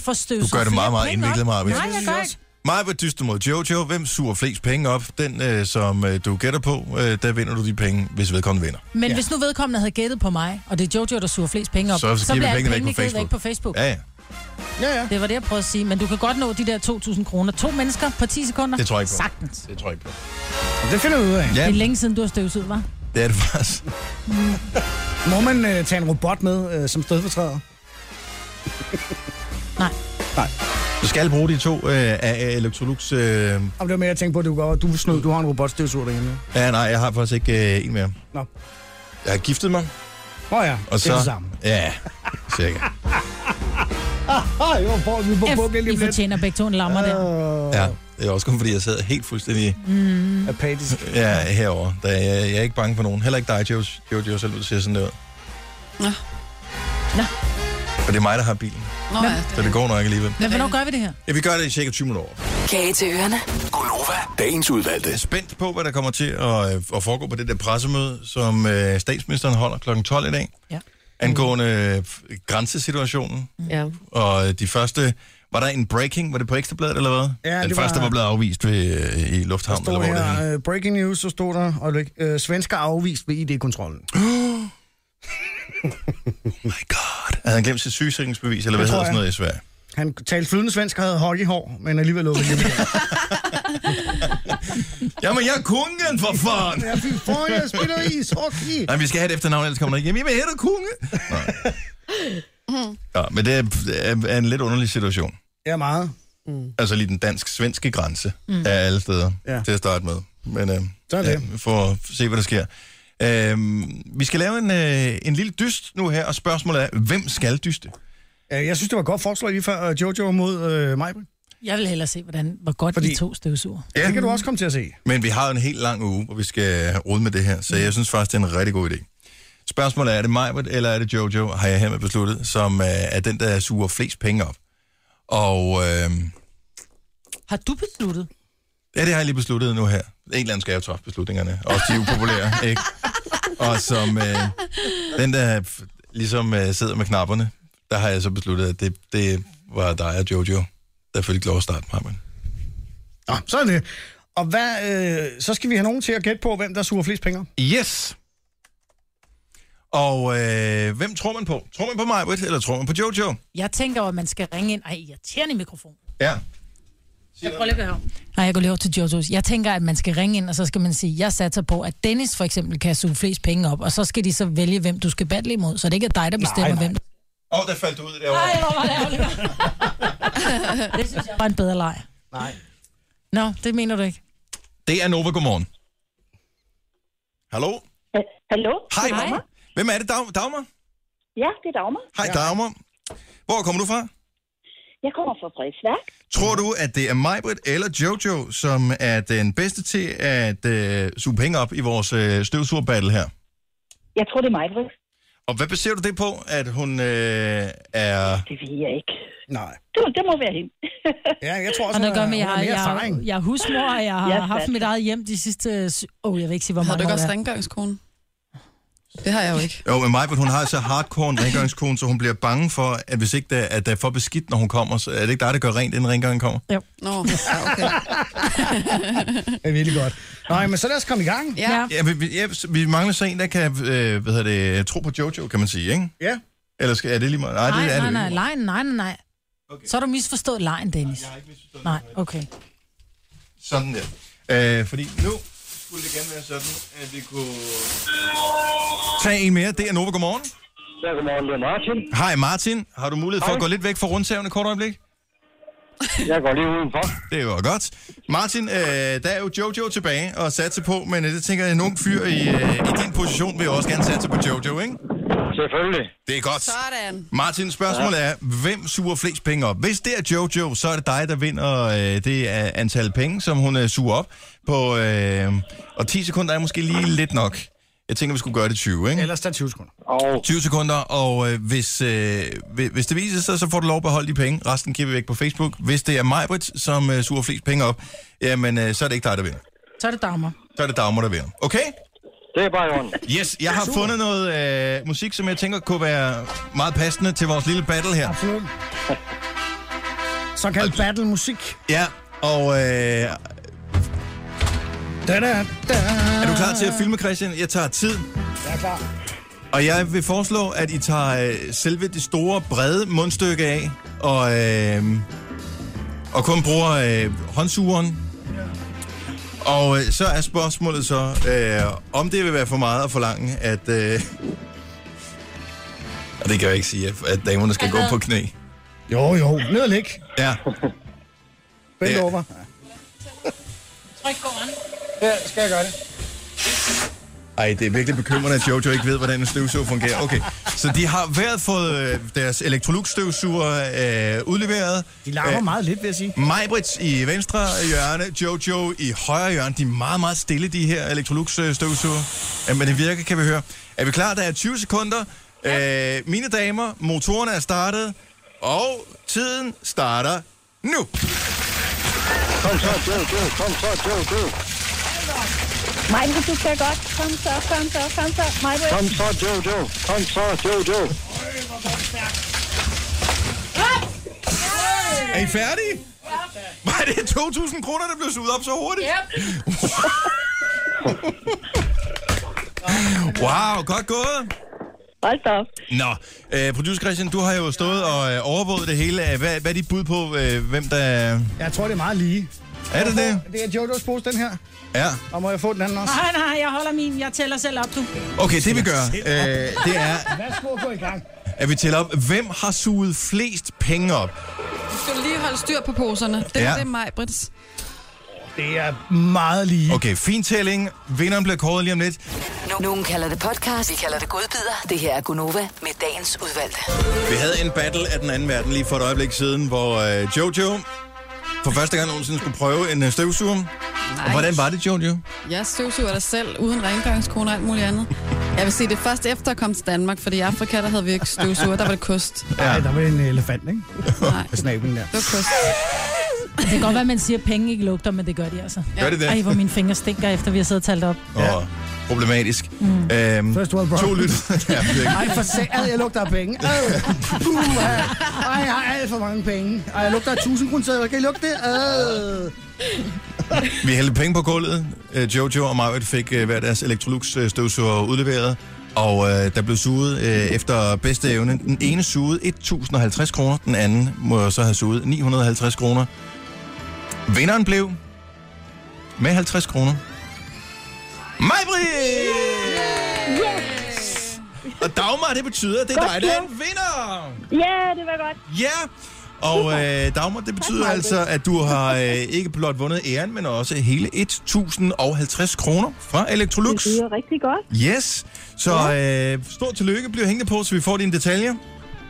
[SPEAKER 3] får
[SPEAKER 1] Du
[SPEAKER 3] støvsuget
[SPEAKER 1] gør det
[SPEAKER 3] flere
[SPEAKER 1] meget, meget
[SPEAKER 3] penge
[SPEAKER 1] indviklet,
[SPEAKER 3] op-
[SPEAKER 1] Marvind.
[SPEAKER 3] Nej, jeg gør ikke.
[SPEAKER 1] Mig vil dyste mod Jojo. Hvem suger flest penge op? Den, øh, som øh, du gætter på, øh, der vinder du de penge, hvis vedkommende vinder.
[SPEAKER 3] Men ja. hvis nu vedkommende havde gættet på mig, og det er Jojo, der suger flest penge op,
[SPEAKER 1] Så giver vi
[SPEAKER 3] bliver alle
[SPEAKER 1] pengene væk på
[SPEAKER 3] givet væk
[SPEAKER 1] Facebook.
[SPEAKER 3] på Facebook.
[SPEAKER 1] Ja, ja.
[SPEAKER 2] Ja, ja.
[SPEAKER 3] Det var det, jeg prøvede at sige. Men du kan godt nå de der 2.000 kroner. To mennesker på 10 sekunder?
[SPEAKER 1] Det tror jeg ikke på.
[SPEAKER 3] Sagtens.
[SPEAKER 1] Det tror jeg ikke på.
[SPEAKER 2] Det finder vi ud af.
[SPEAKER 3] Ja. Det er
[SPEAKER 1] Ja,
[SPEAKER 3] længe siden, du har støvsuget, var.
[SPEAKER 1] det er det faktisk.
[SPEAKER 2] Må man øh, tage en robot med øh, som stedfortræder?
[SPEAKER 3] Nej.
[SPEAKER 2] Nej.
[SPEAKER 1] Du skal bruge de to øh, af af Electrolux. Øh...
[SPEAKER 2] Om det var mere, jeg tænkte på, at du, går, du, snød, du har en robotstøvsuger derhjemme. ja.
[SPEAKER 1] Ja, nej, jeg har faktisk ikke øh, en mere.
[SPEAKER 2] Nå.
[SPEAKER 1] Jeg har giftet mig,
[SPEAKER 2] Åh oh, ja,
[SPEAKER 1] og så...
[SPEAKER 2] det er det samme.
[SPEAKER 1] Ja, cirka.
[SPEAKER 2] Ah, jo, Paul, vi på bukken lige
[SPEAKER 3] F, I
[SPEAKER 2] om lidt.
[SPEAKER 3] fortjener begge to en lammer der.
[SPEAKER 1] Ja, det er også kun fordi, jeg sad helt fuldstændig
[SPEAKER 2] Uh, apatisk.
[SPEAKER 1] ja, herover. Da jeg, jeg er ikke bange for nogen. Heller ikke dig, Jojo, Jojo selv, du ser sådan der ud.
[SPEAKER 4] Nå.
[SPEAKER 3] Nå.
[SPEAKER 1] Og det er mig, der har bilen,
[SPEAKER 4] Nå, ja, det
[SPEAKER 1] så det går nok alligevel.
[SPEAKER 3] Men hvornår gør vi det her?
[SPEAKER 1] Ja, vi gør det i cirka 20 minutter over.
[SPEAKER 8] Kage til ørerne.
[SPEAKER 7] Gunova, dagens udvalgte.
[SPEAKER 1] er spændt på, hvad der kommer til at, øh, at foregå på det der pressemøde, som øh, statsministeren holder kl. 12 i dag,
[SPEAKER 3] Ja.
[SPEAKER 1] angående øh, f- grænsesituationen.
[SPEAKER 5] Ja.
[SPEAKER 1] Og øh, de første... Var der en breaking? Var det på Ekstrabladet, eller hvad?
[SPEAKER 2] Ja,
[SPEAKER 1] Den
[SPEAKER 2] det
[SPEAKER 1] første
[SPEAKER 2] var-
[SPEAKER 1] var blevet afvist ved, øh, i Lufthavn, eller
[SPEAKER 2] Stod
[SPEAKER 1] hvor det er.
[SPEAKER 2] her, øh, breaking news, så stod der, og øh, svensker afvist ved ID-kontrollen.
[SPEAKER 1] My God. Havde han glemt sit sygesikringsbevis, eller hvad
[SPEAKER 2] Det tror
[SPEAKER 1] hedder sådan
[SPEAKER 2] jeg.
[SPEAKER 1] noget i Sverige?
[SPEAKER 2] Han talte flydende svensk og havde hockeyhår, men alligevel lukkede hjemme.
[SPEAKER 1] Jamen, jeg er kungen, for fanden!
[SPEAKER 2] Jeg fik for, jeg spiller is, hockey.
[SPEAKER 1] Nej, vi skal have et efternavn, ellers kommer der ikke hjem. Jamen, jeg hedder konge. Nej. Ja, men det er, er en lidt underlig situation.
[SPEAKER 2] Ja, meget.
[SPEAKER 1] Altså lige den dansk-svenske grænse mm. af alle steder ja.
[SPEAKER 2] Ja.
[SPEAKER 1] til at starte med. Men øh,
[SPEAKER 2] Så er det.
[SPEAKER 1] Ja, for at se, hvad der sker. Øh, vi skal lave en, øh, en lille dyst nu her, og spørgsmålet er, hvem skal dyste?
[SPEAKER 2] Øh, Jeg synes, det var et godt forslag lige før, øh, Jojo mod øh, mig.
[SPEAKER 3] Jeg vil hellere se, hvordan, hvor godt Fordi...
[SPEAKER 2] Fordi-
[SPEAKER 3] de to støvsuger.
[SPEAKER 2] Ja. Det kan du også komme til at se.
[SPEAKER 1] Men vi har jo en helt lang uge, hvor vi skal rode med det her, så jeg synes faktisk, det er en rigtig god idé. Spørgsmålet er, er det Majbert, eller er det Jojo, har jeg hermed besluttet, som øh, er den, der suger flest penge op. Og øh,
[SPEAKER 3] Har du besluttet?
[SPEAKER 1] ja, det har jeg lige besluttet nu her. En eller anden skal jeg jo træffe beslutningerne, også de upopulære, ikke? Og som øh, den, der f- ligesom øh, sidder med knapperne, der har jeg så besluttet, at det, det var dig og Jojo, der følte lov at starte, Majbert.
[SPEAKER 2] Nå, så er det. Og hvad, øh, så skal vi have nogen til at gætte på, hvem der suger flest penge.
[SPEAKER 1] Yes. Og øh, hvem tror man på? Tror man på Majbert, eller tror man på Jojo?
[SPEAKER 3] Jeg tænker jo, at man skal ringe ind. Ej, irriterende mikrofon.
[SPEAKER 1] Ja.
[SPEAKER 3] Jeg prøver lige at Nej, jeg går lige over til Jojo's. Jeg tænker, at man skal ringe ind, og så skal man sige, jeg satser på, at Dennis for eksempel kan suge flest penge op, og så skal de så vælge, hvem du skal battle imod, så det ikke er dig, der bestemmer,
[SPEAKER 1] nej.
[SPEAKER 3] hvem.
[SPEAKER 1] Åh, oh, der faldt du ud derovre.
[SPEAKER 3] Nej, hvor var det ærgerligt. Det synes jeg var en bedre leg.
[SPEAKER 2] Nej.
[SPEAKER 3] Nå, det mener du ikke.
[SPEAKER 1] Det er Nova, godmorgen. Hallo?
[SPEAKER 14] Hallo?
[SPEAKER 1] Hej, Dagmar. Hvem er det, Dag- Dagmar?
[SPEAKER 14] Ja, det er Dagmar.
[SPEAKER 1] Hej, Dagmar. Hvor kommer du fra?
[SPEAKER 14] Jeg kommer fra Frederiksværk.
[SPEAKER 1] Tror du, at det er Majbrit eller Jojo, som er den bedste til at øh, suge penge op i vores øh, støvsugerbattle her?
[SPEAKER 14] Jeg tror, det er mig, Britt.
[SPEAKER 1] Og hvad baserer du det på, at hun øh, er...
[SPEAKER 14] Det ved jeg ikke.
[SPEAKER 2] Nej.
[SPEAKER 14] Det, må- det må være hende.
[SPEAKER 2] Ja, jeg tror
[SPEAKER 3] Og noget at gøre med, jeg, jeg, jeg,
[SPEAKER 14] erfaring.
[SPEAKER 3] jeg er husmor, og jeg har
[SPEAKER 14] Ja,
[SPEAKER 3] yes, haft
[SPEAKER 14] sandt.
[SPEAKER 3] mit eget hjem de sidste... sy- Åh, oh, jeg vil ikke sige, hvor
[SPEAKER 4] Har du
[SPEAKER 3] mange år
[SPEAKER 4] ikke også
[SPEAKER 3] det er.
[SPEAKER 4] rengøringskone? Det har jeg jo ikke.
[SPEAKER 1] Jo, men Majbrit, hun har så hardcore en rengøringskone, så hun bliver bange for, at hvis ikke der, at der er for beskidt, når hun kommer, så er det ikke dig, der gør rent, inden rengøringen kommer?
[SPEAKER 3] Jo.
[SPEAKER 4] Nå, ja, okay.
[SPEAKER 2] Det er virkelig godt. Nej, men så lad os komme i gang.
[SPEAKER 4] Ja.
[SPEAKER 1] Ja, vi, vi, ja, så vi mangler så en, der kan øh, hvad hedder det, tro på Jojo, kan man sige, ikke?
[SPEAKER 2] Ja.
[SPEAKER 1] Eller skal, er det lige meget?
[SPEAKER 3] Nej,
[SPEAKER 1] det er det
[SPEAKER 3] nej,
[SPEAKER 1] jo
[SPEAKER 3] nej,
[SPEAKER 1] ikke.
[SPEAKER 3] nej, nej, nej, nej. Okay. Så har du misforstået lejen, Dennis. Nej, nej okay.
[SPEAKER 1] Sådan der. Øh, fordi nu skulle det gerne være sådan, at vi kunne... Tag en mere. Det er Nova. Godmorgen.
[SPEAKER 15] Ja, godmorgen. Det er Martin.
[SPEAKER 1] Hej Martin. Har du mulighed for
[SPEAKER 15] Hej.
[SPEAKER 1] at gå lidt væk fra rundsaven et kort øjeblik?
[SPEAKER 15] Jeg går lige udenfor.
[SPEAKER 1] Det var godt. Martin, øh, der er jo Jojo tilbage og satse på, men øh, det tænker jeg, at nogen fyr i, øh, i din position vil jo også gerne satse på Jojo, ikke?
[SPEAKER 15] Selvfølgelig.
[SPEAKER 1] Det er godt.
[SPEAKER 4] Sådan.
[SPEAKER 1] Martin, spørgsmålet er, hvem suger flest penge op? Hvis det er Jojo, så er det dig, der vinder øh, det øh, antal penge, som hun øh, suger op på. Øh, og 10 sekunder er måske lige lidt nok. Jeg tænker, vi skulle gøre det 20, ikke?
[SPEAKER 2] Ellers der er 20 sekunder.
[SPEAKER 15] Og...
[SPEAKER 1] 20 sekunder, og øh, hvis, øh, hvi- hvis det viser sig, så får du lov at beholde de penge. Resten giver vi væk på Facebook. Hvis det er Majbrit, som øh, suger flest penge op, jamen, øh, så er det ikke dig, der vinder.
[SPEAKER 3] Så er det Dagmar.
[SPEAKER 1] Så er det Dagmar, der vinder. Okay?
[SPEAKER 15] Det er bare i orden.
[SPEAKER 1] Yes, jeg har
[SPEAKER 15] Super.
[SPEAKER 1] fundet noget øh, musik, som jeg tænker kunne være meget passende til vores lille battle her.
[SPEAKER 2] Absolut. Såkaldt battle musik.
[SPEAKER 1] Ja, og... Øh,
[SPEAKER 2] Da, da, da.
[SPEAKER 1] er du klar til at filme, Christian? Jeg tager tid.
[SPEAKER 2] Jeg er klar.
[SPEAKER 1] Og jeg vil foreslå, at I tager øh, selve det store, brede mundstykke af, og, øh, og kun bruger øh, håndsugeren. Og øh, så er spørgsmålet så, øh, om det vil være for meget at forlange, at... Øh, og det kan jeg ikke sige, at- at damerne skal gå på knæ.
[SPEAKER 2] Jo, jo. Ned og lig.
[SPEAKER 1] Ja.
[SPEAKER 2] Bend
[SPEAKER 1] Ja.
[SPEAKER 2] over.
[SPEAKER 3] Tryk på den.
[SPEAKER 2] Ja, skal jeg gøre det?
[SPEAKER 1] Ej, det er virkelig bekymrende, at Jojo ikke ved, hvordan en støvsuger fungerer. Okay, så de har hver fået øh, deres Electrolux-støvsuger øh, udleveret.
[SPEAKER 2] De larmer meget lidt, vil jeg sige.
[SPEAKER 1] Majbrits i venstre hjørne, Jojo i højre hjørne. De er meget, meget stille, de her Electrolux-støvsuger. Øh, men det virker, kan vi høre. Er vi klar? Der er 20 sekunder. Øh, mine damer, motoren er startet, og tiden starter nu.
[SPEAKER 15] Kom så, Joe, Joe. Kom så, Joe, Joe.
[SPEAKER 14] Maj, du skal godt. Kom så, kom så, kom så. Maj,
[SPEAKER 15] Kom så, Joe, Joe. Kom så, Joe, Joe.
[SPEAKER 1] Er I færdige? Var det 2.000 kroner, der blev suget op så hurtigt? Wow, godt gået.
[SPEAKER 14] Hold da op.
[SPEAKER 1] Nå, øh, producer Christian, du har jo stået og øh, overvåget det hele. Hvad, hvad er dit bud på, øh, hvem der...
[SPEAKER 2] Jeg tror, det er meget lige.
[SPEAKER 1] Er det det?
[SPEAKER 2] Det er Jojo's pose, den her.
[SPEAKER 1] Ja.
[SPEAKER 2] Og må jeg få den anden også?
[SPEAKER 3] Nej, nej, jeg holder min. Jeg tæller selv op, du.
[SPEAKER 1] Okay, det vi gør, øh, det er,
[SPEAKER 2] Værsgo at gå i gang.
[SPEAKER 1] at vi tæller op, hvem har suget flest penge op?
[SPEAKER 4] Du skal lige holde styr på poserne. Det,
[SPEAKER 1] Ja.
[SPEAKER 4] ja. det er mig, Brits.
[SPEAKER 2] Det er meget lige.
[SPEAKER 1] Okay, fin tælling. Vinderen bliver kåret lige om lidt.
[SPEAKER 8] No- Nogen kalder det podcast, vi kalder det godbider. Det her er Gunova med dagens udvalgte.
[SPEAKER 1] Vi havde en battle af den anden verden lige for et øjeblik siden, hvor øh, Jojo for første gang nogensinde skulle prøve en øh, støvsuger. Og Hvordan var det, Jojo?
[SPEAKER 4] Jeg støvsuger dig selv, uden rengøringskone og alt muligt andet. Jeg vil sige, det er først efter at komme til Danmark, fordi i Afrika, der havde vi ikke støvsuger, der var det kost. Det
[SPEAKER 2] Ja. Ej, der var en elefant, ikke? Nej. Med snablen der.
[SPEAKER 4] var kost.
[SPEAKER 3] Det kan godt være, at man siger, at penge ikke lugter, men det gør de altså.
[SPEAKER 1] Gør de det?
[SPEAKER 3] Ej, hvor mine fingre stinker, efter vi har siddet og talt op.
[SPEAKER 1] Ja. Og problematisk. Mm. Øhm,
[SPEAKER 2] First world problem.
[SPEAKER 1] to lytter. ja, virkelig.
[SPEAKER 2] Ej, for se, ad, jeg lugter af penge. Ad. Uh, ej, jeg har alt for mange penge. Ej, jeg lugter af 1000 kroner, sædler. kan I lugte det? Ad.
[SPEAKER 1] Vi hældte penge på gulvet. Øh, Jojo og Marvitt fik øh, hver deres Electrolux-støvsuger udleveret. Og øh, der blev suget øh, efter bedste evne. Den ene sugede 1.050 kroner, den anden må så have suget 950 kroner. Vinderen blev med 50 kroner. Mig, Yes! Og Dagmar, det betyder, at det er dig, der er en vinder!
[SPEAKER 14] Ja, det var godt.
[SPEAKER 1] Ja! Og øh, Dagmar, det betyder altså, at du har øh, ikke blot vundet æren, men også hele 1.050 kroner fra Electrolux.
[SPEAKER 14] Det lyder rigtig godt.
[SPEAKER 1] Yes, så øh, stor tillykke. Bliv hængende på, så vi får dine detaljer.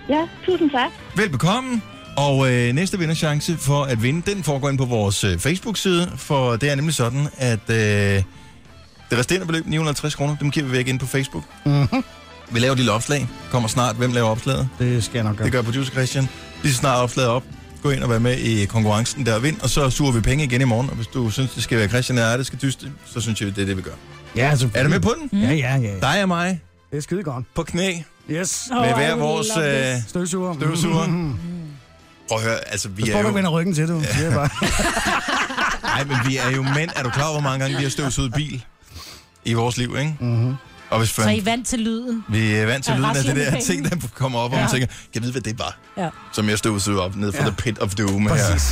[SPEAKER 14] Ja, tusind tak.
[SPEAKER 1] Velbekomme. Og øh, næste vinderchance for at vinde, den foregår ind på vores øh, Facebook-side, for det er nemlig sådan, at øh, det resterende beløb, 950 kroner, dem giver vi væk ind på Facebook.
[SPEAKER 14] Mhm.
[SPEAKER 2] Mm-hmm.
[SPEAKER 1] Vi laver et lille opslag. Kommer snart. Hvem laver opslaget?
[SPEAKER 2] Det skal jeg nok gøre.
[SPEAKER 1] Det gør producer Christian. Lige så snart opslaget op. Gå ind og vær med i konkurrencen der og vind, og så suger vi penge igen i morgen. Og hvis du synes, det skal være Christian eller det skal dyste, så synes jeg, det er det, vi gør.
[SPEAKER 2] Ja, altså,
[SPEAKER 1] Er du med på den?
[SPEAKER 2] Ja, ja, ja.
[SPEAKER 1] Dig og mig.
[SPEAKER 2] Det er skide godt.
[SPEAKER 1] På knæ.
[SPEAKER 2] Yes.
[SPEAKER 1] Med hver vores, øh,
[SPEAKER 2] støvsuger.
[SPEAKER 1] støvsuger.
[SPEAKER 2] Mm-hmm.
[SPEAKER 1] Prøv at høre, altså vi
[SPEAKER 2] Jeg
[SPEAKER 1] er
[SPEAKER 2] tror, du
[SPEAKER 1] jo...
[SPEAKER 2] vender ryggen til, du. Ja. Det er bare.
[SPEAKER 1] Nej, men vi er jo mænd. Er du klar over, hvor mange gange vi har støvsuget bil i vores liv, ikke?
[SPEAKER 2] Mm-hmm.
[SPEAKER 1] Og hvis
[SPEAKER 3] Mhm. Så I
[SPEAKER 1] fanden-
[SPEAKER 3] er vant til lyden.
[SPEAKER 1] Vi er vant til
[SPEAKER 3] Af
[SPEAKER 1] lyden af det
[SPEAKER 3] raslende
[SPEAKER 1] der
[SPEAKER 3] penge.
[SPEAKER 1] ting, der kommer op, og man
[SPEAKER 3] Ja.
[SPEAKER 1] tænker, kan jeg vide, hvad det var,
[SPEAKER 3] Ja.
[SPEAKER 1] som jeg støvsugede op ned fra
[SPEAKER 7] Ja.
[SPEAKER 1] the pit of doom her.
[SPEAKER 7] Præcis.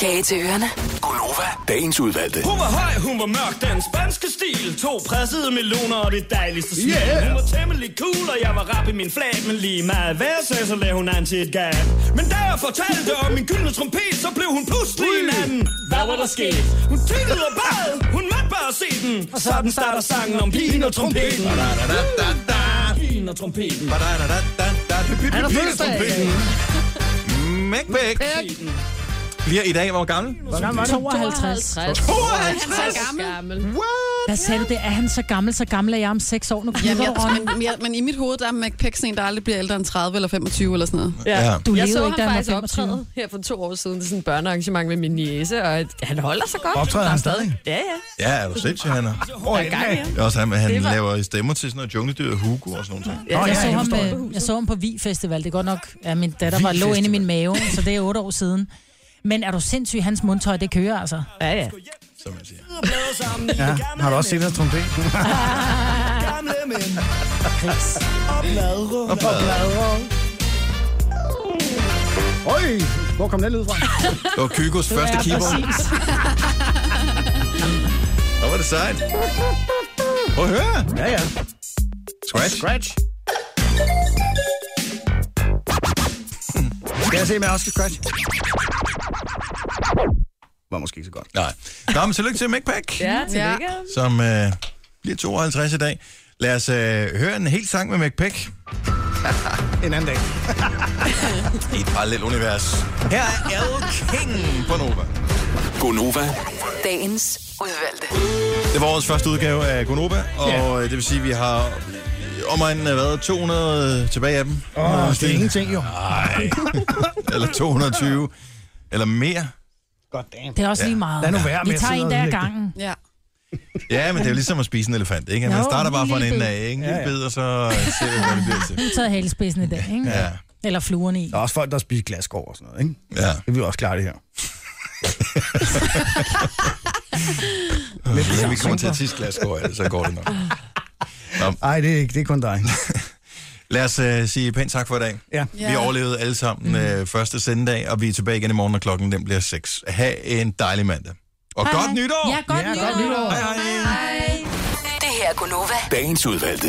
[SPEAKER 8] Kage til ørerne.
[SPEAKER 7] Gunova, dagens udvalgte.
[SPEAKER 16] Hun var høj, hun var mørk, den spanske stil To pressede meloner og det dejligste smil
[SPEAKER 7] Yeah.
[SPEAKER 16] Hun var temmelig cool, og jeg var rap i min flag Men lige meget hvad jeg sagde, så lagde hun an til et gab Men da jeg fortalte om min gyldne trompet Så blev hun pludselig en anden Hvad var der sket? Hun tykkede og bad, hun måtte bare se den Og sådan starter sangen om pigen og trompeten Pigen og trompeten
[SPEAKER 1] Er der fødselsdag? Mækbæk Mm, bliver i dag, hvor gammel?
[SPEAKER 3] Hvor gammel var du? 52.
[SPEAKER 1] 52.
[SPEAKER 4] Han er så gammel.
[SPEAKER 3] Hvad sagde du det? Er han så gammel? Så gammel er jeg om 6 år. Nu
[SPEAKER 4] Jamen,
[SPEAKER 3] knytter
[SPEAKER 4] jeg,
[SPEAKER 3] du Ronny.
[SPEAKER 4] men, jeg, men i mit hoved, der er McPack sådan en, der aldrig bliver ældre end 30 eller 25 eller sådan noget.
[SPEAKER 5] Ja.
[SPEAKER 3] Du
[SPEAKER 5] jeg
[SPEAKER 3] levede
[SPEAKER 5] så
[SPEAKER 3] ikke, da
[SPEAKER 5] ham
[SPEAKER 3] han var
[SPEAKER 5] faktisk
[SPEAKER 3] 25.
[SPEAKER 5] optræde her for to år siden til sådan et børnearrangement med min niece, og at han holder sig godt.
[SPEAKER 1] Optræder han stadig?
[SPEAKER 5] Ja, ja.
[SPEAKER 1] Ja, er du sindssyg, han er?
[SPEAKER 5] Der er gang i ham.
[SPEAKER 1] Det er Også han, han
[SPEAKER 3] Det var-
[SPEAKER 1] laver stemmer til sådan noget jungledyr og Hugo og sådan noget.
[SPEAKER 3] Ja, jeg, så ham, øh, jeg så ham på Vi Festival. Det er godt nok, at min datter var, lå inde i min mave, så det er otte år siden. Men er du sindssyg, hans mundtøj, det kører altså.
[SPEAKER 5] Ja, ja.
[SPEAKER 2] Ja, har du også set hans trompet?
[SPEAKER 16] Gamle mænd
[SPEAKER 3] Krigs
[SPEAKER 16] og bladrum
[SPEAKER 2] Og bladrum. Øj, hvor kom den lyd fra?
[SPEAKER 1] Det var Kygos første keyboard. Hvor var det sejt. Prøv at høre.
[SPEAKER 2] Ja, ja.
[SPEAKER 1] Scratch.
[SPEAKER 2] Scratch. Hmm. Skal jeg se, om jeg også skal scratch? Var måske ikke så godt.
[SPEAKER 1] Nej. Nå, men tillykke til Mækbæk.
[SPEAKER 5] Ja, tillykke.
[SPEAKER 1] som øh, bliver 52 i dag. Lad os øh, høre en hel sang med McPack.
[SPEAKER 2] en anden dag.
[SPEAKER 1] I et parallelt univers. Her er Al King på Nova.
[SPEAKER 7] Gunova,
[SPEAKER 8] Dagens udvalgte.
[SPEAKER 1] Det var årets første udgave af Gonova, og
[SPEAKER 8] Ja.
[SPEAKER 1] yeah. det vil sige, at vi har omegnen af hvad, 200 tilbage af dem?
[SPEAKER 2] Åh,
[SPEAKER 1] Noget
[SPEAKER 2] det
[SPEAKER 1] stil.
[SPEAKER 2] er ingenting jo.
[SPEAKER 1] Nej. eller 220. Eller mere.
[SPEAKER 3] Det er også
[SPEAKER 1] Ja.
[SPEAKER 3] lige meget.
[SPEAKER 1] Lad nu være
[SPEAKER 3] Vi
[SPEAKER 1] med at
[SPEAKER 3] tager
[SPEAKER 1] sidde
[SPEAKER 3] en
[SPEAKER 1] og
[SPEAKER 3] dag ad
[SPEAKER 1] ødelægge det.
[SPEAKER 3] gangen.
[SPEAKER 4] Ja.
[SPEAKER 1] Ja, men det er jo ligesom at spise en elefant, ikke? Man
[SPEAKER 3] Jo,
[SPEAKER 1] starter bare
[SPEAKER 3] en
[SPEAKER 1] fra en
[SPEAKER 3] lille
[SPEAKER 1] ende
[SPEAKER 3] bid.
[SPEAKER 1] af, ikke? En
[SPEAKER 3] Ja,
[SPEAKER 1] lille
[SPEAKER 3] ja.
[SPEAKER 1] bid, og så øh, ser vi, hvad det bliver til.
[SPEAKER 3] Vi tager halespidsen i dag, ikke?
[SPEAKER 1] Ja.
[SPEAKER 3] Eller fluerne i.
[SPEAKER 2] Der er også folk, der spiser glaskov og sådan noget, ikke?
[SPEAKER 1] Ja.
[SPEAKER 2] Det vil også klare det her. Lidt
[SPEAKER 1] Ja,
[SPEAKER 2] ligesom
[SPEAKER 1] vi kommer til at
[SPEAKER 2] Singapore.
[SPEAKER 1] tisse glas over, så går det nok.
[SPEAKER 2] Ej, det er ikke. Det er kun dig.
[SPEAKER 1] Lad os øh, sige pænt tak for i dag.
[SPEAKER 2] Ja.
[SPEAKER 1] Vi overlevede alle sammen mm. øh, første sendedag, og vi er tilbage igen i morgen, og klokken den bliver 6. Ha' en dejlig mandag. Og hej, godt hej. nytår!
[SPEAKER 8] Ja, godt nytår.
[SPEAKER 1] nytår. Hej, hej.
[SPEAKER 8] Det her er Gunova.
[SPEAKER 7] dagens udvalgte.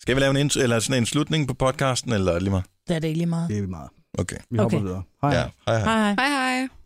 [SPEAKER 1] Skal vi lave en, int- eller sådan en slutning på podcasten, eller er det lige meget?
[SPEAKER 3] Det er det ikke lige meget.
[SPEAKER 2] Det er meget.
[SPEAKER 1] Okay.
[SPEAKER 2] Vi hopper videre. Hej.
[SPEAKER 1] Ja, hej, hej.
[SPEAKER 3] Hej hej.
[SPEAKER 4] Hej hej.